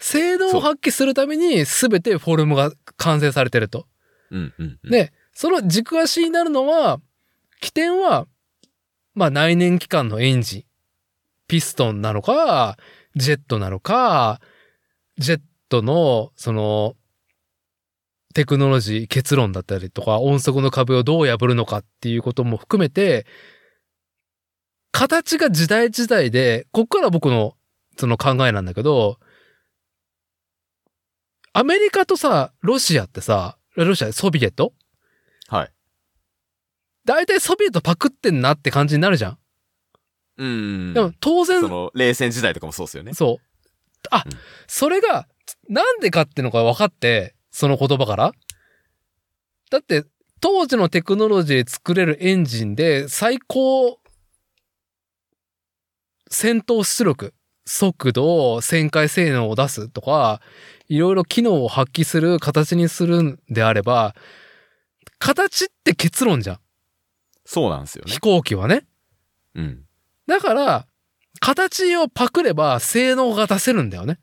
性能を発揮するために全てフォルムが完成されてると。うんうんうん。で、その軸足になるのは、起点は、まあ内燃機関のエンジン。ピストンなのか、ジェットなのか、ジェットの、その、テクノロジー、結論だったりとか、音速の壁をどう破るのかっていうことも含めて、形が時代時代で、こっから僕のその考えなんだけど、アメリカとさ、ロシアってさ、ロシア、ソビエトはい。大体ソビエトパクってんなって感じになるじゃん。うんうんうん。でも当然そ、の、冷戦時代とかもそうですよね。そう。あ、うんそれが、なんでかってのが分かって、その言葉から。だって、当時のテクノロジーで作れるエンジンで最高戦闘出力、速度、旋回性能を出すとか、いろいろ機能を発揮する形にするんであれば、形って結論じゃん。そうなんですよね飛。行機はね。うん。だから、形をパクれば性能が出せるんだよね。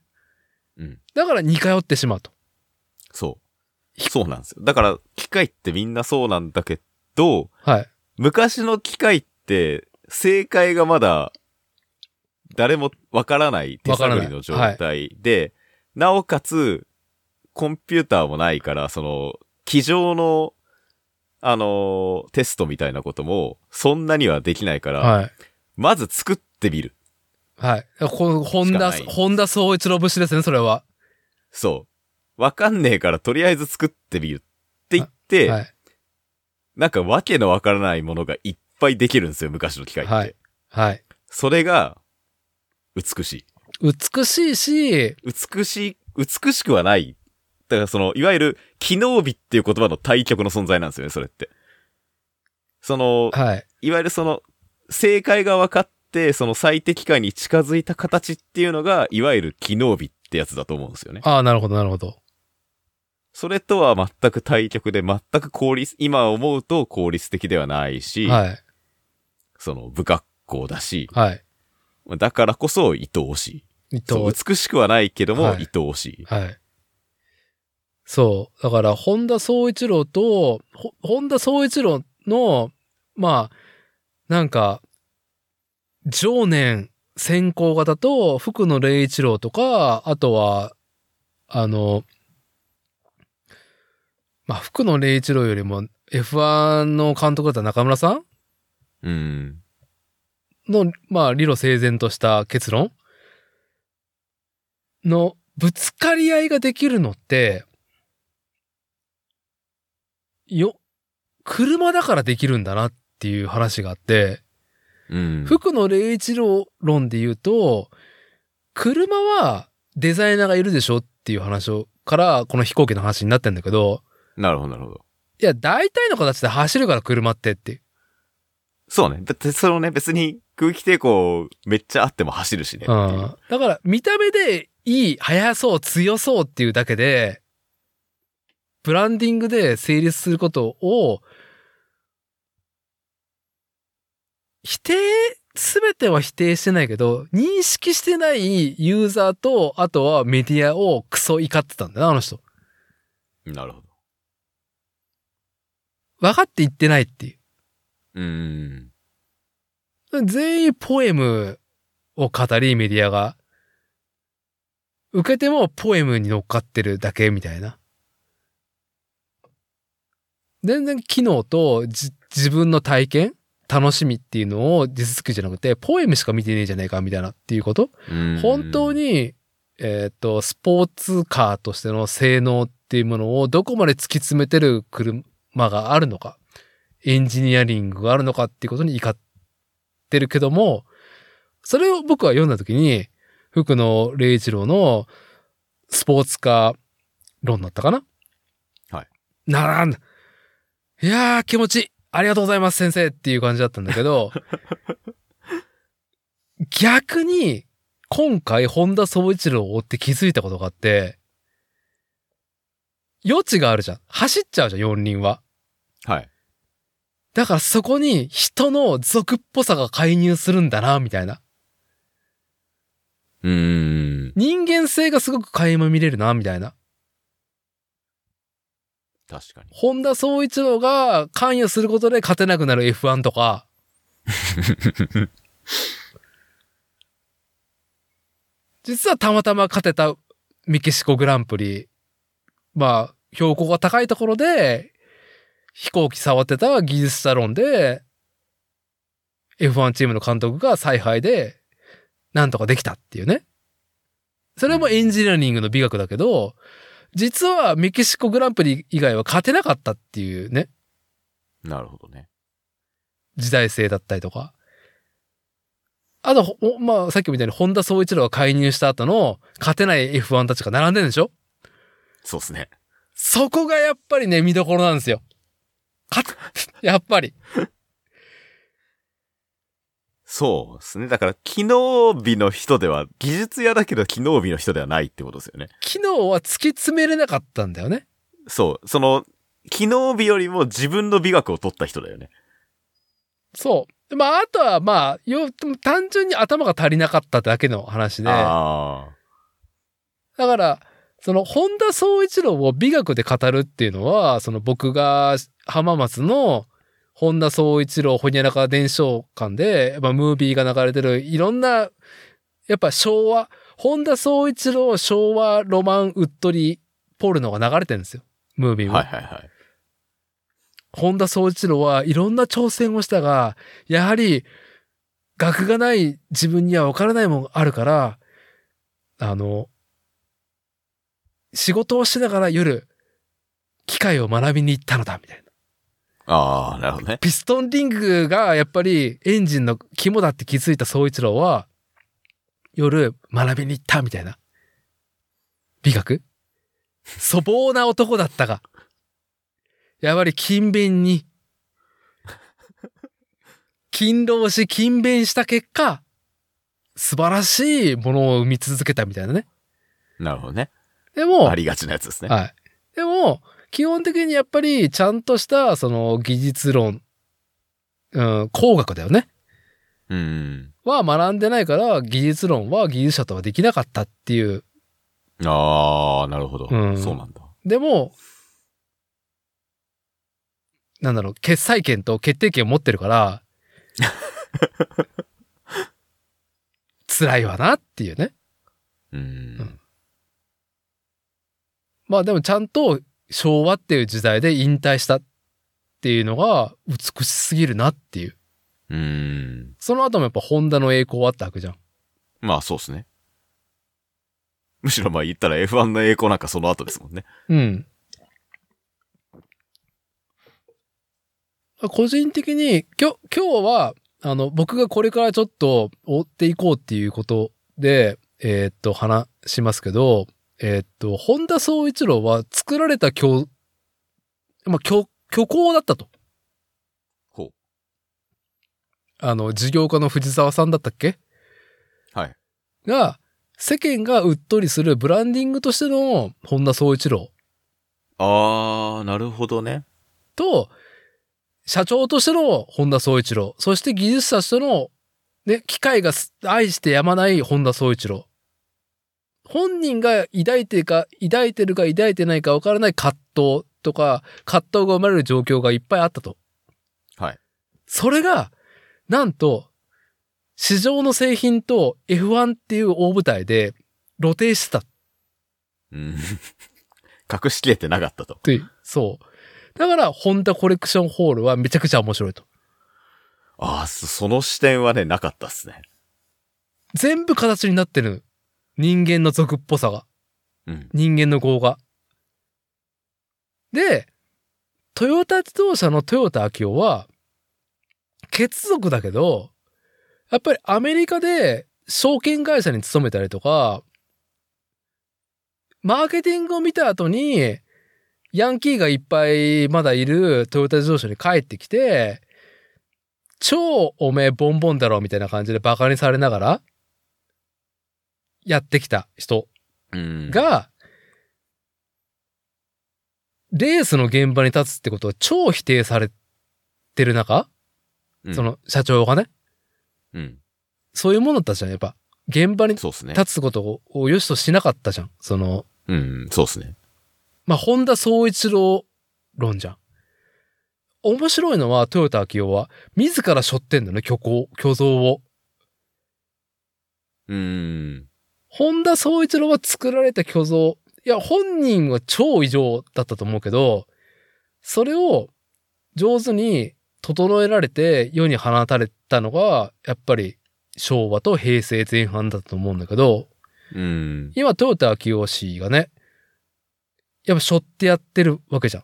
うんだから似通ってしまうと。そう。そうなんですよ。だから、機械ってみんなそうなんだけど、はい。昔の機械って、正解がまだ、誰もわからない手探りの状わか態で、なおかつ、コンピューターもないから、その、机上の、あのーテストみたいなことも、そんなにはできないから、はい。まず作ってみる。はい。この、本しか田、ない本田総一郎節ですね、それは。そう。わかんねえから、とりあえず作ってみるって言って、はい。なんかわけのわからないものがいっぱいできるんですよ、昔の機械って。はいはい。それが、美しい。美しいし、美しい、美しくはない。だからその、いわゆる、機能美っていう言葉の対極の存在なんですよね、それって。その、はい。いわゆるその、正解が分かって、その最適解に近づいた形っていうのが、いわゆる機能美ってやつだと思うんですよね。ああ、なるほど、なるほど。それとは全く対極で、全く効率、今思うと効率的ではないし、はい。その、不格好だし、はい。だからこそ愛おし伊い。藤そう美しくはないけども、はい愛おしい。はい。そう。だから、本田宗一郎と、ほ本田宗一郎の、まあ、なんか、常年先行型と、福野霊一郎とか、あとは、あの、まあ、福野霊一郎よりも、F1 の監督だった中村さんうん。の、まあ、理路整然とした結論のぶつかり合いができるのって、よ、車だからできるんだなっていう話があって、うん。福野霊一郎論で言うと、車はデザイナーがいるでしょっていう話を、から、この飛行機の話になってんだけど、なるほど、なるほど。いや、大体の形で走るから車ってって。そうね。だってそのね、別に空気抵抗めっちゃあっても走るしね。うん。だから、見た目でいい、速そう、強そうっていうだけで、ブランディングで成立することを、否定、すべては否定してないけど、認識してないユーザーと、あとはメディアをクソ怒ってたんだな、あの人。なるほど。分かって言ってないっていう。うん。全員ポエムを語り、メディアが。受けてもポエムに乗っかってるだけみたいな。全然機能とじ自分の体験楽しみっていうのを実作じゃなくて、ポエムしか見てねえじゃねえかみたいなっていうことうん本当。に、えっ、と、スポーツカーとしての性能っていうものをどこまで突き詰めてる車があるのか、エンジニアリングがあるのかっていうことに怒ってるけども、それを僕は読んだ時に、福野礼一郎のスポーツカー論だったかなはい。ならんだ。いやー気持ちいい。ありがとうございます先生っていう感じだったんだけ ど、逆に、今回、本田総一郎を追って気づいたことがあって、余地があるじゃん。走っちゃうじゃん、四輪は。はい。だからそこに人の俗っぽさが介入するんだな、みたいな。うん。人間性がすごく垣間見れるな、みたいな。確かに。本田総一郎が関与することで勝てなくなる F1 とか。実はたまたま勝てたメキシコグランプリ。まあ、標高が高いところで飛行機触ってた技術者論で F1 チームの監督が采配でなんとかできたっていうね。それもエンジニアリングの美学だけど、実はメキシコグランプリ以外は勝てなかったっていうね、なるほどね。時代性だったりとか。あと、ほまあ、さっきみたいに本田総一郎が介入した後の勝てない F1 たちが並んでるんでしょそうですね。そこがやっぱりね、見どころなんですよ。勝て、やっぱり。そうですね。だから、機能美の人では、技術屋だけど機能美の人ではないってことですよね。機能は突き詰めれなかったんだよね。そう。その、機能美よりも自分の美学を取った人だよね。そう。まあ、あとはまあ、よ、単純に頭が足りなかっただけの話で。ああ。だから、その、本田宗一郎を美学で語るっていうのは、その僕が浜松の本田宗一郎ほにゃらか伝承館で、まあ、ムービーが流れてる、いろんな、やっぱ昭和、本田宗一郎昭和ロマンうっとりポルノが流れてるんですよ。ムービーも。はいはいはい。本田宗一郎はいろんな挑戦をしたが、やはり、学がない自分には分からないもんあるから、あの、仕事をしながら夜、機械を学びに行ったのだ、みたいな。ああ、なるほどね。ピストンリングがやっぱりエンジンの肝だって気づいた宗一郎は、夜学びに行った、みたいな。美学粗暴な男だったが、やはり勤勉に、勤労し勤勉した結果、素晴らしいものを生み続けたみたいなね。なるほどね。でも、ありがちなやつですね。はい。でも、基本的にやっぱり、ちゃんとした、その、技術論、うん、工学だよね。うん。は学んでないから、技術論は技術者とはできなかったっていう。ああ、なるほど。うんそうなんだ。でも、なんだろう、決裁権と決定権を持ってる から、辛いわなっていうね。うん。んまあでもちゃんと昭和っていう時代で引退したっていうのが美しすぎるなっていう。うん。その後もやっぱホンダの栄光はあったわけじゃん。まあ、そうですね。むしろまあ言ったら F1 の栄光なんかその後ですもんね。うん。個人的に、今日、今日は、あの、僕がこれからちょっと追っていこうっていうことで、えーっと、話しますけど、えーっと、本田総一郎は作られた虚、まあ、虚、虚構だったと。ほう。あの、事業家の藤沢さんだったっけはい。が、世間がうっとりするブランディングとしての本田総一郎あー、なるほどね。と、社長としての本田総一郎、そして技術者としての、ね、機械がす愛してやまない本田総一郎。本人が抱いてるか、抱いてるか抱いてないかわからない葛藤とか、葛藤が生まれる状況がいっぱいあったと。はい。それが、なんと、市場の製品と F1 っていう大舞台で露呈してたうん。隠しきれてなかったとっ。て、そう。だから、ホンダコレクションホールはめちゃくちゃ面白いと。あー、そその視点はね、なかったっすね。全部形になってる。人間の俗っぽさが。うん。人間の業が。で、トヨタ自動車のトヨタ秋夫は、血族だけど、やっぱりアメリカで証券会社に勤めたりとか、マーケティングを見た後に、ヤンキーがいっぱいまだいるトヨタ自動車に帰ってきて、超おめえボンボンだろみたいな感じでバカにされながら、やってきた人うん、が、レースの現場に立つってことは超否定されてる中、うんそ、の社長がね、うん。そういうものだったじゃん、やっぱ。現場にそうっすね。立つことをを良しとしなかったじゃん。その、うん、そうっすね。まあ、本田総一郎論じゃん。面白いのは、トヨタ秋夫は、自ら背負ってんだね、虚構、虚像を。うん。本田総一郎は作られた虚像。いや、本人は超異常だったと思うけど、それを上手に整えられて世に放たれたのが、やっぱり昭和と平成前半だったと思うんだけど、うん。今、トヨタ秋夫氏がね、やっぱ背負ってやってるわけじゃん。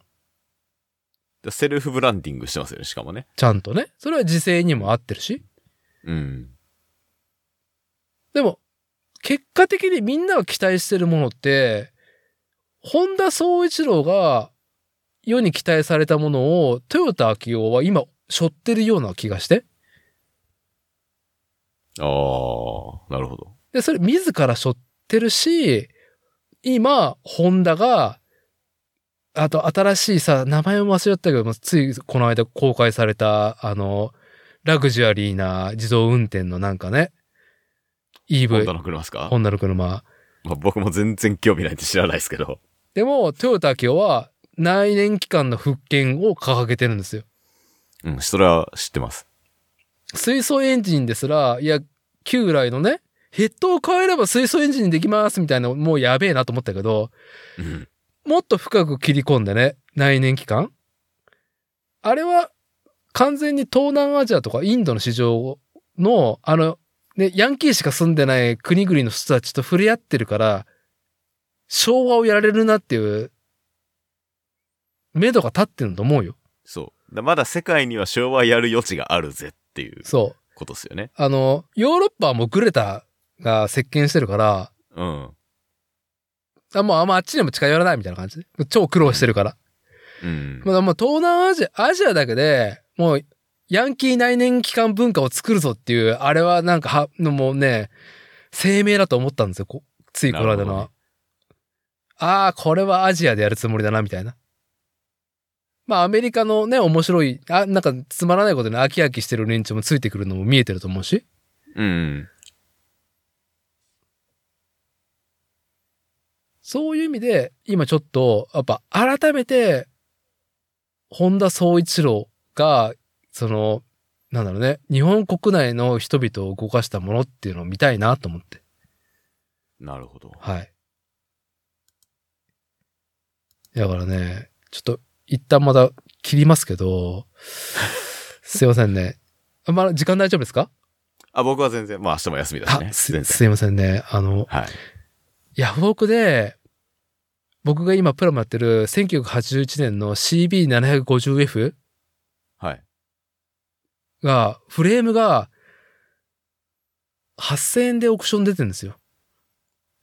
セルフブランディングしてますよね、しかもね。ちゃんとね。それは時勢にも合ってるし。うん。でも、結果的にみんなが期待してるものって、本田総一郎が世に期待されたものを、トヨタ秋夫は今、背負ってるような気がして。ああ、なるほど。で、それ自ら背負ってるし、今、ホンダが、あと新しいさ、名前を忘れちゃったけども、ついこの間公開された、あの、ラグジュアリーな自動運転のなんかね、本 EV 当、の車ですかホンダの車。まあ、僕も全然興味ないって知らないですけど。でも、トヨタキオは内燃機関の復権を掲げてるんですよ。うん、それは知ってます。水素エンジンですら、いや、旧来のね、ヘッドを変えれば水素エンジンにできますみたいな、もうやべえなと思ったけど、うん。もっと深く切り込んでね、内燃機関あれは完全に東南アジアとかインドの市場の、あの、ね、ヤンキーしか住んでない国々の人たちと触れ合ってるから、昭和をやられるなっていう、目処が立ってると思うよ。そう。だまだ世界には昭和やる余地があるぜっていうそう。ことですよね。あの、ヨーロッパはもうグレタが席巻してるから、うん。あもうあんまあっちにも近寄らないみたいな感じ。超苦労してるから。うん。まあ、もう東南アジア、アジアだけで、もう、ヤンキー内燃機関文化を作るぞっていう、あれはなんかは、もうね、生命だと思ったんですよ。こついこのな間るほのどは。ねああ、これはアジアでやるつもりだな、みたいな。まあ、アメリカのね、面白い、あ、なんかつまらないことに飽き飽きしてる連中もついてくるのも見えてると思うし。うん。そういう意味で、今ちょっと、やっぱ改めて、本田総一郎が、その、なんだろうね、日本国内の人々を動かしたものっていうのを見たいなと思って。なるほど。はい。だからね、ちょっと、一旦まだ切りますけ ど、すいませんね。あまだ時間大丈夫ですかあ、僕は全然、まあ明日も休みだしあね。す全然。すいませんね。あの、はい。ヤフオクで、僕が今プラムやってる1981年の CB750F はい。が、フレームが、8000円でオークション出てるんですよ。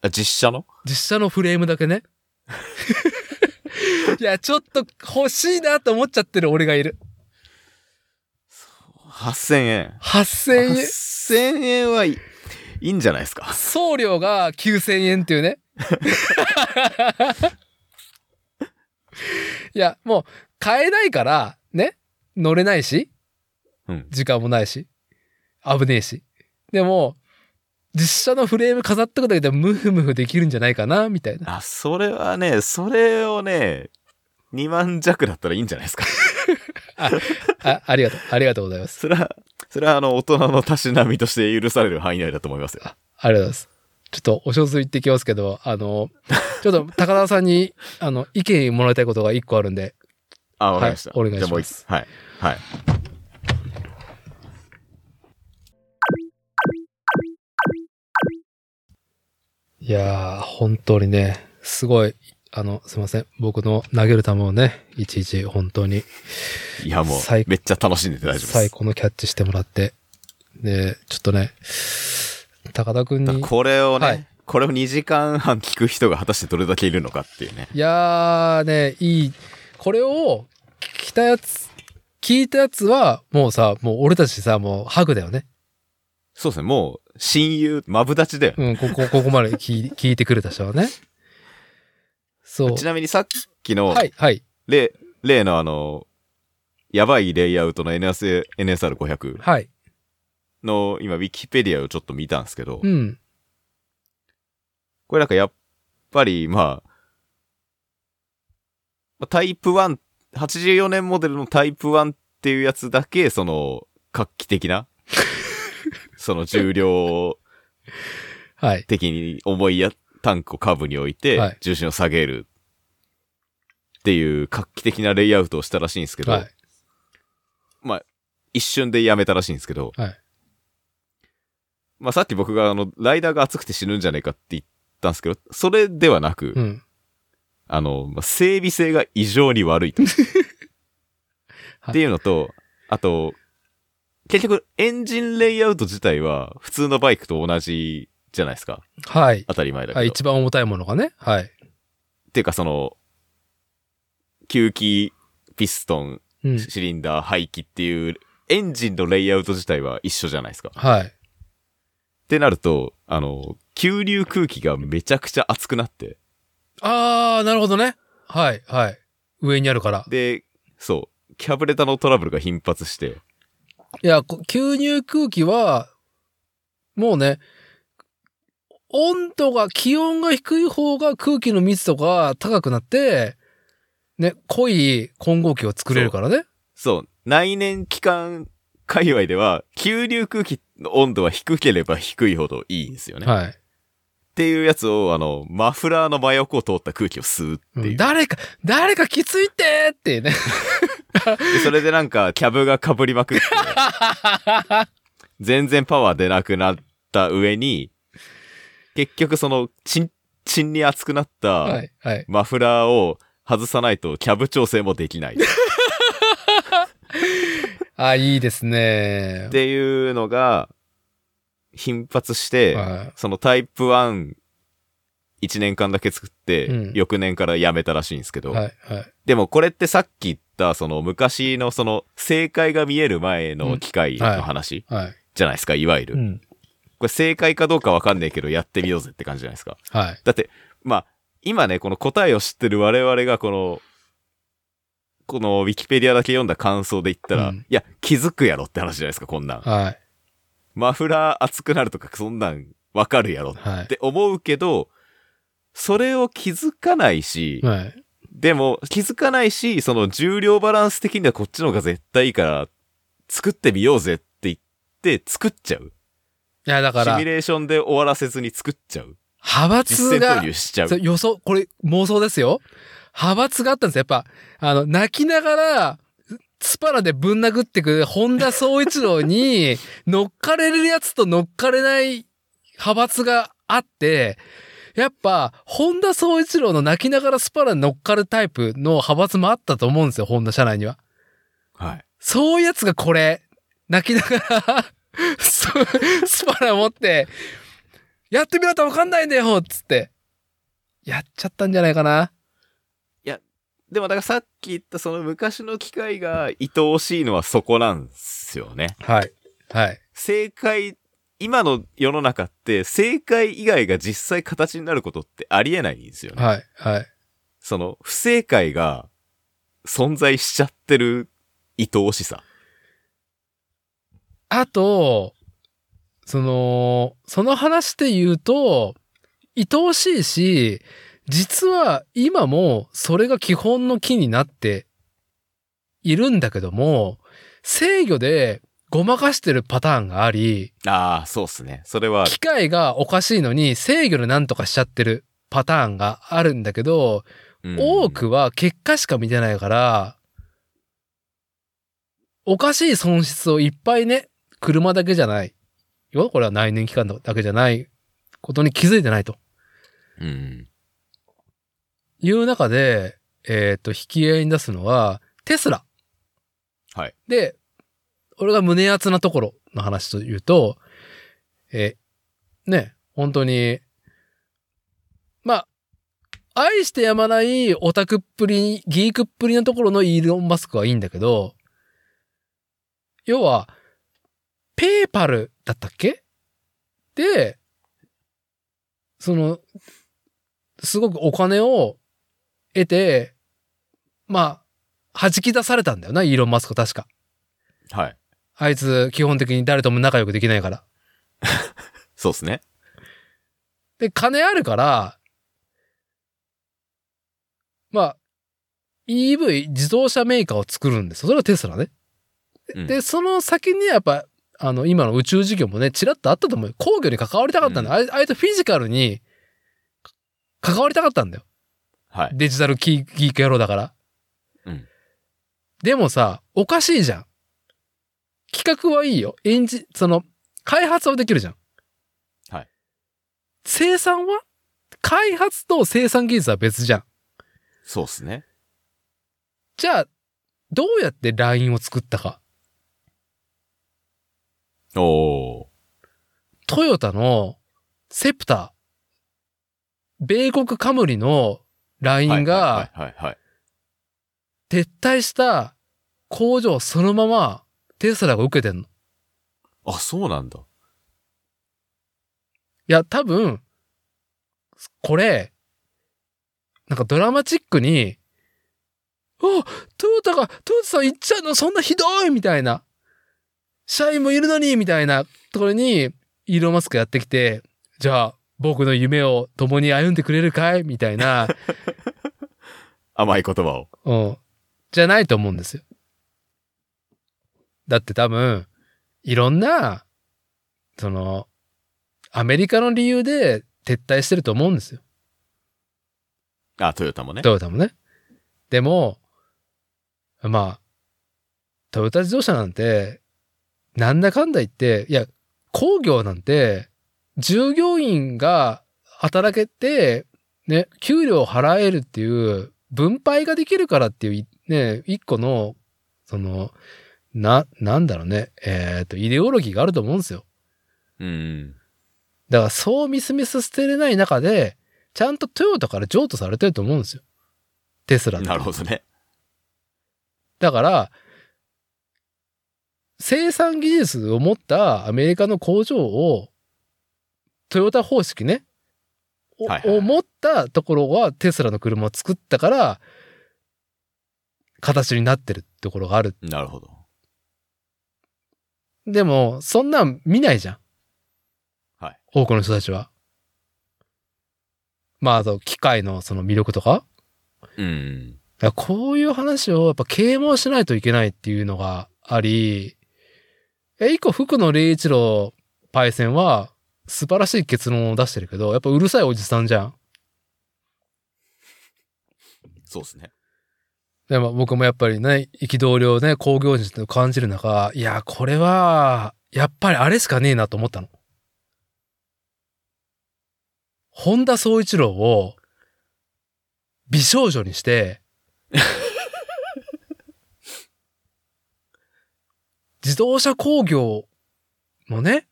あ、実写の実写のフレームだけね。いや、ちょっと欲しいなと思っちゃってる俺がいる。 ?8000 円。 8000円。 8000円はいい、いいんじゃないですか。送料が9000円っていうね。いや、もう、買えないから、ね。乗れないし、うん。時間もないし、危ねえし。でも、実写のフレーム飾っとくだけでムフムフできるんじゃないかな、みたいな。あ、それはね、それをね、2万弱だったらいいんじゃないですか。 あ、ありがとう。ありがとうございます。それは、それはあの、大人のたしなみとして許される範囲内だと思いますよ。ありがとうございます。ちょっとお小水行ってきますけど、あの、ちょっと高田さんに、あの、意見もらいたいことが一個あるんで、あ、わかりました。はいお願いしますじゃあもう一はい。はい。いやー、本当にね、すごい、あの、すいません。僕の投げる球をね、いちいち本当にいや、もう最、めっちゃ楽しんでて大丈夫で最す。高のキャッチしてもらって、で、ちょっとね、高田くんだかにら、これをね、はいこれを2時間半聞く人が果たしてどれだけいるのかっていうね。いやーね、いい。これを聞いたやつ、聞いたやつは、もうさ、もう俺たちさ、もうハグだよね。そうですね、もう、親友、マブダチだよね。うん、こ こ、ここまで聞い聞いてくれた人はね。そう。ちなみにさっきの、はい、はい、例、例のあの、やばいレイアウトの NS NSR500 はい。の今、ウィキペディアをちょっと見たんですけど、うん。これなんかやっぱり、まあ、まあタイプ1、84年モデルのタイプ1っていうやつだけ、その、画期 的な、その重量はい。的に重いやタンクを下部に置いてはい、重心を下げるっていう画期的なレイアウトをしたらしいんですけど、はい。一瞬でやめたらしいんですけど、はいまあさっき僕があの、ライダーが熱くて死ぬんじゃねえかって言ったんですけど、それではなく、うん。あの、まあ整備性が異常に悪い と。っていうのと、あと、結局、エンジンレイアウト自体は普通のバイクと同じじゃないですか。はい。当たり前だけど。はい、一番重たいものがね。はい。っていうかその、吸気、ピストン、うん。シリンダー、排気っていう、エンジンのレイアウト自体は一緒じゃないですか。はい。ってなると、あの、急流空気がめちゃくちゃ熱くなって、あー、なるほどね。はい、はい。上にあるから。で、そう、キャブレタのトラブルが頻発して、いや、こ吸入空気は、もうね、温度が、気温が低い方が空気の密度が高くなって、ね、濃い混合気を作れるからね。そう、内燃機関界隈では、急流空気の温度は低ければ低いほどいいんですよね。っはい。ていうやつを、あの、マフラーの真横を通った空気を吸うっていう。誰か、誰か気づいてーってね。でそれでなんか、キャブが被り まくって、全然パワー出なくなった上に、結局その、チン、チンに熱くなった、はい、はい。マフラーを外さないとキャブ調整もできないっあ、いいですね。ていうのが頻発して、はそのタイプ1、1年間だけ作って、うん翌年からやめたらしいんですけい、ど、はい、はい。でもこれってさっき言った、その昔のその正解が見える前の機械の話はい。じゃないですか、いわゆる。うん。これ正解かどうかわかんないけどやってみようぜって感じじゃないですか。はい。だって、まあ、今ね、この答えを知ってる我々がこの、このウィキペディアだけ読んだ感想で言ったら、うんいや、気づくやろって話じゃないですか、こんなん。はい。マフラー熱くなるとか、そんなんわかるやろっはい。て思うけど、それを気づかないし、はい。でも気づかないし、その重量バランス的にはこっちの方が絶対いいから、作ってみようぜって言って作っちゃう。いや、だかシらミュ、レーションで終わらせずに作っちゃう。派閥実践が投、入しちゃうそう。予想、これ妄想ですよ。派閥があったんですよ。やっぱ、あの、泣きながら、スパラでぶん殴ってく本田宗一郎に乗っかれるやつと乗っかれない派閥があって、やっぱ、本田宗一郎の泣きながらスパラに乗っかるタイプの派閥もあったと思うんですよ、本田社内には。はい。そういうやつがこれ、泣きながら、 ススパナ持って、やってみないとわかんないんだよっつって、やっちゃったんじゃないかな。でもだからさっき言ったその昔の機械が愛おしいのはそこなんですよね。はい。はい。正解、今の世の中って正解以外が実際形になることってありえないんですよね。はい。はい。その不正解が存在しちゃってる愛おしさ。あと、その、その話で言うと、愛おしいし、実は今もそれが基本の木になっているんだけども、制御でごまかしてるパターンがあり、ああ、そうっすね。それはある機械がおかしいのに制御でなんとかしちゃってるパターンがあるんだけど、うん多くは結果しか見てないから、おかしい損失をいっぱいね、車だけじゃない。よ、これは内燃機関だけじゃないことに気づいてないとうん。いう中で、えっ、と、引き合いに出すのは、テスラ。はい。で、俺が胸熱なところの話というと、えーね、本当に、まあ、愛してやまないオタクっぷり、ギークっぷりのところのイーロン・マスクはいいんだけど、要は、ペーパルだったっけで、その、すごくお金を得て、まあ、弾き出されたんだよな、イーロン・マスク確か。はい。あいつ、基本的に誰とも仲良くできないから。そうっすね。で、金あるから、まあ、EV、自動車メーカーを作るんですよ。それはテスラね。うんで、その先にやっぱ、あの、今の宇宙事業もね、ちらっとあったと思うよ。工業に関わりたかったんだ。あいあいつフィジカルに、か関わりたかったんだよ。はい。デジタルキーギーク野郎だから。うんでもさ、おかしいじゃん。企画はいいよ。エンジン、その、開発はできるじゃん。はい。生産は開発と生産技術は別じゃん。そうっすね。じゃあ、どうやってラインを作ったか。おー。トヨタのセプター、米国カムリのラインがはいはいはい、はい。撤退した工場をそのままテスラが受けてんの。あ、そうなんだ。いや、多分、これ、なんかドラマチックに、あトヨタが、トヨタさん行っちゃうのそんなひどいみたいな。社員もいるのにみたいなところに、イーロンマスクやってきて、じゃあ、僕の夢を共に歩んでくれるかいみたいな、甘い言葉を。うん。じゃないと思うんですよ。だって多分、いろんな、その、アメリカの理由で撤退してると思うんですよ。あ、トヨタもね。トヨタもね。でも、まあ、トヨタ自動車なんて、なんだかんだ言って、いや、工業なんて、従業員が働けて、ね、給料を払えるっていう、分配ができるからっていうい、ね、一個の、その、な、なんだろうね、えっ、と、イデオロギーがあると思うんですよ。うん。だからそうみすみす捨てれない中で、ちゃんとトヨタから譲渡されてると思うんですよ。テスラってなるほどね。だから、生産技術を持ったアメリカの工場を、トヨタ方式ね、を,、はいはいはい持ったところはテスラの車を作ったから、形になってるところがある。なるほど。でも、そんなん見ないじゃん。はい。多くの人たちは。まあ、あと、機械のその魅力とかうん。だからこういう話をやっぱ啓蒙しないといけないっていうのがあり、え、一個福野礼一郎パイセンは素晴らしい結論を出してるけど、やっぱうるさいおじさんじゃん。そうですね。でも僕もやっぱりね、憤りをね、工業人と感じる中、いや、これは、やっぱりあれしかねえなと思ったの。本田総一郎を美少女にして、自動車工業のね、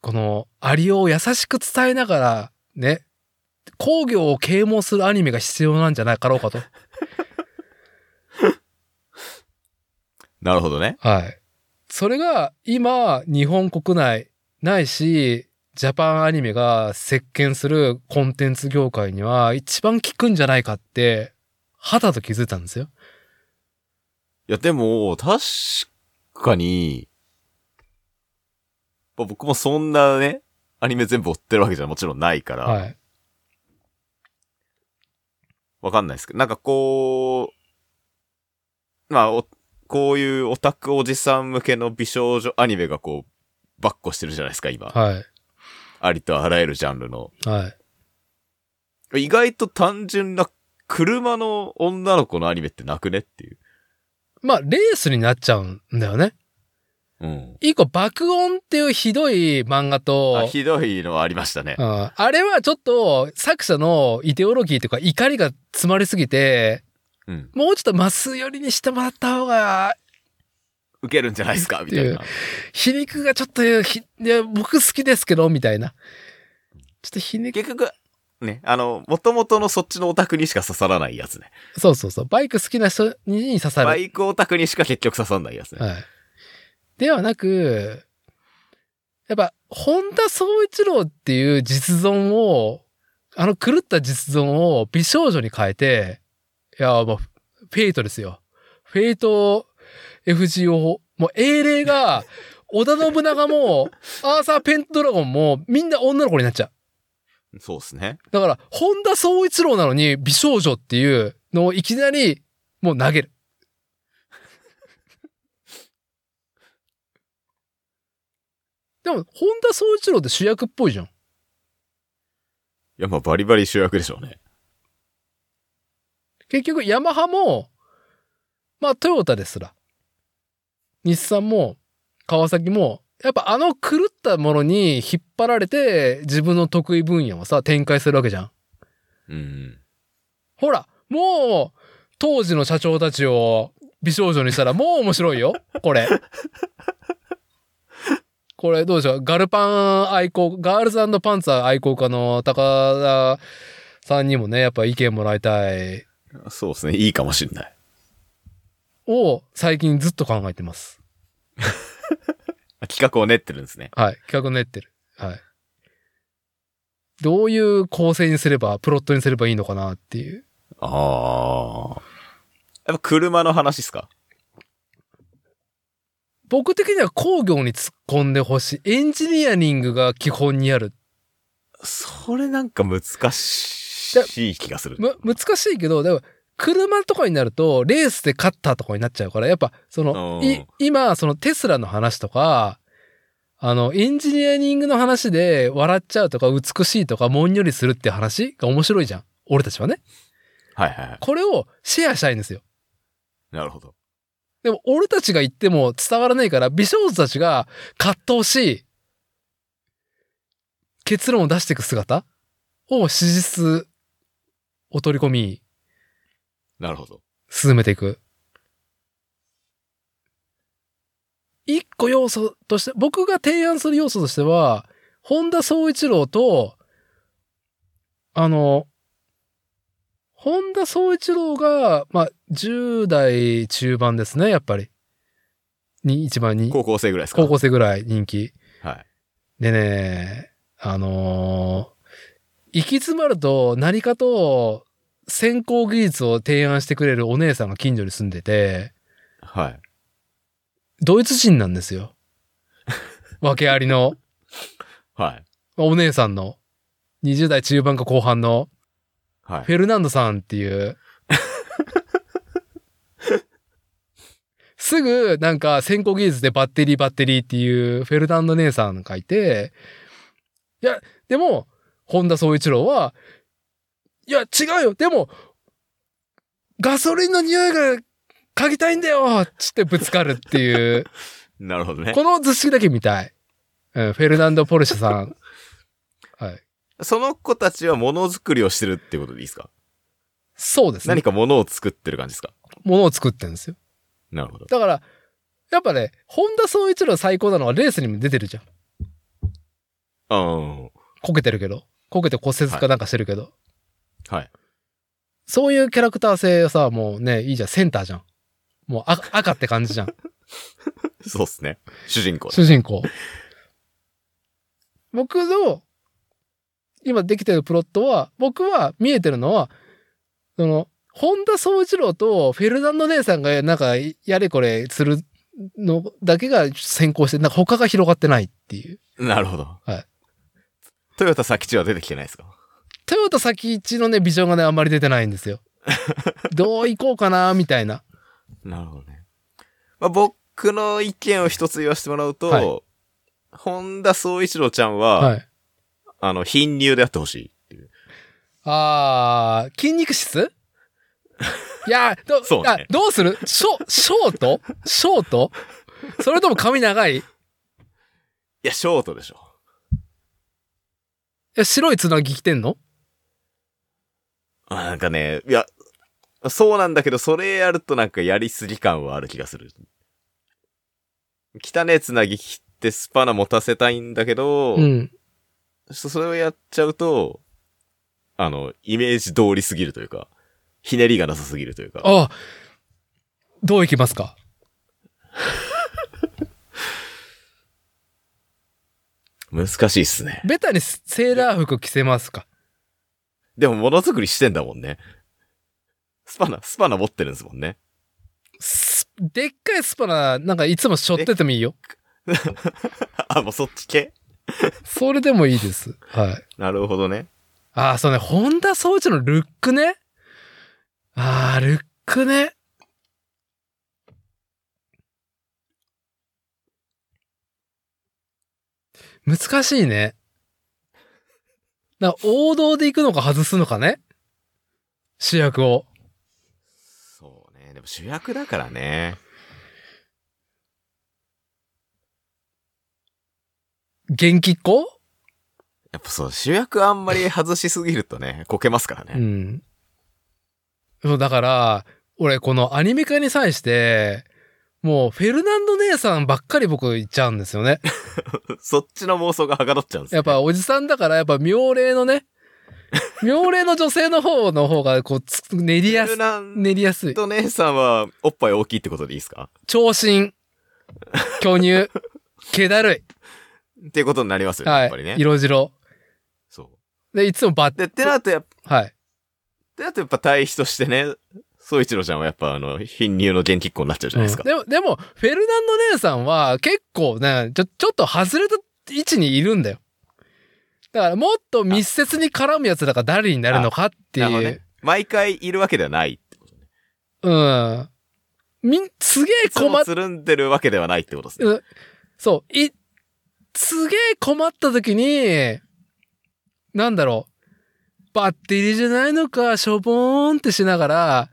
この、ありようを優しく伝えながら、ね、工業を啓蒙するアニメが必要なんじゃなかろうかと。なるほどね。はい。それが今、日本国内ないし、ジャパンアニメが席巻するコンテンツ業界には一番効くんじゃないかって、肌と気づいたんですよ。いや、でも、確かに、まあ僕もそんなね、アニメ全部追ってるわけじゃもちろんないから、はい。わかんないですけど、なんかこう、まあ、おこういうオタクおじさん向けの美少女アニメがこう、ばっこしてるじゃないですか、今。はありとあらゆるジャンルの。い。はい。意外と単純な車の女の子のアニメってなくねっていう。まあ、レースになっちゃうんだよね。うん。一個爆音っていうひどい漫画あと、ひどいのはありましたねう。んあれはちょっと作者のイデオロギーというか怒りが詰まりすぎて、うん。もうちょっとマス寄りにしてもらった方が受けるんじゃないですかみたいな。皮肉がちょっとひ、いや、僕好きですけど、みたいな。ちょっと皮肉、結局、ね、あの、元々のそっちのオタクにしか刺さらないやつね。そうそうそう。バイク好きな人に刺さる。バはい。イクオタクにしか結局刺さらないやつね。ではなく、やっぱ、本田宗一郎っていう実存を、あの狂った実存を美少女に変えて、いや、もう、フェイトですよ。フェイト FGO、もう英霊が、織田信長も、アーサー・ペントドラゴンも、みんな女の子になっちゃう。そうですね。だから、本田宗一郎なのに美少女っていうのをいきなりもう投げる。 でも、本田宗一郎って主役っぽいじゃん。いや、まあバリバリ主役でしょうね。結局、ヤマハも、まあ、トヨタですら、日産も、川崎も、やっぱあの狂ったものに引っ張られて自分の得意分野をさ、展開するわけじゃん。うん。ほら、もう、当時の社長たちを美少女にしたらもう面白いよ。これ。これどうでしょうガルパン愛好、ガールズパンツァー愛好家の高田さんにもね、やっぱ意見もらいたいそうですね。いいかもしんない。を最近ずっと考えてます。あ企画を練ってるんですね。はい。企画練ってる。はい。どういう構成にすれば、プロットにすればいいのかなっていう。ああ。やっぱ車の話っすか僕的には工業に突っ込んでほしい。エンジニアリングが基本にあるそれなんか難しい気がする。む、難しいけど、でも、車とかになると、レースで勝ったとかになっちゃうから、やっぱ、その、うんい、今、そのテスラの話とか、あの、エンジニアリングの話で笑っちゃうとか、美しいとか、もんよりするって話が面白いじゃん。俺たちはね。はいはいはい。これをシェアしたいんですよ。なるほど。でも、俺たちが言っても伝わらないから、美少女たちが葛藤し、結論を出していく姿を史実を取り込み、なるほど。進めていく。一個要素として、僕が提案する要素としては、本田宗一郎と、あの、本田宗一郎が、まあ、10代中盤ですね、やっぱり。に、一番に、高校生ぐらいですか高校生ぐらい人気。はい。でね、あのー行き詰まると何かと先行技術を提案してくれるお姉さんが近所に住んでて、はい。ドイツ人なんですよ。訳ありの、はい。お姉さんの、20代中盤か後半の、はい。フェルナンドさんっていう。 すぐ、なんか、先行技術でバッテリーバッテリーっていうフェルナンド姉さんがいて、いや、でも、本田宗一郎は、いや、違うよでも、ガソリンの匂いが嗅ぎたいんだよつってぶつかるっていう。なるほどね。この図式だけ見たい。うん、フェルナンド・ポルシェさん。はい。その子たちはものづくりをしてるってことでいいですかそうですね何。かものを作ってる感じですかものを作ってるんですよ。なるほど。だから、やっぱね、本田総一郎最高なのはレースにも出てるじゃん。うん。こけてるけど。こけて骨折かなんかしてるけど。はい。そういうキャラクター性さ、もうね、いいじゃん。センターじゃん。もう赤赤って感じじゃん。そうっすね。主人公。主人公。僕の、今できてるプロットは、僕は見えてるのは、その、本田宗一郎とフェルナンド姉さんがなんか、やれこれするのだけが先行して、なんか他が広がってないっていう。なるほど。はい。トヨタ佐吉は出てきてないですかトヨタ先一のね、ビジョンがね、あんまり出てないん ですよ。どう行こうかな、みたいな。なるほどね。まあ、僕の意見を一つ言わせてもらうと、はい本田宗一郎ちゃんは、はい。あの、貧乳であってほしいっていう。あー、筋肉質いやー、どそうねあどうするショショートショートそれとも髪長いいいや、ショートでしょ。や白いつなぎ着てんのあなんかね、いや、そうなんだけど、それやるとなんかやりすぎ感はある気がする。汚ねえつなぎ切ってスパナ持たせたいんだけど、うん。そそれをやっちゃうと、あの、イメージ通りすぎるというか、ひねりがなさすぎるというか。あどういきますか難しいっすね。ベタにセセーラー服着せますかでも、ものづくりしてんだもんね。スパナ、スパナ持ってるんですもんね。すでっかいスパナ、なんかいつもしょっててもいいよ。 あ、もうそっち系それでもいいです。はい。なるほどね。ああ、そうね。本田総一のルックね。ああ、ルックね。難しいね。な王道で行くのか外すのかね主役を。そうね。でも主役だからね。元気っ子やっぱそう、主役あんまり外しすぎると ね、こけますからうね。ん。そう、だから、俺、このアニメ化に際して、もう、フェルナンド姉さんばっかり僕言っちゃうんですよね。そっちの妄想がはかどっちゃうんです、ね、やっぱ、おじさんだから、やっぱ妙齢の ね、妙齢の女性の方の方が、こうつ、練りやルす、ナン練りやすい。と姉さんは、おっぱい大きいってことでいいですか長身、巨乳、気だるっていうことになりますい。よね、は やっぱりねい。。色白。そで、いつもバッう。で、ってなるとやっぱ、はい。ってなるとやっぱ対比としてね、総一郎ちゃんはやっぱあの、貧乳の元気っ子になっちゃうじゃないですか。うんでも、でも、フェルナンド姉さんは結構ね、ちょ、ちょっと外れた位置にいるんだよ。だからもっと密接に絡むやつだから誰になるのかってなるほいどうね。。毎回いるわけではない。うん。みん、すげえいつも困っ、つるんでるわけではないってことですね。うんそう、い、すげえ困った時に、なんだろう。バッテリーじゃないのか、しょぼーんってしながら、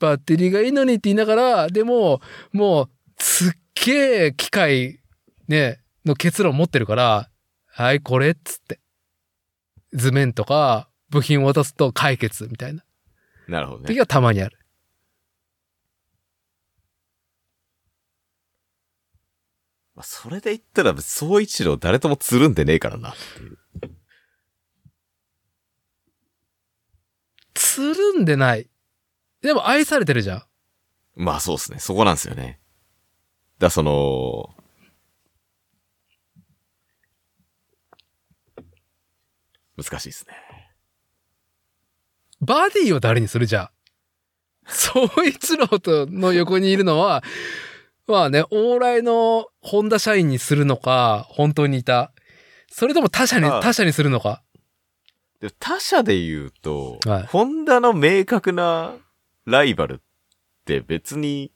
バッテリーがいいのにって言いながら、でも、もう、すっげえ機械、ね、の結論持ってるから、はい、これっつって。図面とか、部品を渡すと解決みたいななるほどね時。がたまにある。まあ、それで言ったら、総一郎誰ともつるんでねえからなっていう。つるんでない。でも愛されてるじゃん。まあそうですね。そこなんですよね。だ、その、難しいですね。バディを誰にするじゃあ。総一郎との横にいるのは、まあね、往来のホンダ社員にするのか、本当にいた。それとも他社に、ああ他社にするのか。で他社で言うと、はいホンダの明確なライバルって別に、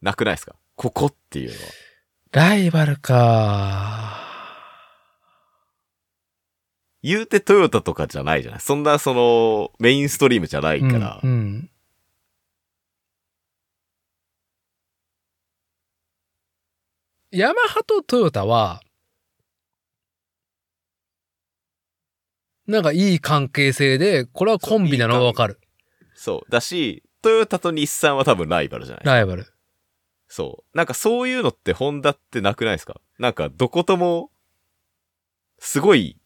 なくないですかここっていうのは。ライバルか。言うてトヨタとかじゃないじゃないそんなそのメインストリームじゃないから、うんうん。ヤマハとトヨタは、なんかいい関係性で、これはコンビなのはわかる。そう。だし、トヨタと日産は多分ライバルじゃないライバル。そう。なんかそういうのってホンダってなくないですかなんかどことも、すごい、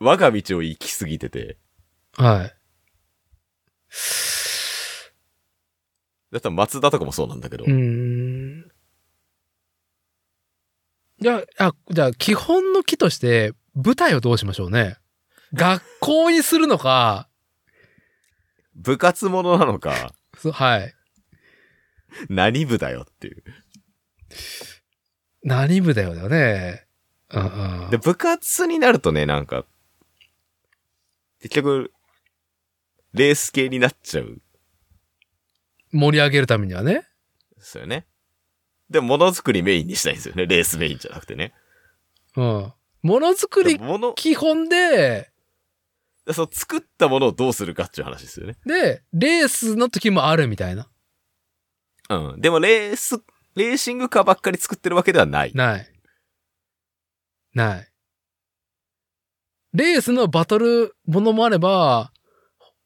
我が道を行き過ぎてて、はい。だったら松田とかもそうなんだけど、うーん。じゃあ、あじゃあ、基本の木として、舞台をどうしましょうね。学校にするのか、部活ものなのか、そはい。何部だよっていう。何部だよだよね。うんうんで、部活になるとね、なんか、結局、レース系になっちゃうんで盛り上げるためにはね。すよね。で、ものづくりメインにしたいんですよね。レースメインじゃなくてね。うん。ものづくでりもの、基本で、その作ったものをどうするかっていう話ですよね。で、レースの時もあるみたいな。うん。でも、レース、レーシングカーばっかり作ってるわけではない。ない。ない。レースのバトルものもあれば、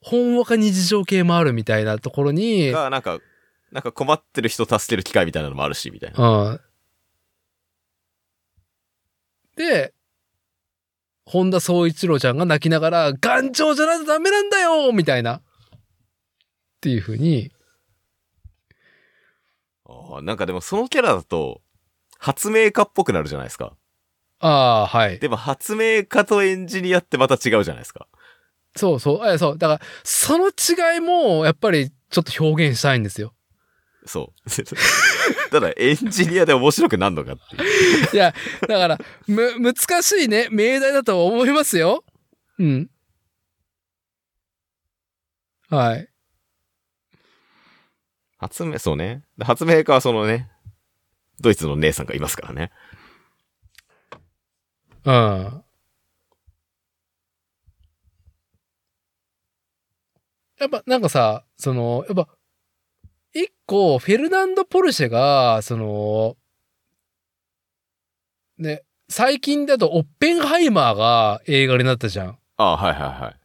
ほんわか日常系もあるみたいなところに、が、なんか、なんか困ってる人助ける機会みたいなのもあるし、みたいな。うん。で、本田宗一郎ちゃんが泣きながら、頑丈じゃないとダメなんだよみたいな。っていうふうに、あーなんかでもそのキャラだと、発明家っぽくなるじゃないですか。ああ、はい。でも発明家とエンジニアってまた違うじゃないですか。そうそう。えそう。だから、その違いも、やっぱり、ちょっと表現したいんですよ。そう。 ただエンジニアで面白くなんのかっていう。いや、だから、む、難しいね、命題だとは思いますよ。うん。はい。発明、そうね。発明家はそのね、ドイツの姉さんがいますからね。うん。やっぱ、なんかさ、その、やっぱ、一個、フェルナンド・ポルシェが、その、ね、最近だと、オッペンハイマーが映画になったじゃん。ああ、はいはいはい。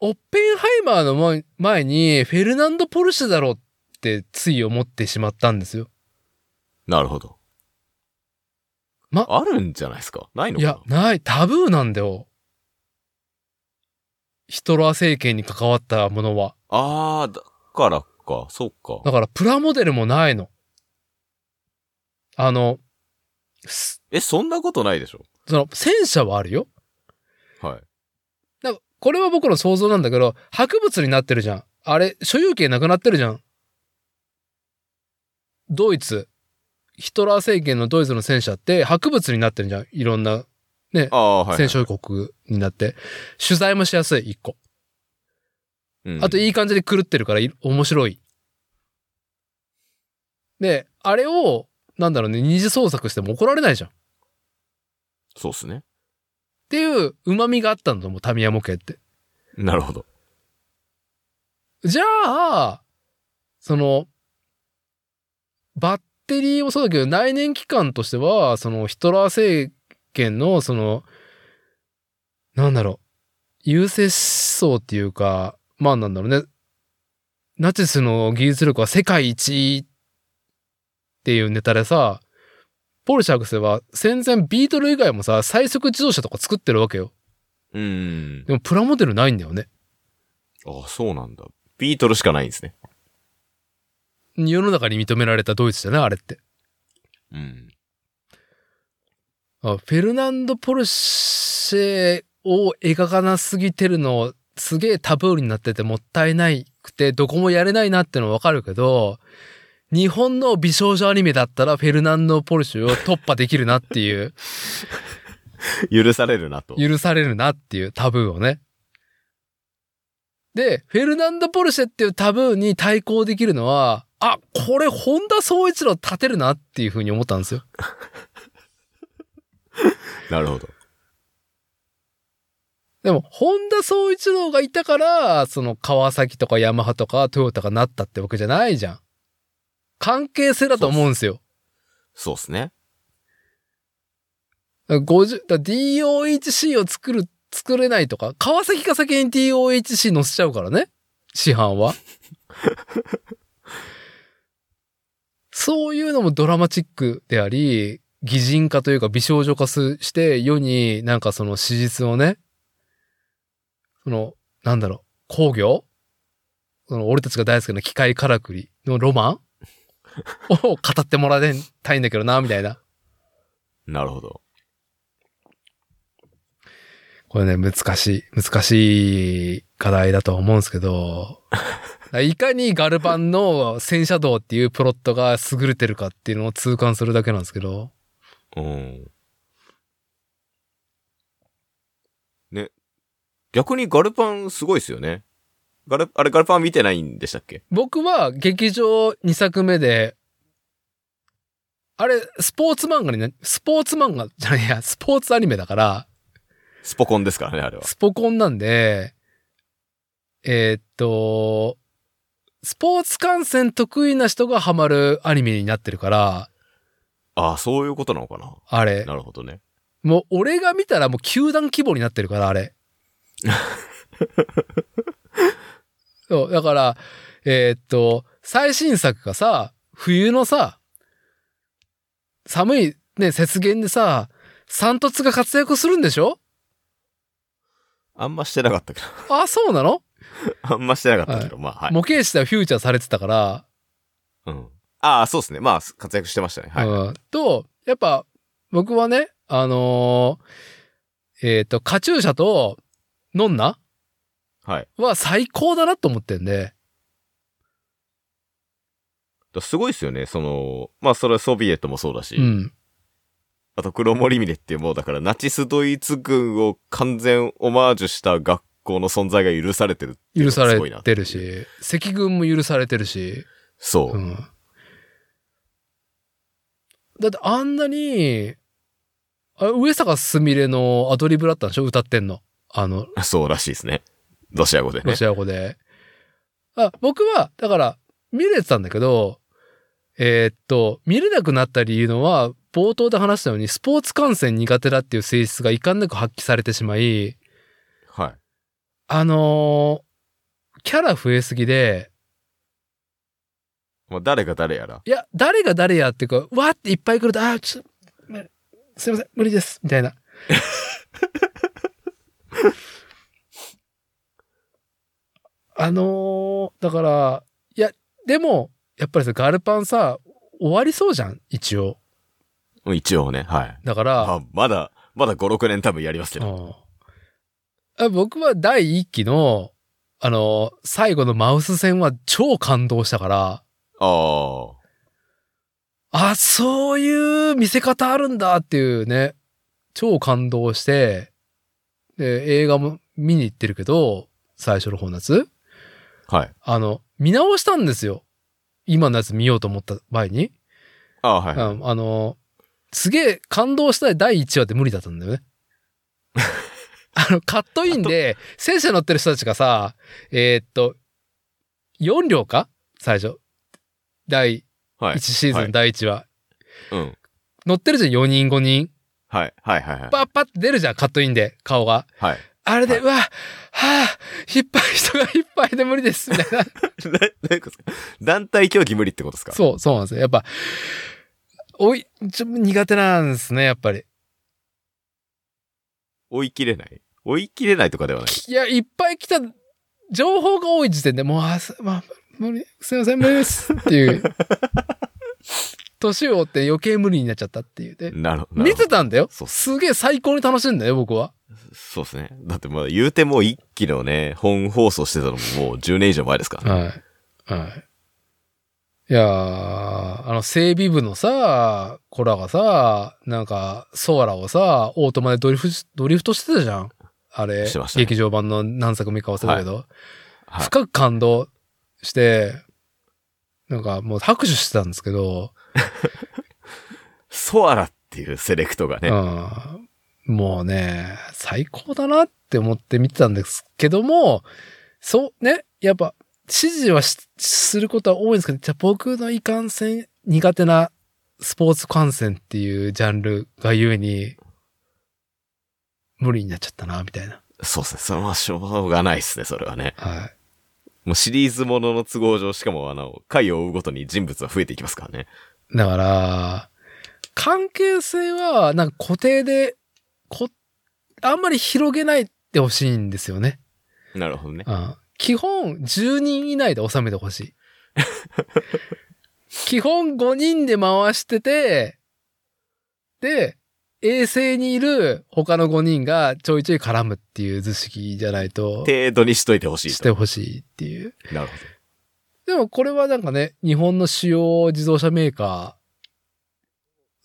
オッペンハイマーの前前にフェルナンド・ポルシェだろうってつい思ってしまったんですよ。なるほど。まあるんじゃないですかないのいかなや、ない、タブーなんだよ。ヒトラー政権に関わったものは。ああ、だからか、そうか。だからプラモデルもないの。あの、すえ、そんなことないでしょその戦車はあるよ。はい。なんかこれは僕の想像なんだけど、博物になってるじゃん。あれ、所有権なくなってるじゃん。ドイツ、ヒトラー政権のドイツの戦車って博物になってるじゃん。いろんなああ、はい、はい。戦勝国になって。取材もしやすい、一個。うんあと、いい感じで狂ってるから、い面白い。で、あれを、なんだろうね、二次創作しても怒られないじゃん。っそうっすね。ていう旨味があったんだと思う、タミヤ模型って。なるほど。じゃあ、その、バッテリーもそうだけど、内燃機関としては、そのヒトラー政権の、その、なんだろう、優勢思想っていうか、まあなんだろうね、ナチスの技術力は世界一っていうネタでさ、ポルシャ博士は戦前ビートル以外もさ、最速自動車とか作ってるわけよ。うーん。でもプラモデルないんだよね。ああ、そうなんだ。ビートルしかないんですね。世の中に認められたドイツじゃない、あれって。うん。あフェルナンド・ポルシェを描かなすぎてるの、すげえタブーになっててもったいないくて、どこもやれないなってのはわかるけど、日本の美少女アニメだったらフェルナンド・ポルシェを突破できるなっていう、許されるなと。許されるなっていうタブーをね。で、フェルナンド・ポルシェっていうタブーに対抗できるのは、あ、これ本田宗一郎立てるなっていうふうに思ったんですよ。なるほど。でも、本田総一郎がいたから、その川崎とかヤマハとかトヨタがなったってわけじゃないじゃん。関係性だと思うんですよ。そうっすね。だから50だから DOHC を作る、作れないとか、川崎が先に DOHC 乗せちゃうからね。市販は。 そういうのもドラマチックであり、擬人化というか美少女化すして世になんかその史実をね、その、なんだろう、工業その俺たちが大好きな機械からくりのロマン を語ってもらいたいんだけどな、みたいな。なるほど。これね、難しい、難しい課題だと思うんですけど、いかにガルパンの戦車道っていうプロットが優れてるかっていうのを痛感するだけなんですけど、うん。ね。逆にガルパンすごいですよね。ガル、あれガルパン見てないんでしたっけ僕は劇場2作目で、あれ、スポーツ漫画にな、スポーツ漫画じゃないいや、スポーツアニメだから、スポコンですからね、あれは。スポコンなんで、えーっと、スポーツ観戦得意な人がハマるアニメになってるから、ああ、そういうことなのかな。あれ、なるほどね。もう俺が見たらもう球団規模になってるから、あ れ。そう、だから、えーっと、最新作がさ、冬のさ、寒いね、雪原でさ、サントツが活躍するんでし ょあんましてなかったけど。あ、そうなの あんましてなかったけど、まあ、はい。模型師ではフューチャーされてたから、うん。ああ、そうですね。まあ、活躍してましたね。はい。うん、と、やっぱ、僕はね、あのーえっ、と、カチューシャと、ノンナはい。は最高だなと思ってんで、だすごいですよね。その、まあ、それはソビエトもそうだし、うん。あと黒森ミレっていうもうだからナチスドイツ軍を完全オマージュした学校の存在が許されてるってい許うのさがすれごいなてる。し、赤軍も許されてるし、そうう。ん。だってあんなに、あ上坂すみれのアドリブだったんでしょ歌ってんの。あの、 そうらしいですね。ロシア語でロね。シア語で。あ僕は、だから、見れてたんだけど、えーっと、見れなくなった理由のは、冒頭で話したように、スポーツ観戦苦手だっていう性質がいかんなく発揮されてしまい、はい。あのーキャラ増えすぎで、まあ、誰が誰やら。いや、誰が誰やっていうか、わーっていっぱい来ると、あー、ちょっと、すいません、無理です、みたいな。 あのーだから、いや、でも、やっぱりさ、ガルパンさ、終わりそうじゃん、一応。うん一応ね、はい。だから、あまだ、まだ5、6年多分やりますけうど。んあ僕は第一期の、あのー最後のマウス戦は超感動したから、ああ。あ、そういう見せ方あるんだっていうね、超感動して、で、映画も見に行ってるけど、最初の方のやつはい。あの、見直したんですよ。今のやつ見ようと思った前に。ああ、はい。うんあの、すげえ感動したい第1話って無理だったんだ よね。あの、カットインで、戦車乗ってる人たちがさ、えーっと、4両か最初。第は1い。シーズン第1話。うん。乗ってるじゃん、4人5人。はい。はい、はい、はい。パッパッて出るじゃん、カットインで、顔が。はい。 あれで、はいうわ、はあ、いっぱい人がいっぱいで無理です、みたいな。ななんか団体競技無理ってことですかそう、そうなんですよ。やっぱ、おい、ちょ、苦手なんですね、やっぱり。追い切れない追い切れないとかではない。いや、いっぱい来た、情報が多い時点でもう、あ、すまあ、無理、すいません、無理です、っていう。年を追って余計無理になっちゃったっていうね。なるほど。見てたんだよ。そうっすすげえ最高に楽しんだよ、僕は。そうですね。だってまあ言うてもう一期のね、本放送してたのももう10年以上前ですから、はい。はい。いやーあの、整備部のさ、子らがさ、なんか、ソアラをさ、オートマでドリフし、ドリフトしてたじゃん。あれ、してましたね劇場版の何作目か忘れたけど、はい深く感動して、なんかもう拍手してたんですけど、ソアラっていうセレクトがね、うん、もうね、最高だなって思って見てたんですけども、そうね、やっぱ、指示はしすることは多いんですけど、じゃあ僕のいかんせん苦手なスポーツ観戦っていうジャンルがゆえに、無理になっちゃったな、みたいな。そうですね。それはしょうがないですね、それはね。はい。もうシリーズものの都合上、しかもあの、回を追うごとに人物は増えていきますからね。だから、関係性は、なんか固定で、こ、あんまり広げないでほしいんですよね。なるほどね。うん基本、10人以内で収めてほしい。基本5人で回してて、で、衛星にいる他の5人がちょいちょい絡むっていう図式じゃないと、程度にしといてほしいしと。てほしいっていう。なるほでもこれはなんかね、日本の主要自動車メーカー、ど。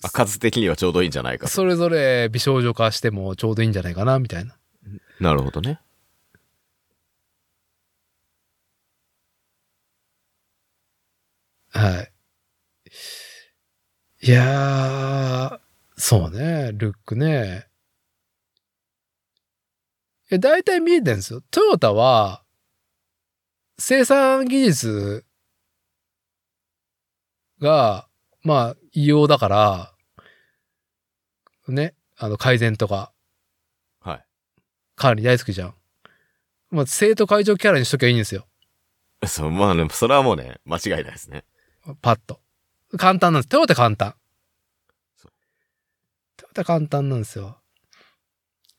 あ数的にはちょうどいいんじゃないかと。それぞれ美少女化してもちょうどいいんじゃないかな、みたいな。なるほどね。はい。いやー、そうね、ルックね。いや、大体見えてるんですよ。トヨタは、生産技術が、まあ、異様だから、ね、あの、改善とか、はい。管理大好きじゃん。まあ、生徒会長キャラにしときゃいいんですよ。そう、まあね、それはもうね、間違いないですね。パッと。簡単なんです。トヨタ簡単そう。トヨタ簡単なんですよ。やっ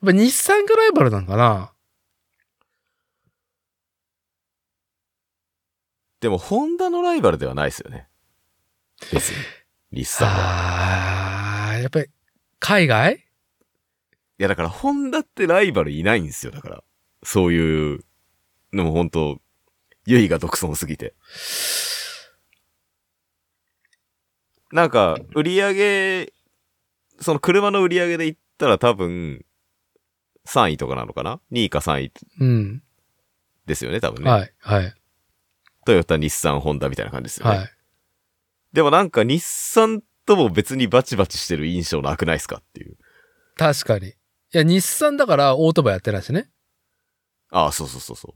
ぱ日産がライバルなんかなでも、ホンダのライバルではないですよね。別に。リッサンあは。ーやっぱり、海外いや、だから、ホンダってライバルいないんですよ、だから。そういう、でも本当ユイが独尊すぎて。なんか、売り上げ、その車の売り上げで言ったら多分、3位とかなのかな ?2 位か3位うん。ですよね、多分ね。はい、はい、トヨタ、日産、ホンダみたいな感じですよね。はい。でもなんか日産とも別にバチバチしてる印象なくないですかっていう。確かに。いや、日産だからオートバイやってないしね。ああ、そうそうそうそ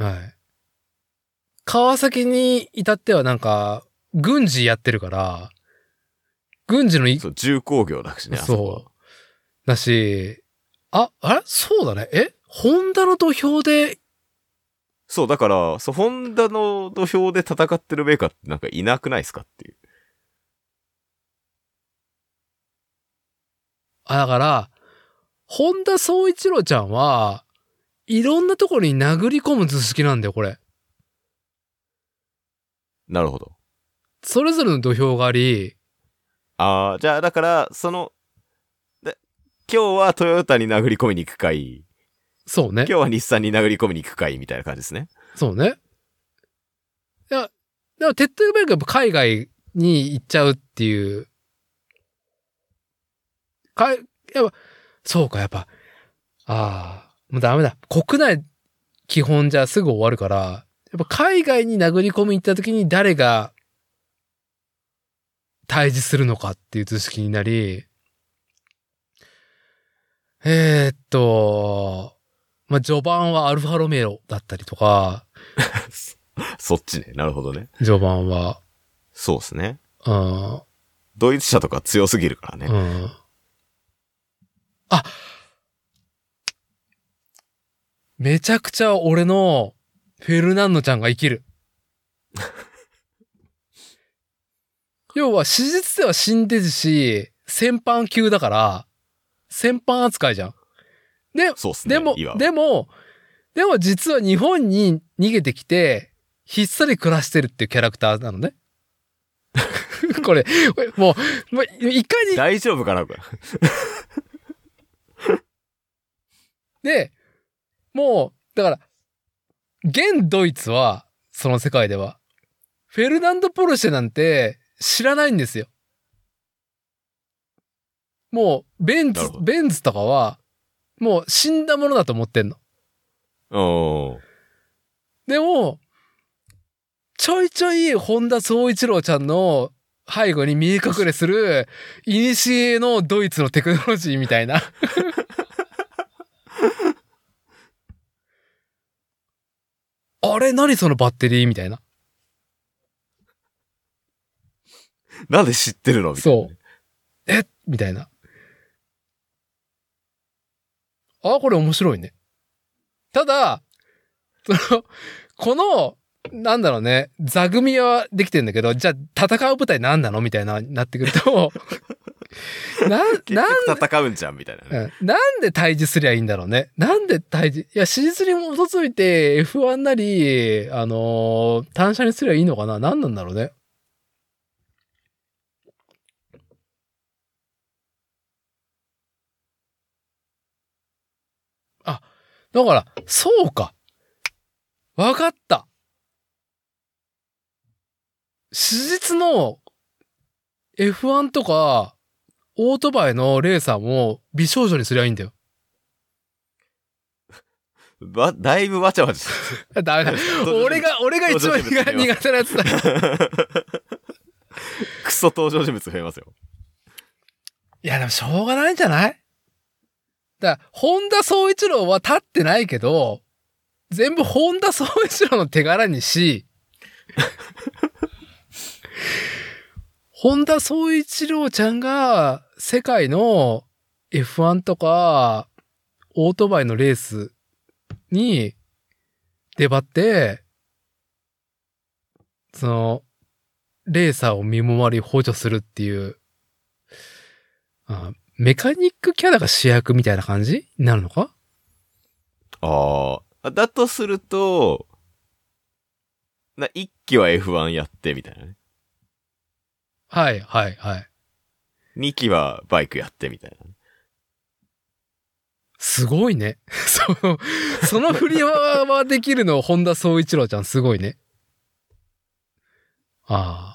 う。はい。川崎に至ってはなんか、軍事やってるから、軍事のいそう、重工業だしね、あそこはそう。だし、あ、あれそうだね。えホンダの土俵で、そう、だから、そう、ホンダの土俵で戦ってるメーカーってなんかいなくないですかっていう。あ、だから、ホンダ総一郎ちゃんは、いろんなところに殴り込む図式なんだよ、これ。なるほど。それぞれの土俵があり、ああ、じゃあ、だから、その、で今日はトヨタに殴り込みに行く会、そうね今日。は日産に殴り込みに行く会みたいな感じですね。そうね。いや、だから手っ取り早くやっぱ海外に行っちゃうっていう。かい、やっぱ、そうか、やっぱ、ああ、もうダメだ。国内基本じゃすぐ終わるから、やっぱ海外に殴り込み行った時に誰が対峙するのかっていう図式になり、えー、っと、まあ、序盤はアルファロメロだったりとか、そっちね。なるほどね。序盤は、そうですね。うん、ドイツ車とか強すぎるからね。うん。あめちゃくちゃ俺のフェルナンドちゃんが生きる。要は史実では死んでるし、戦犯級だから、戦犯扱いじゃん。で、そうですね。でもいわ、ばでも、でも実は日本に逃げてきて、ひっそり暮らしてるっていうキャラクターなのね。 これ、これもう、もういかに大丈夫かなこれ。で、もう、だから、現ドイツは、その世界では、フェルナンド・ポルシェなんて知らないんですよ。もう、ベンなツるほ、どベンツとかは、もう死んだものだと思ってんの。おーでも、ちょいちょい本田宗一郎ちゃんの背後に見え隠れする、いにしえのドイツのテクノロジーみたいな。あれ何そのバッテリーみたいな。なんで知ってるのみたいなね、そう。えみたいな。あ、これ面白いね。ただ、その、この、なんだろうね、座組はできてんだけど、じゃあ戦う舞台何なのみたいな、なってくる と、な、結なん局戦うんじゃんみたいなね。うんなんで退治すりゃいいんだろうね。なんで退治いや、史実に基づいて F1 なり、あのー単車にすりゃいいのかな何なんだろうね。あ、だから、そうか。わかった。史実の F1 とか、オートバイのレーサーも美少女にすりゃいいんだよ。わ、だいぶわちゃわちゃしてダメだ。俺が、俺が一番苦手苦手なやつだ。る。クソ登場人物増えますよ。いや、でもしょうがないんじゃないだから、本田総一郎は立ってないけど、全部本田総一郎の手柄にし、本田総一郎ちゃんが世界の F1 とかオートバイのレースに出張って、その、レーサーを見回り補助するっていうあメカニックキャラが主役みたいな感じになるのかああ。だとすると、な、一期は F1 やって、みたいなね。はい、はい、はい。二期はバイクやって、みたいな。すごいね。 その、その振りははできるの、本田総一郎ちゃんすごいね。ああ。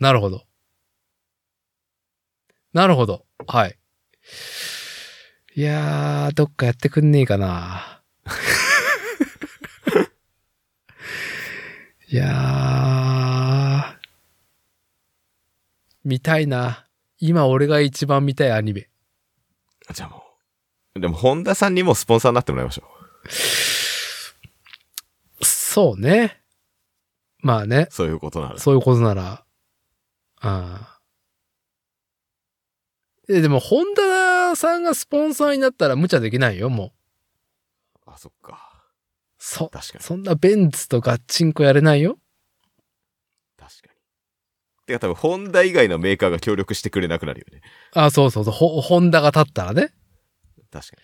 なるほど。なるほど。はい。いやー、どっかやってくんねえかな。 いやー、見たいな。今俺が一番見たいアニメ。じゃあもう。でも、本田さんにもうスポンサーになってもらいましょう。そうね。まあね、そういうことなら。そういうことなら。ああ。えでも、ホンダさんがスポンサーになったら無茶できないよ、もう。あ、そっか。そ、確かに。そんなベンツとガッチンコやれないよ。確かに。てか多分、ホンダ以外のメーカーが協力してくれなくなるよね。あ、そうそうそう、ほホンダが立ったらね。確か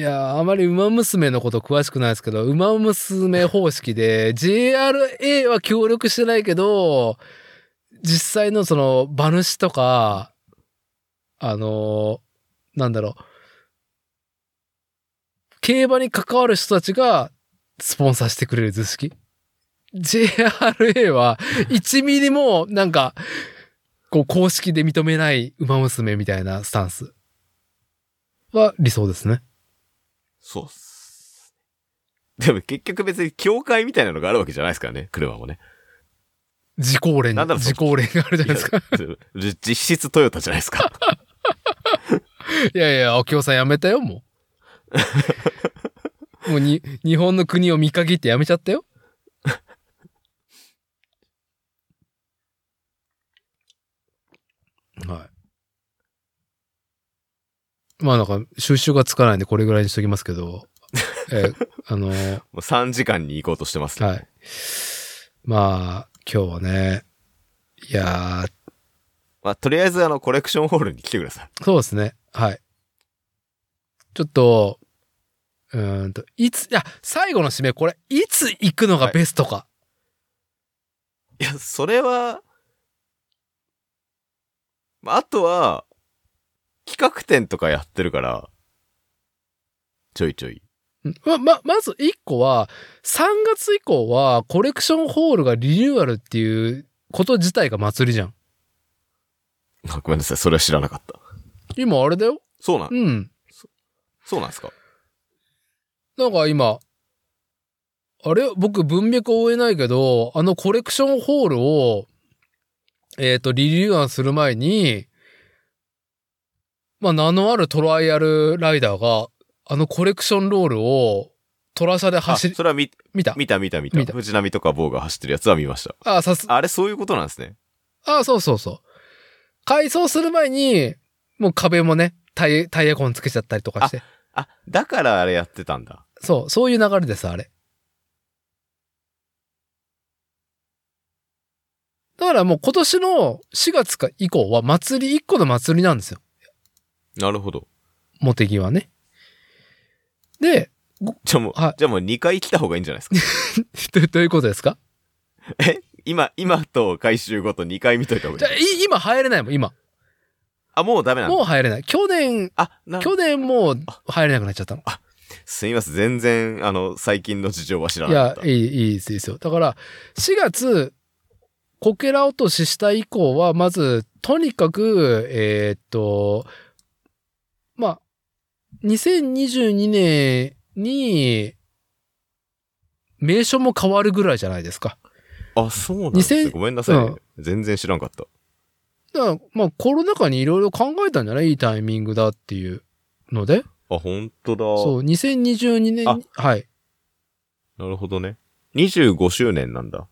いやー、あまり馬娘のこと詳しくないですけど、馬娘方式で、JRA は協力してないけど、実際のその、馬主とか、あのーなんだろう、競馬に関わる人たちが、スポンサーしてくれる図式 ?JRA は、1ミリも、なんか、こう、公式で認めない馬娘みたいなスタンスは理想ですね。そうっす。でも結局別に協会みたいなのがあるわけじゃないですからね、車も ね。自公連、なんだろう自公連があるじゃないですか。いやじ 実質トヨタじゃないですか。いやいや、秋夫さんやめたよ、も う。もうに、日本の国を見限ってやめちゃったよ。はい。まあなんか、収集がつかないんでこれぐらいにしときますけど、え ーあのーもう3時間に行こうとしてますけど、はい。まあ、今日はね、いやー、まあ、とりあえずあの、コレクションホールに来てください。そうですね。はい。ちょっと、うーんと、いつ、いや、最後の締め、これ、いつ行くのがベストか。いや、それは、まあ、あとは、企画展とかやってるから、ちょいちょい。うんま、ま、まず1個は、3月以降は、コレクションホールがリニューアルっていうこと自体が祭りじゃん。あごめんなさい、それは知らなかった。今、あれだよ。そうなん、うん。そうなんですかなんか今、あれ僕文脈を追えないけど、あのコレクションホールを、えっ、と、リリューアンする前に、まあ、名のあるトライアルライダーが、あのコレクションロールを、トラ車であ、走り、それは見、見た見た見た見た。見た藤波とか棒が走ってるやつは見ました。あ、さす、あれ、そういうことなんですね。あ、そうそうそう。改装する前に、もう壁もね、タイヤ、タイヤコンつけちゃったりとかして。あ、だからあれやってたんだ。そう、そういう流れでさ、あれ。だからもう今年の4月か以降は祭り、一個の祭りなんですよ。なるほど。茂木はね。で、じゃあもう、はいじゃあもう2回来た方がいいんじゃない ですどどういうことですかか。え今、今と回収後と2回見といた方じゃがあいい。い今入れないもん、今。あ、もうダメなんだ。もう入れない。去年、あ、な去年もう入れなくなっちゃったの。すみません。全然、あの、最近の事情は知らいなかっやた、。いい、いいです、いいですよ。だから、4月、こけら落としした以降は、まず、とにかく、えーっと、まあ、2022年に、名称も変わるぐらいじゃないですか。あ、そうなんです2000ねごめんなさい、ねう全然知らんかった。だから、まあ、コロナ禍にいろいろ考えたんじゃないいいタイミングだっていうので、あ、本当だ。そう、2022年に、はい、なるほどね。25周年なんだ。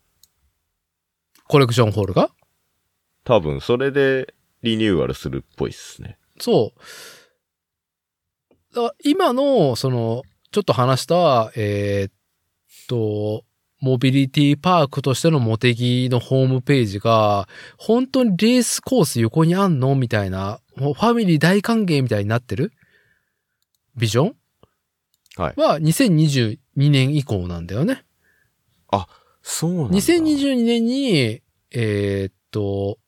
コレクションホールが多分、それでリニューアルするっぽいっすね。そう。だから今の、その、ちょっと話した、えーっと、モビリティパークとしてのモテギのホームページが、本当にレースコース横にあんのみたいな、もうファミリー大歓迎みたいになってるビジョンはいは2022年以降なんだよね。そうなんだ。 2022年に、えーっと、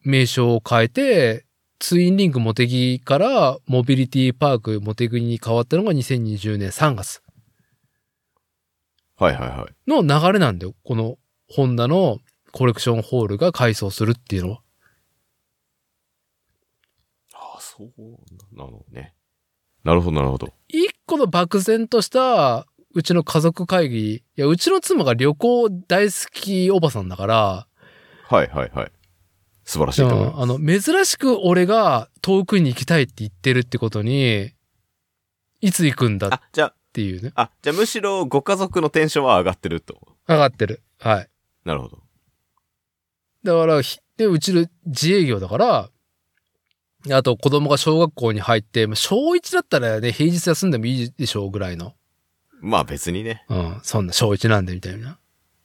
名称を変えて、ツインリンクモテギからモビリティパークモテギに変わったのが2020年3月はいはいはい。の流れなんだよ。このホンダのコレクションホールが改装するっていうのは。あ、そうなのね。なるほどなるほど。一個の漠然としたうちの家族会議、いや、うちの妻が旅行大好きおばさんだから、はいはいはい。素晴らしいでと思いまもす。あの、珍しく俺が遠くに行きたいって言ってるってことに、いつ行くんだっあ、じゃあ、っていうね。あ、じゃあむしろご家族のテンションは上がってると。上がってる。はい。なるほど。だから、ひで、うちの自営業だから、あと子供が小学校に入って、まあ小1だったらね、平日休んでもいいでしょうぐらいの。まあ別にね。うん。そんな、小1なんでみたいな。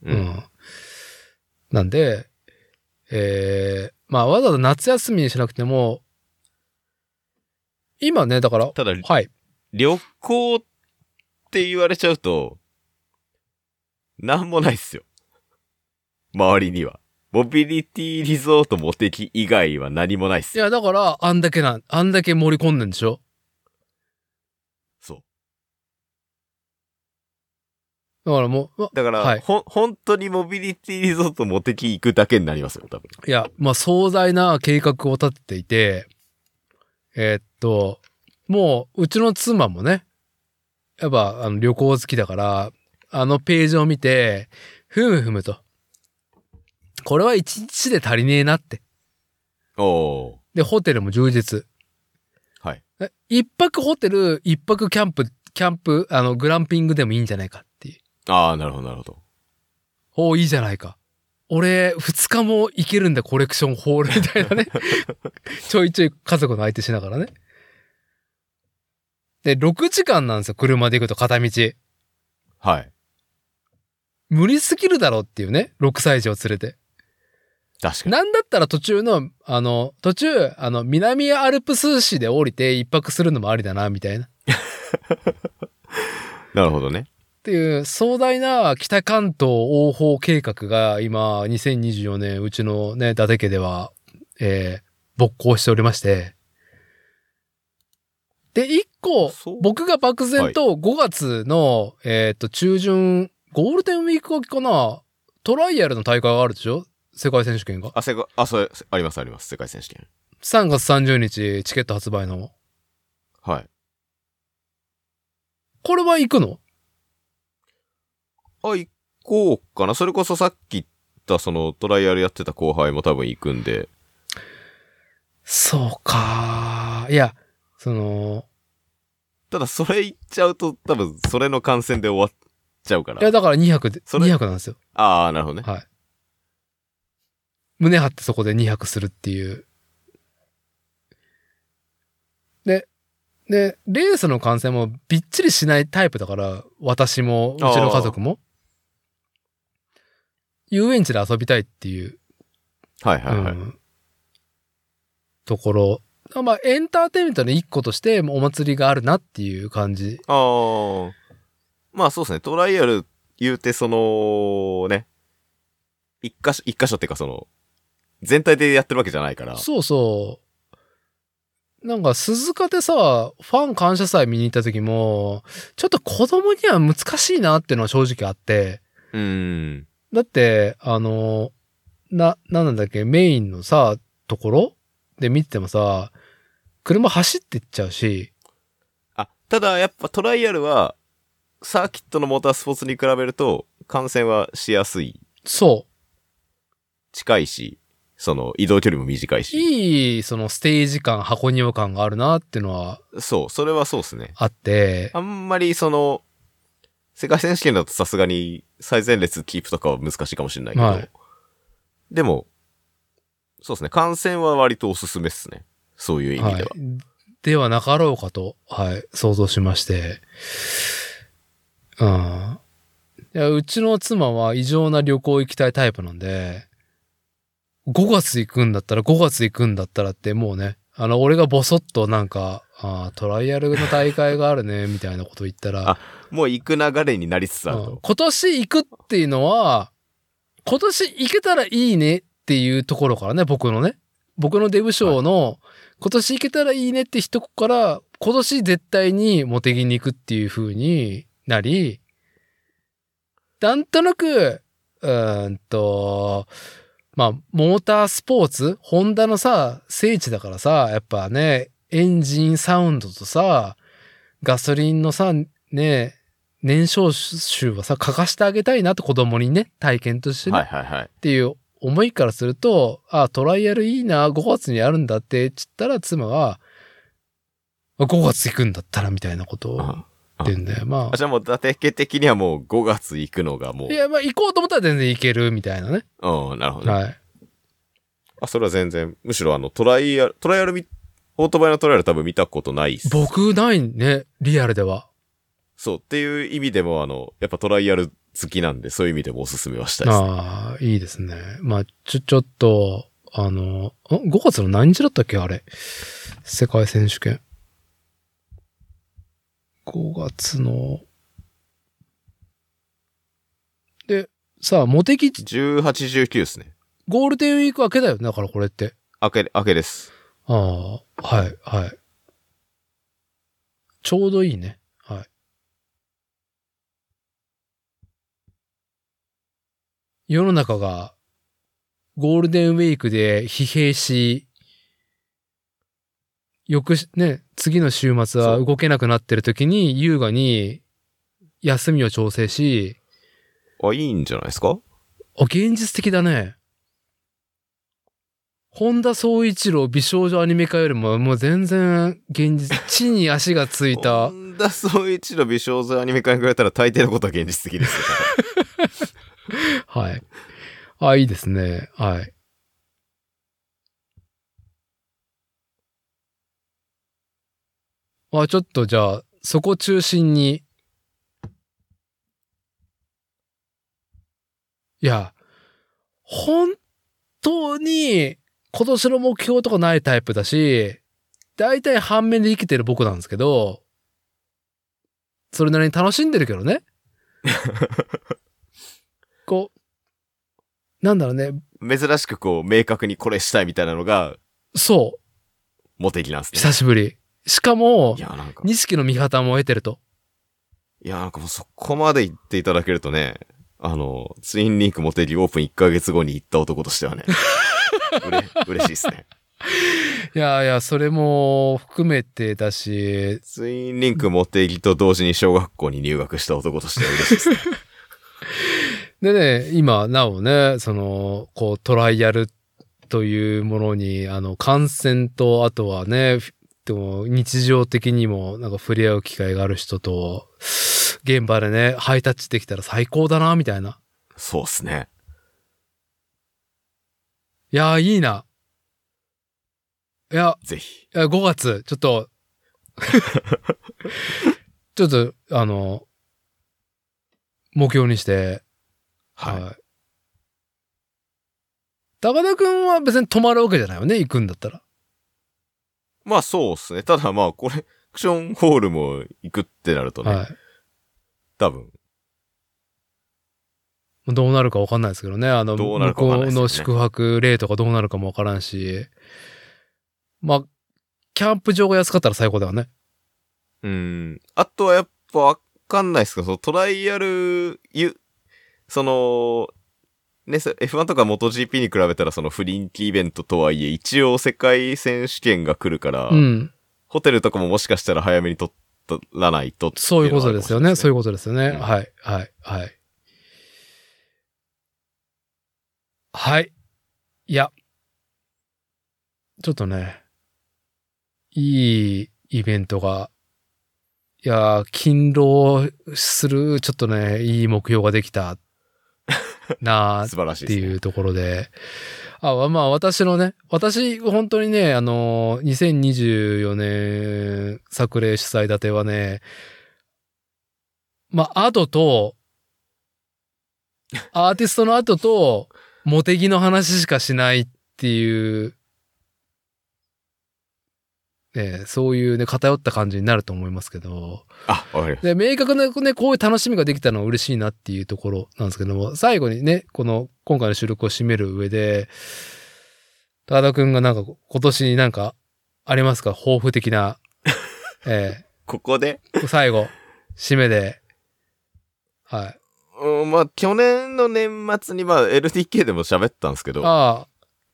ううん。。なんで、えー、まあわざわざ夏休みにしなくても、今ね、だから、ただ、はい。旅行って言われちゃうと、なんもないっすよ。周りには。モビリティリゾートモテキ以外は何もないっいすよ。や、だから、あんだけなん、あんだけ盛り込んでんでしょそう。だからもう、まだから、はいほん、本当にモビリティリゾートモテキ行くだけになりますよ、多分。いや、まあ、壮大な計画を立てていて、えーっと、もう、うちの妻もね、やっぱ、あの、旅行好きだから、あのページを見て、ふむふむと。これは一日で足りねえなって。おおで、ホテルも充実。ーはい。え一泊ホテル、一泊キャンプ、キャンプ、あの、グランピングでもいいんじゃないかっていう。ああ、なるほど、なるほど。おーいいじゃないか。俺、二日も行けるんだ、コレクションホールみたいなね。ちょいちょい家族の相手しながらね。で、6時間なんですよ、車で行くと片道。はい。無理すぎるだろうっていうね、6歳児を連れて。確かに。なんだったら途中の、あの、途中、あの、南アルプス市で降りて一泊するのもありだな、みたいな。っなるほどね。ていう壮大な北関東横方計画が今、2024年、うちのね、伊達家では、えー、勃興しておりまして。で、一個、そう僕が漠然と5月の、えーっと、中旬、ゴールデンウィーク明けかな、トライアルの大会があるでしょ世界選手権が。あ、せが、あ、それ、あります、あります。世界選手権。 3月30日、チケット発売の。はい。これは行くのあ、行こうかな。それこそさっき言った、その、トライアルやってた後輩も多分行くんで。そうかー。いや、その、ただ、それ行っちゃうと、多分、それの感染で終わっちゃうかいや、ら。だから2泊で、それ2泊なんですよ。ああ、なるほどね。はい。胸張ってそこで2泊するっていう。で、で、レースの感染もびっちりしないタイプだから、私も、うちの家族も。遊園地で遊びたいっていう、はいはいはい。うんところ。まあ、エンターテインメントの一個として、お祭りがあるなっていう感じ。ああ。まあそうですね。トライアル言うて、その、ね。一箇所、一箇所っていうかその、全体でやってるわけじゃないから。そうそう。なんか、鈴鹿でさ、ファン感謝祭見に行った時も、ちょっと子供には難しいなっていうのは正直あって。うーん。だって、あの、な、なんだっけ、メインのさ、ところで見ててもさ、車走ってっちゃうし、あ、ただやっぱトライアルは、サーキットのモータースポーツに比べると、感染はしやすい。そ、近いし、その、移動距離も短いうし。いい、そのステージ感、箱庭感があるなっていうのはそう、それはそうですね。あって、あんまりその、世界選手権だとさすがに最前列キープとかは難しいかもしれないけど、はいでも、そうですね、観戦は割とおすすめっすね。そういう意味はでいは。。ではなかろうかと、はい、想像しまして。うん。いや、うちの妻は異常な旅行行きたいタイプなんで、5月行くんだったら、5月行くんだったらって、もうね、あの、俺がボソッとなんか、あートライアルの大会があるね、みたいなこと言ったら、 あもう行く流れになりつつあるうんと。今年行くっていうのは、今年行けたらいいねっていうところからね、僕のね。僕のデブ賞の、今年行けたらいいねって人から、今年絶対にモテギに行くっていう風になり、なんとなく、うーんと、まあ、モータースポーツ、ホンダのさ、聖地だからさ、やっぱね、エンジンサウンドとさ、ガソリンのさ、ね、燃焼臭はさ、欠かしてあげたいなって子供にね、体験としてねはいはいはい。っていう思いからすると、あ、トライアルいいな、5月にあるんだって、つったら妻は、5月行くんだったらみたいなことを言ってんだよ。まあじゃあもう伊達的にはもう5月行くのがもあ、いや、まあ行こうと思ったら全然行けるみたいなね。う、うん、なるほどね、はい。あ、それは全然、むしろあの、トライアル、トライアルみ、オートバイのトライアル多分見たことないっす。僕ないね、リアルでは。そう、っていう意味でもあの、やっぱトライアル好きなんで、そういう意味でもおすすめはしたいです。ああ、いいですね。まあ、ちょ、ちょっと、あの、ん5月の何日だったっけあれ。世界選手権。5月の、で、さあ、モテキ、 18、19ですね。ゴールデンウィーク明けだよね。だからこれって。明け、明けです。ああ、はい、はい。ちょうどいいね。はい。世の中がゴールデンウィークで疲弊し、翌し、ね、次の週末はそう動けなくなってる時に優雅に休みを調整し、あ、いいんじゃないですかあ、現実的だね。本田宗一郎美少女アニメ化よりももう全然現実、地に足がついた。本田宗一の美少女アニメ化に比べたら大抵のことは現実的ですよ。 はい。あ、いいですね。はい。あ、ちょっとじゃあ、そこ中心に。いや、本当に今年の目標とかないタイプだし、大体半面で生きてる僕なんですけど、それなりに楽しんでるけどね。こう、なんだろうね、珍しくこう、明確にこれしたいみたいなのが、そう、モテキなんですね。久しぶり。しかもい、や、なんか、錦の見方も得てると。いや、なんかもうそこまで言っていただけるとね、あの、ツインリンクモテキオープン1ヶ月後に行った男としてはね、うれ、嬉しいですね。いやいや、それも含めてだし、ツインリンクモテキと同時に小学校に入学した男としては嬉しいですね。でね、今、なおね、その、こう、トライアルというものに、あの、感染と、あとはね、ふでも日常的にも、なんか触れ合う機会がある人と、現場でね、ハイタッチできたら最高だな、みたいな。そうっすね。いやー、いいな。いや、ぜひ。 いや5月、ちょっと、ちょっと、あの、目標にして、はい。い。高田くんは別に泊まるわけじゃないよね、行くんだったら。まあそうですね。ただまあこれ、クションホールも行くってなるとね、はい。多分。どうなるかわかんないですけどね。あの、どう向なるかわこかんないうですよねの宿泊例とかどうなるかもわからんし。まあ、キャンプ場が安かったら最高だよね。うん。あとはやっぱわかんないですけど、そのトライアル、ゆ、その、ね、そ F1 とか MotoGP に比べたらその不人気イベントとはいえ、一応世界選手権が来るから、うん。ホテルとかももしかしたら早めに取らないとってそういうことですよね。そういうことですよね。うんはい、はい、はい。はい。いや。ちょっとね、いいイベントが、いやー、勤労する、ちょっとね、いい目標ができたなのー素晴らしいっでてす、ね。いうところで。あ、わまあ私のね、私本当にね、あの、2024年作例主催立てはね、まあ、アド と、アーティストのアドと、モテギの話しかしないっていう、ね、そういうね、偏った感じになると思いますけど。あ、わかりましで、明確なね、こういう楽しみができたのは嬉しいなっていうところなんですけども、最後にね、この今回の収録を締める上で、高田くんがなんか今年になんかありますか抱負的な、えた。ここで、え最後、締めで、はい。うん、まあ、去年の年末に、まあ、LDK でも喋ったんですけど、ああ、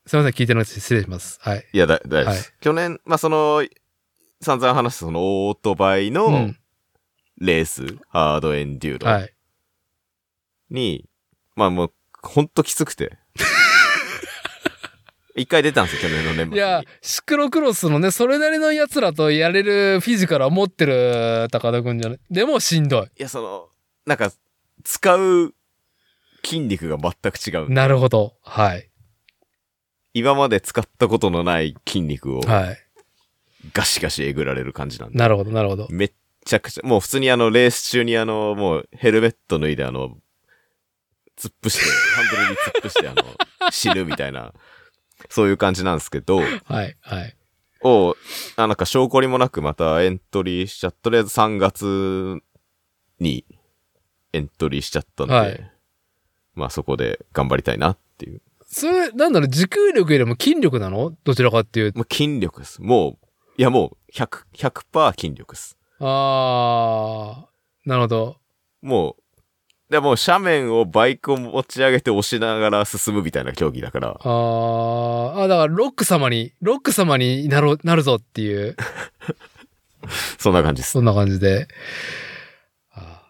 すいません、聞いてなくて失礼します。はい。いや、だ、大丈夫です。は去年、まあ、その、散々話したその、オートバイうのん。レース、ハードエンデューはロい。に、まあ、もう、ほんときつくて。 一回出たんですよ、去年の年末に。いや、シクロクロスのね、それなりの奴らとやれるフィジカルは持ってる高田くんじゃない。でもしんどい。いや、その、なんか、使う筋肉が全く違う。なるほど。はい。今まで使ったことのない筋肉をはい。ガシガシえぐられる感じなんで。なるほど、なるほど。めっちゃくちゃ、もう普通にあの、レース中にあの、もうヘルメット脱いであの、突っ伏して、ハンドルに突っ伏してあの、 死ぬみたいな、そういう感じなんですけど、はい、はい。を、あなんか証拠りもなくまたエントリーしちゃった。とりあえず3月にエントリーしちゃったんで、はいまあそこで頑張りたいなっていう。それ、なんだろう、持久力よりも筋力なのどちらかっていうと。もう筋力です。もう、いやもう100、100%筋力です。あー、なるほど。もう、でもう斜面をバイクを持ち上げて押しながら進むみたいな競技だから、あー、あだからロック様に、ロック様になろう、なるぞっていう、そんな感じです。そんな感じで。あ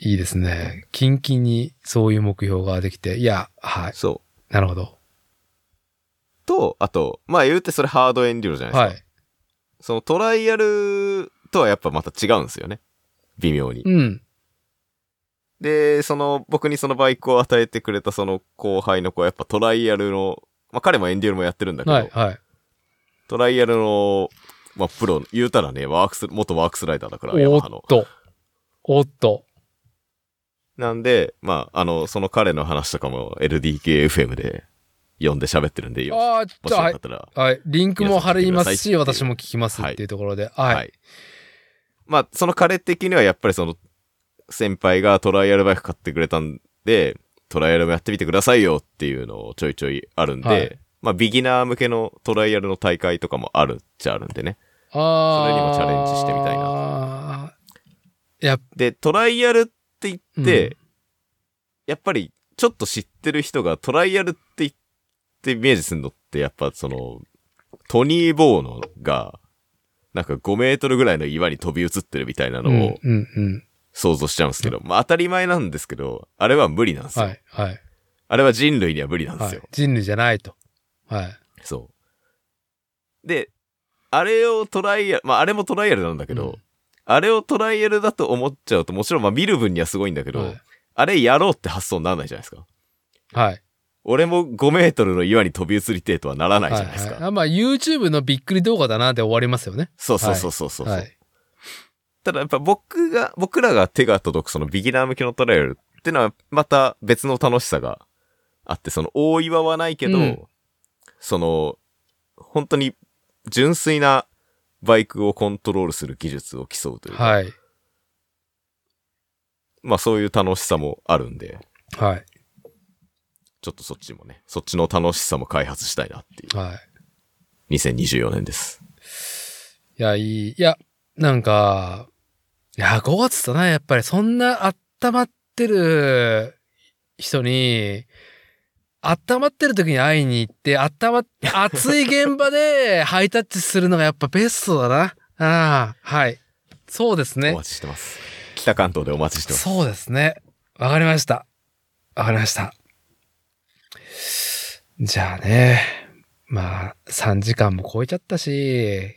ーいいですね。キンキンにそういう目標ができて。いや、はい。そう。なるほど。と、あと、まあ言うてそれハードエンデューロじゃないではすか。い。そのトライアルとはやっぱまた違うんですよね。微妙に。うん。で、その、僕にそのバイクを与えてくれたその後輩の子はやっぱトライアルの、まあ彼もエンデューロもやってるんだけど、はい、はい。トライアルの、まあプロ、言うたらね、ワークス、元ワークスライダーだから、ヤおマっハの。と。おっと。なんで、まあ、あの、その彼の話とかも LDKFM で呼んで喋ってるんで、よもあー、ちょっしと、よはかいっ。たら。はい。リンクも貼りますし、皆さん来てくださいっていう私も聞きますっていうところで。はい。はい。まあ、その彼的にはやっぱりその、先輩がトライアルバイク買ってくれたんで、トライアルもやってみてくださいよっていうのをちょいちょいあるんで、はいまあ、ビギナー向けのトライアルの大会とかもあるっちゃあるんでね。ああ。それにもチャレンジしてみたいな。やっで、トライアルって言って、うんやっぱりちょっと知ってる人がトライアルって言ってイメージするのって、やっぱその、トニー・ボーノが、なんか5メートルぐらいの岩に飛び移ってるみたいなうのをんうんうん。想像しちゃうんですけど、まあ当たり前なんですけど、あれは無理なんですよ。はいはい。あれは人類には無理なんではすよい。、人類じゃないと。はい。そう。で、あれをトライアル、まああれもトライアルなんだけど、うんあれをトライアルだと思っちゃうと、もちろんまあ見る分にはすごいんだけど、はいあれやろうって発想にならないじゃないですか。はい。俺も5メートルの岩に飛び移りてえとはならないじゃないですか。ははあまあ、YouTube のびっくり動画だなで終わりますよね。そうそうそうそうそう。はい。ただやっぱ僕が、僕らが手が届くそのビギナー向けのトライアルってのはまた別の楽しさがあって、その大岩はないけど、うんその、本当に純粋なバイクをコントロールする技術を競うというか、はい。まあそういう楽しさもあるんで、はい。ちょっとそっちもね、そっちの楽しさも開発したいなっていはい。う2024年です。いや、いい。いや、なんか、いや、5月だな、やっぱり。そんな温まってる人に、温まってる時に会いに行って、温まっ、暑い現場でハイタッチするのがやっぱベストだな。ああ、はい。そうですおね。待ちしてます。北関東でお待ちしてます。そうですね。わかりました。わかりました。じゃあね、まあ、3時間も超えちゃったし、え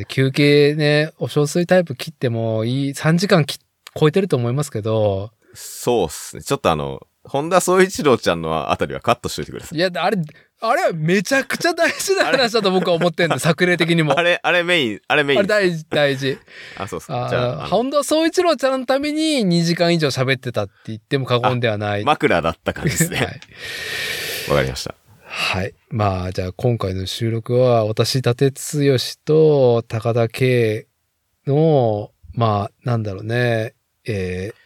ー休憩ね、お小水タイプ切ってもいい、3時間き超えてると思いますけど、そうっすね。ちょっとあの、本田総一郎ちゃんのあたりはカットしといてくださいいや、あれ、あれはめちゃくちゃ大事な話だと僕は思 ってんで、作例的にも。ああれれ、あれメイン、あれメイン。あ大事、大事。そうそう。じゃあああ、あの本田総一郎ちゃんのために2時間以上喋ってたって言っても過言ではない。枕だった感じですね。 はいわかりました。はい。まあ、じゃあ今回の収録は、私、伊達剛と高田圭の、まあ、なんだろうね、えー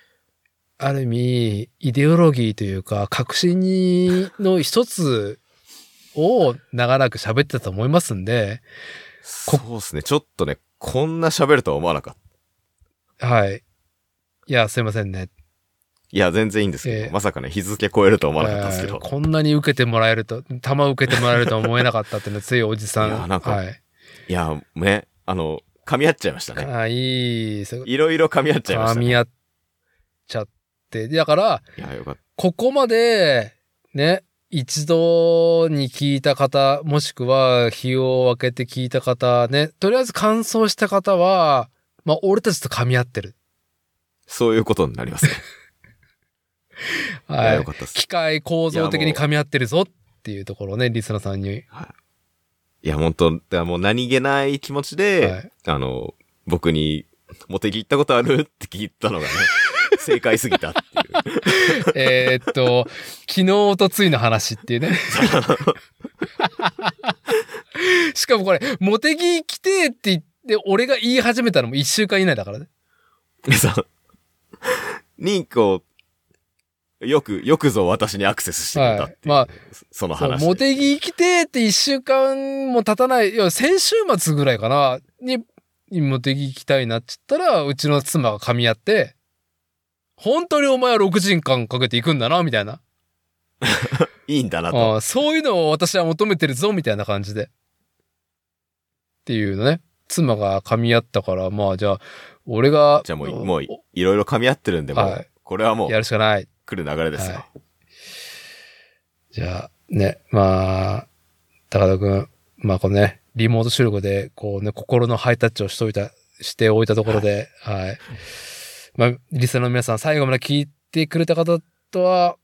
ある意味、イデオロギーというか、革新にの一つを長らく喋ってたと思いますんで、そうですね。ちょっとね、こんな喋るとは思わなかった。はい。いや、すいませんね。いや、全然いいんですけど、ええまさかね、日付超えるとは思わなかったんですけえどー、こんなに受けてもらえると、弾受けてもらえるとは思えなかったっていうのは、ついおじさん。いやなんかはい。いや、ね、あの、噛み合っちゃいましたね。あいい、すごいいろいろ噛み合っちゃいました、噛ね。み合っちゃって。だから、いや、よかっここまで、ね、一度に聞いた方、もしくは日を分けて聞いた方、ね、とりあえず感想した方は、まあ、俺たちと噛み合ってる。た。そういうことになりますね。いはや、いよ。かったです。機械構造的に噛み合ってるぞっていうところをね、リスナーさんに。いや、本当だからもう何気ない気持ちで、はいあの、僕に、モテギ行ったことあるって聞いたのがね、正解すぎたっていう。えーっと、昨日おとついの話って いうね。しかもこれ、モテギ来てって言って、俺が言い始めたのも一週間以内だからね。そう。に、こう、よく、よくぞ私にアクセスしてくれたっていう、はいまそのそう話。茂木行きてえって一週間も経たない、いや、先週末ぐらいかな、に、茂木行きたいなって言ったら、うちの妻が噛み合って、本当にお前は6時間かけて行くんだな、みたいな。いいんだなと。ああそういうのを私は求めてるぞ、みたいな感じで。っていうのね。妻が噛み合ったから、まあじゃあ、俺が、じゃあもう、もう、いいろいろ噛み合ってるんで、もう、はいこれはもうや、るしかない。来る流れですよ。はいじゃあね、まあ、高田くん、まあこのね、リモート収録で、こうね、心のハイタッチをしといた、しておいたところで、はい。まあ、リスナーの皆さん、最後まで聞いてくれた方とは、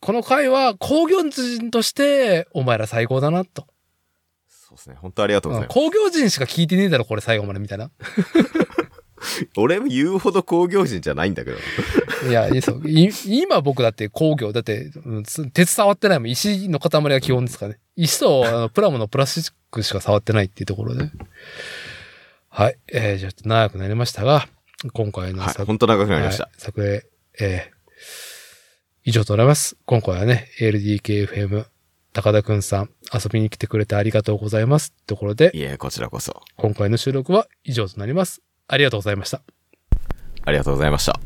この回は工業人として、お前ら最高だな、と。そうですね。本当ありがとうございます。工業人しか聞いてねえだろ、これ最後まで、みたいな。俺も言うほど工業人じゃないんだけど。いや、いいそうい今僕だって工業、だって、うんつ鉄触ってないもん。石の塊が基本ですからね。石とあのプラモのプラスチックしか触ってないっていうところで。はい。えー、じゃあちょっと長くなりましたが、今回のはい。作、本当長くなりました。はい作例、えー以上となります。今回はね、ALDKFM、高田くんさん、遊びに来てくれてありがとうございます。ところで、いえ、こちらこそ。今回の収録は以上となります。ありがとうございました。ありがとうございました。